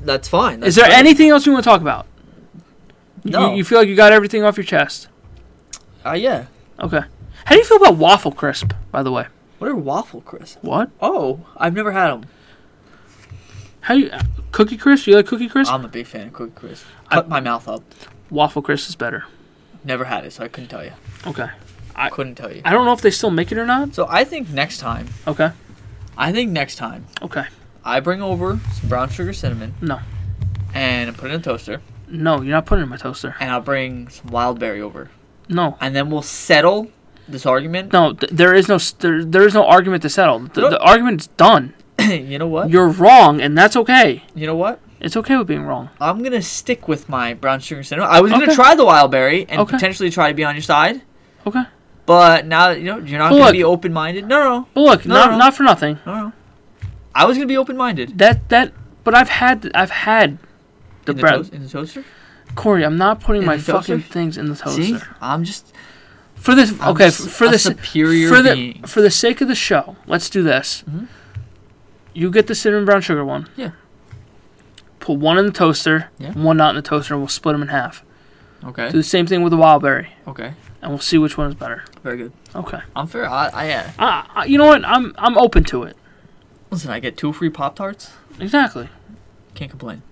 [SPEAKER 1] That's fine.
[SPEAKER 2] Is
[SPEAKER 1] That's
[SPEAKER 2] there
[SPEAKER 1] fine.
[SPEAKER 2] anything else you want to talk about?
[SPEAKER 1] No.
[SPEAKER 2] You, you feel like you got everything off your chest.
[SPEAKER 1] Uh, yeah.
[SPEAKER 2] Okay. How do you feel about waffle crisp? By the way,
[SPEAKER 1] What are waffle crisps?
[SPEAKER 2] what?
[SPEAKER 1] Oh, I've never had them.
[SPEAKER 2] How you uh, cookie crisp? You like cookie crisp?
[SPEAKER 1] I'm a big fan of cookie crisp. Cut my mouth up.
[SPEAKER 2] waffle crisp is better.
[SPEAKER 1] Never had it, so I couldn't tell you.
[SPEAKER 2] Okay.
[SPEAKER 1] I couldn't tell you.
[SPEAKER 2] I don't know if they still make it or not.
[SPEAKER 1] So I think next time,
[SPEAKER 2] Okay.
[SPEAKER 1] I think next time,
[SPEAKER 2] Okay.
[SPEAKER 1] I bring over some brown sugar cinnamon
[SPEAKER 2] No.
[SPEAKER 1] and put it in a toaster,
[SPEAKER 2] No, you're not putting it in my toaster.
[SPEAKER 1] and I'll bring some wild berry over,
[SPEAKER 2] No.
[SPEAKER 1] and then we'll settle this argument.
[SPEAKER 2] No, th- there is no s- there, there is no argument to settle. The,
[SPEAKER 1] Nope.
[SPEAKER 2] the argument's done.
[SPEAKER 1] you know what?
[SPEAKER 2] You're wrong, and that's okay.
[SPEAKER 1] you know what?
[SPEAKER 2] It's okay with being wrong.
[SPEAKER 1] I'm gonna stick with my brown sugar cinnamon. I was gonna
[SPEAKER 2] Okay.
[SPEAKER 1] try the wild berry and
[SPEAKER 2] Okay.
[SPEAKER 1] potentially try to be on your side,
[SPEAKER 2] Okay.
[SPEAKER 1] but now that, you know you're not
[SPEAKER 2] Well,
[SPEAKER 1] gonna
[SPEAKER 2] look.
[SPEAKER 1] be open minded. No, no,
[SPEAKER 2] But look,
[SPEAKER 1] No,
[SPEAKER 2] not
[SPEAKER 1] no.
[SPEAKER 2] not for nothing.
[SPEAKER 1] no, no, no. I was gonna be open minded.
[SPEAKER 2] That that. But I've had I've had the
[SPEAKER 1] In, the
[SPEAKER 2] bread.
[SPEAKER 1] toast- in the toaster.
[SPEAKER 2] Corey, I'm not putting
[SPEAKER 1] In
[SPEAKER 2] my
[SPEAKER 1] the toaster?
[SPEAKER 2] fucking things in the toaster.
[SPEAKER 1] See, I'm just
[SPEAKER 2] For this,
[SPEAKER 1] I'm
[SPEAKER 2] okay,
[SPEAKER 1] s-
[SPEAKER 2] f- for
[SPEAKER 1] a
[SPEAKER 2] this
[SPEAKER 1] superior
[SPEAKER 2] for the
[SPEAKER 1] being.
[SPEAKER 2] for the sake of the show, let's do this.
[SPEAKER 1] Mhm.
[SPEAKER 2] You get the cinnamon brown sugar one.
[SPEAKER 1] Yeah.
[SPEAKER 2] Put one in the toaster,
[SPEAKER 1] Yeah.
[SPEAKER 2] one not in the toaster, and we'll split them in half. Do
[SPEAKER 1] okay.
[SPEAKER 2] the same thing with the wild berry,
[SPEAKER 1] Okay,
[SPEAKER 2] and we'll see which one is better.
[SPEAKER 1] very good.
[SPEAKER 2] Okay.
[SPEAKER 1] I'm fair. I, I uh,
[SPEAKER 2] I, I, you know what? I'm I'm open to it.
[SPEAKER 1] listen. I get two free pop tarts.
[SPEAKER 2] Exactly.
[SPEAKER 1] Can't complain.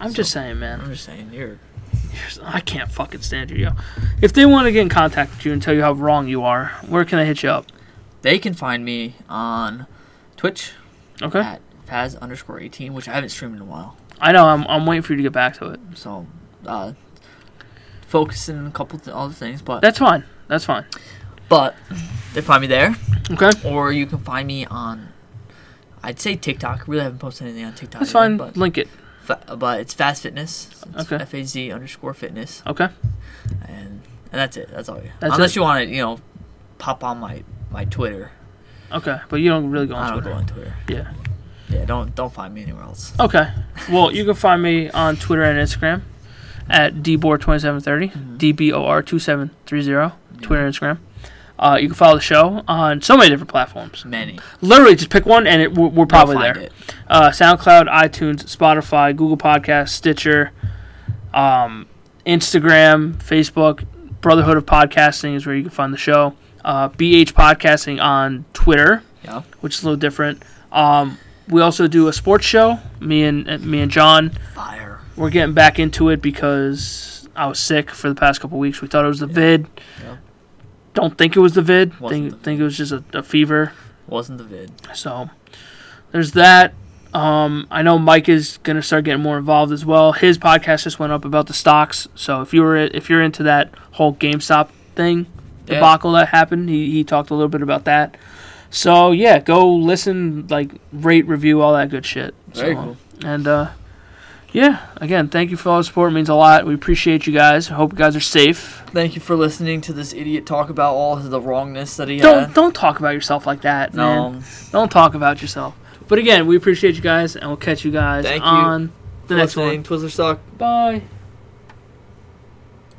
[SPEAKER 2] I'm
[SPEAKER 1] So-
[SPEAKER 2] just saying, man.
[SPEAKER 1] I'm just saying you're.
[SPEAKER 2] I can't fucking stand you, yo. If they want to get in contact with you and tell you how wrong you are, where can they hit you up?
[SPEAKER 1] They can find me on Twitch
[SPEAKER 2] Okay.
[SPEAKER 1] at Faz underscore eighteen, which I haven't streamed in a while.
[SPEAKER 2] I know. I'm I'm waiting for you to get back to it.
[SPEAKER 1] So, uh, focusing on a couple th- other things, but
[SPEAKER 2] That's fine. That's fine.
[SPEAKER 1] but they find me there,
[SPEAKER 2] Okay.
[SPEAKER 1] or you can find me on. I'd say TikTok. I really haven't posted anything on TikTok.
[SPEAKER 2] That's
[SPEAKER 1] yet,
[SPEAKER 2] fine.
[SPEAKER 1] But,
[SPEAKER 2] Link it.
[SPEAKER 1] fa- but it's Faz Fitness. It's
[SPEAKER 2] Okay.
[SPEAKER 1] F A Z underscore Fitness,
[SPEAKER 2] Okay.
[SPEAKER 1] and and that's it. That's all. You,
[SPEAKER 2] That's
[SPEAKER 1] unless
[SPEAKER 2] it.
[SPEAKER 1] you want to, you know, pop on my my Twitter.
[SPEAKER 2] Okay, but you don't really go
[SPEAKER 1] I
[SPEAKER 2] on
[SPEAKER 1] don't go
[SPEAKER 2] Twitter.
[SPEAKER 1] on Twitter.
[SPEAKER 2] Yeah.
[SPEAKER 1] Yeah, don't don't find me anywhere else.
[SPEAKER 2] Okay. Well, you can find me on Twitter and Instagram at dbor2730,
[SPEAKER 1] Mm-hmm.
[SPEAKER 2] dbor2730, Twitter and Instagram. Uh, you can follow the show on so many different platforms.
[SPEAKER 1] Many.
[SPEAKER 2] Literally, just pick one, and it, we're, we're probably
[SPEAKER 1] You'll
[SPEAKER 2] there.
[SPEAKER 1] find it.
[SPEAKER 2] Uh, SoundCloud, iTunes, Spotify, Google Podcasts, Stitcher, um, Instagram, Facebook. Brotherhood of Podcasting is where you can find the show. Uh, BH Podcasting on Twitter.
[SPEAKER 1] Yeah.
[SPEAKER 2] which is a little different. Um, we also do a sports show. Me and uh, me and John,
[SPEAKER 1] Fire.
[SPEAKER 2] we're getting back into it because I was sick for the past couple weeks. We thought it was the vid.
[SPEAKER 1] Yeah.
[SPEAKER 2] Don't think it was the vid.
[SPEAKER 1] Wasn't
[SPEAKER 2] Think
[SPEAKER 1] the vid.
[SPEAKER 2] think it was just a, a fever.
[SPEAKER 1] Wasn't the vid.
[SPEAKER 2] So there's that. Um, I know Mike is gonna start getting more involved as well. His podcast just went up about the stocks. So if you were if you're into that whole GameStop thing,
[SPEAKER 1] Yeah.
[SPEAKER 2] debacle that happened, he he talked a little bit about that. So yeah, go listen, like rate, review, all that good shit.
[SPEAKER 1] Very
[SPEAKER 2] so,
[SPEAKER 1] cool.
[SPEAKER 2] And uh, yeah, again, thank you for all the support. It means a lot. We appreciate you guys. I hope you guys are safe.
[SPEAKER 1] Thank you for listening to this idiot talk about all the wrongness that he
[SPEAKER 2] Don't
[SPEAKER 1] had. Um,
[SPEAKER 2] don't talk about yourself like that. man.
[SPEAKER 1] No.
[SPEAKER 2] Don't talk about yourself. But again, we appreciate you guys, and we'll catch you guys
[SPEAKER 1] Thank you
[SPEAKER 2] on the next
[SPEAKER 1] Listening, Twizzlers suck.
[SPEAKER 2] one. Bye.